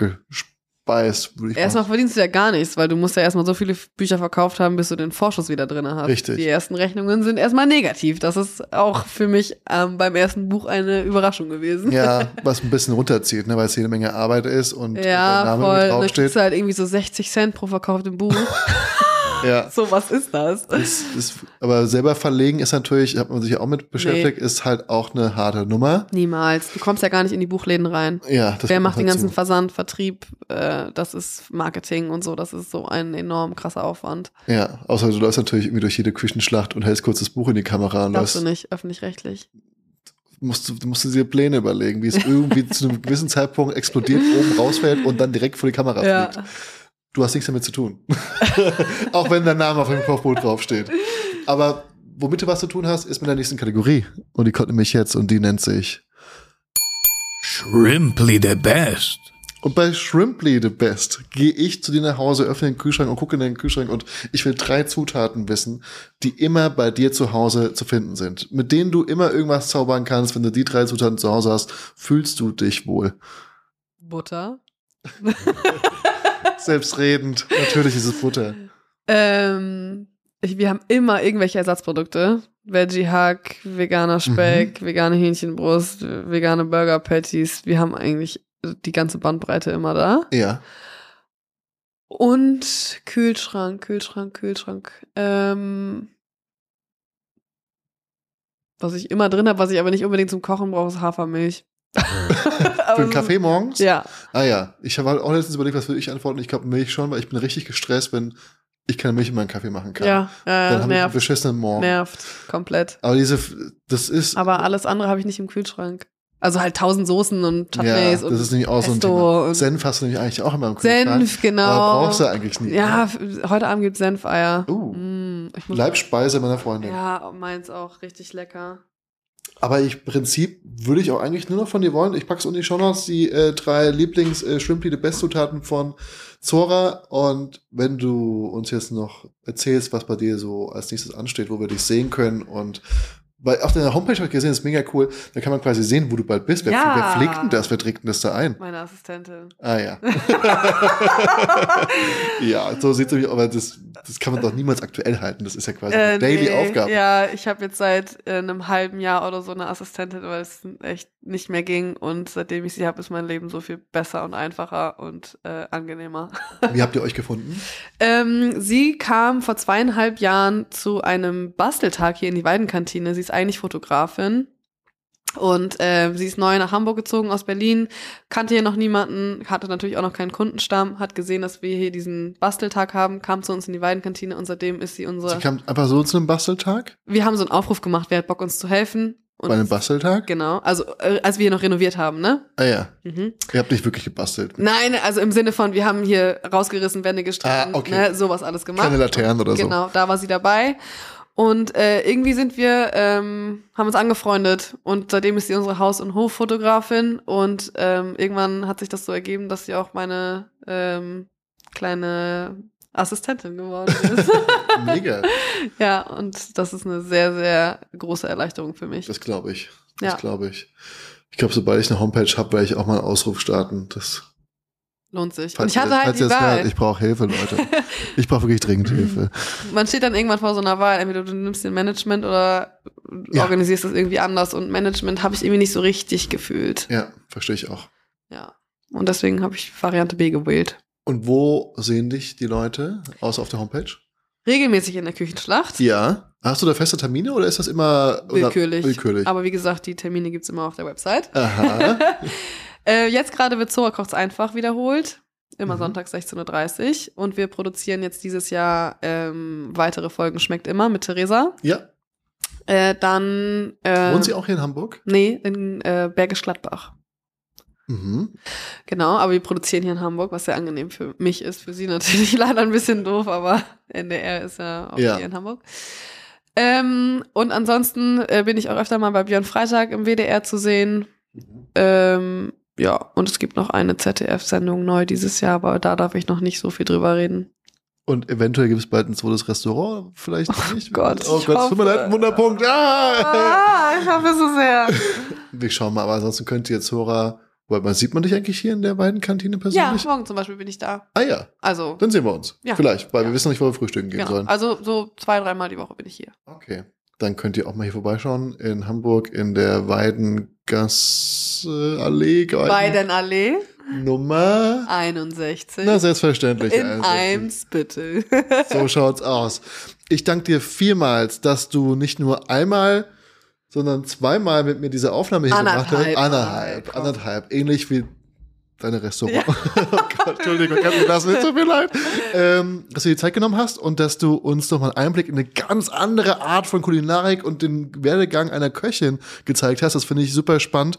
abgespeist, würde ich
Erstmal
sagen.
verdienst du ja gar nichts, weil du musst ja erstmal so viele Bücher verkauft haben, bis du den Vorschuss wieder drin hast.
Richtig.
Die ersten Rechnungen sind erstmal negativ. Das ist auch für mich ähm, beim ersten Buch eine Überraschung gewesen.
Ja, was ein bisschen runterzieht, ne, weil es jede Menge Arbeit ist und äh,
Ja,
der Name
voll.
mit
Dann kriegst du
draufsteht.
halt irgendwie so 60 Cent pro verkauftem Buch.
Ja.
so, was ist das?
Das ist, aber selber verlegen ist natürlich, hat man sich ja auch mit beschäftigt, ist halt auch eine harte Nummer.
Niemals. Du kommst ja gar nicht in die Buchläden rein.
Ja, das halt
Wer
kommt
macht den
dazu.
ganzen Versand, Vertrieb? Äh, das ist Marketing und so. Das ist so ein enorm krasser Aufwand.
Ja, außer du läufst natürlich irgendwie durch jede Küchenschlacht und hältst kurz das Buch in die Kamera und
Darfst
läufst
du nicht, öffentlich-rechtlich.
musst du, musst du dir Pläne überlegen, wie es irgendwie zu einem gewissen Zeitpunkt explodiert, oben rausfällt und dann direkt vor die Kamera
Ja.
fliegt. Du hast nichts damit zu tun. Auch wenn dein Name auf dem Kochbuch draufsteht. Aber womit du was zu tun hast, ist mit der nächsten Kategorie. Und die kommt nämlich jetzt und die nennt sich.
Shrimply the best.
Und bei Shrimply the Best gehe ich zu dir nach Hause, öffne den Kühlschrank und gucke in den Kühlschrank und ich will drei Zutaten wissen, die immer bei dir zu Hause zu finden sind. Mit denen du immer irgendwas zaubern kannst. Wenn du die drei Zutaten zu Hause hast, fühlst du dich wohl.
Butter.
Selbstredend. Natürlich ist es Butter.
Ähm, ich, wir haben immer irgendwelche Ersatzprodukte. Veggie-Hack,
Mhm.
veganer Speck, vegane Hähnchenbrust, vegane Burger-Patties. Wir haben eigentlich die ganze Bandbreite immer da.
Ja.
Und Kühlschrank, Kühlschrank, Kühlschrank. Ähm, was ich immer drin habe, was ich aber nicht unbedingt zum Kochen brauche, ist Hafermilch. Ähm,
Für einen Kaffee morgens?
Ja,
Ah ja. Ich habe halt auch letztens überlegt, was würde ich antworten. Ich glaube Milch schon, weil ich bin richtig gestresst, wenn ich keine Milch in meinen Kaffee machen kann.
ja,
Dann
äh,
habe ich einen
nervt,
beschissenen Morgen.
nervt, komplett.
Aber diese, F- das ist,
Aber alles andere habe ich nicht im Kühlschrank. Also halt tausend Soßen und
ja,
Chutneys
das
und
ist nämlich auch so ein
Pesto
Thema.
und-
Senf hast du nämlich eigentlich auch immer im Kühlschrank.
Senf, genau.
Aber brauchst du eigentlich nie.
ja, f- heute Abend gibt es Senfeier.
Uh.
Mm, ich muss
Leibspeise meiner Freundin.
Ja, meins auch. Richtig lecker.
Aber ich, im Prinzip würde ich auch eigentlich nur noch von dir wollen. Ich pack's unten in die Show Notes, die äh, drei Lieblings äh, Shrimply the Best Zutaten von Zora. Und wenn du uns jetzt noch erzählst, was bei dir so als nächstes ansteht, wo wir dich sehen können und Weil auf deiner Homepage habe ich gesehen, das ist mega cool. Da kann man quasi sehen, wo du bald bist. Wer,
Ja.
wer pflegt denn das? Wer trägt denn das da ein?
Meine Assistentin.
Ah ja. ja, so sieht es nämlich, aber das, das kann man doch niemals aktuell halten. Das ist ja quasi eine
Äh,
Also daily
nee.
Aufgabe.
Ja, ich habe jetzt seit äh, einem halben Jahr oder so eine Assistentin, weil es echt nicht mehr ging. Und seitdem ich sie habe, ist mein Leben so viel besser und einfacher und äh, angenehmer.
Wie habt ihr euch gefunden?
Ähm, sie kam vor zweieinhalb Jahren zu einem Basteltag hier in die Weidenkantine. Sie ist eigentlich Fotografin. Und ähm, sie ist neu nach Hamburg gezogen aus Berlin, kannte hier noch niemanden, hatte natürlich auch noch keinen Kundenstamm, hat gesehen, dass wir hier diesen Basteltag haben, kam zu uns in die Weidenkantine und seitdem ist sie unsere.
Sie kam einfach so zu einem Basteltag?
wir haben so einen Aufruf gemacht, wer hat Bock uns zu helfen? Und
Bei einem Basteltag?
genau, also äh, als wir hier noch renoviert haben, ne?
Ah ja.
Mhm.
Ihr habt nicht wirklich gebastelt.
Nein, also im Sinne von, wir haben hier rausgerissen, Wände gestrichen,
Ah, okay.
ne, sowas alles gemacht.
Keine Laternen oder so.
Genau, da war sie dabei. Und äh, irgendwie sind wir, ähm, haben uns angefreundet und seitdem ist sie unsere Haus- und Hoffotografin und ähm, irgendwann hat sich das so ergeben, dass sie auch meine ähm, kleine Assistentin geworden ist.
Mega.
ja, und das ist eine sehr, sehr große Erleichterung für mich.
Das glaube ich. Das
ja,
glaube ich. Ich glaube, sobald ich eine Homepage habe, werde ich auch mal einen Ausruf starten. Das
lohnt sich. Und
Falls
ich hatte
ihr,
halt
falls ihr
die
das hört,
Wahl.
ich brauche Hilfe, Leute. ich brauche wirklich dringend Hilfe.
Man steht dann irgendwann vor so einer Wahl, entweder du nimmst den Management oder
Ja.
organisierst das irgendwie anders und Management habe ich irgendwie nicht so richtig gefühlt.
Ja, verstehe ich auch.
Ja. Und deswegen habe ich Variante B gewählt.
Und wo sehen dich die Leute, außer auf der Homepage?
Regelmäßig in der Küchenschlacht.
Ja. Hast du da feste Termine oder ist das immer oder-
Willkürlich.
willkürlich?
Aber wie gesagt, die Termine gibt's immer auf der Website.
Aha.
Äh, jetzt gerade wird Zora kocht's einfach wiederholt. Immer
Mhm.
sonntags 16.30 Uhr. Und wir produzieren jetzt dieses Jahr ähm, weitere Folgen Schmeckt immer mit Theresa.
Ja.
Äh, dann. Äh,
Wohnt sie auch hier in Hamburg?
Nee, in äh, Bergisch Gladbach.
Mhm.
Genau, aber wir produzieren hier in Hamburg, was sehr angenehm für mich ist, für sie natürlich leider ein bisschen doof, aber NDR ist ja auch
Ja.
hier in Hamburg. Ähm, und ansonsten äh, bin ich auch öfter mal bei Björn Freitag im WDR zu sehen. Ähm, ja, und es gibt noch eine ZDF-Sendung neu dieses Jahr, aber da darf ich noch nicht so viel drüber reden.
Und eventuell gibt es bald ein zweites Restaurant, vielleicht nicht.
Gott,
oh
ich
Gott, es tut mir
hoffe.
leid, ein Wunderpunkt. Ah!
ich hoffe so sehr.
Wir schauen mal, aber ansonsten könnt ihr jetzt Hora, wobei man sieht man dich eigentlich hier in der beiden Kantine
Ja,
persönlich?
morgen zum Beispiel bin ich da.
Ah ja,
Also,
dann sehen wir uns.
Ja.
Vielleicht, weil
Ja.
wir wissen noch nicht, wo wir frühstücken gehen
genau.
sollen.
also so zwei, dreimal die Woche bin ich hier.
Okay. Dann könnt ihr auch mal hier vorbeischauen in Hamburg in der Weidengasse Allee
Weidenallee
Nummer.
61.
Na, selbstverständlich.
Ah. In
also.
Eimsbüttel.
So schaut's aus. Ich danke dir vielmals, dass du nicht nur einmal, sondern zweimal mit mir diese Aufnahme hier gemacht hast.
Anderthalb. Oh,
Anderthalb.
Komm.
Anderthalb. Ähnlich wie deine Restaurant. oh Gott, Entschuldigung, kann mir das nicht so viel leid. Ähm, dass du dir Zeit genommen hast und dass du uns nochmal einen Einblick in eine ganz andere Art von Kulinarik und den Werdegang einer Köchin gezeigt hast. Das finde ich super spannend.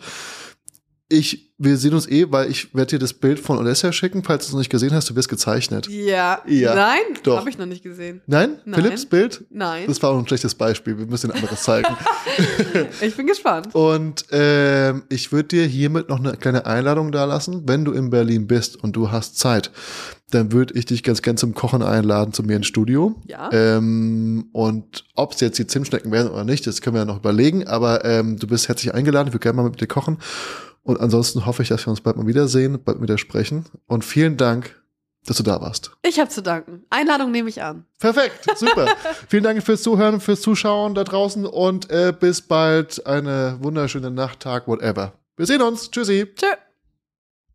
Ich, wir sehen uns eh, weil ich werde dir das Bild von Odessa schicken, falls du es noch nicht gesehen hast, du wirst gezeichnet.
Ja.
Ja,
Nein,
doch.
habe ich noch nicht gesehen.
Nein?
Nein.
Philipps Bild?
Nein.
Das war auch ein schlechtes Beispiel. Wir müssen ein anderes zeigen.
Ich bin gespannt.
und ähm, ich würde dir hiermit noch eine kleine Einladung da lassen. Wenn du in Berlin bist und du hast Zeit, dann würde ich dich ganz gern zum Kochen einladen zu mir ins Studio.
Ja.
Ähm, und ob es jetzt die Zimtschnecken werden oder nicht, das können wir ja noch überlegen. Aber ähm, du bist herzlich eingeladen. Ich würde gerne mal mit dir kochen. Und ansonsten hoffe ich, dass wir uns bald mal wiedersehen, bald mit dir sprechen. Und vielen Dank, dass du da warst.
Ich habe zu danken. Einladung nehme ich an.
Perfekt, super. Vielen Dank fürs Zuhören, fürs Zuschauen da draußen und äh, bis bald. Eine wunderschöne Nacht, Tag, whatever. Wir sehen uns. Tschüssi.
Tschö.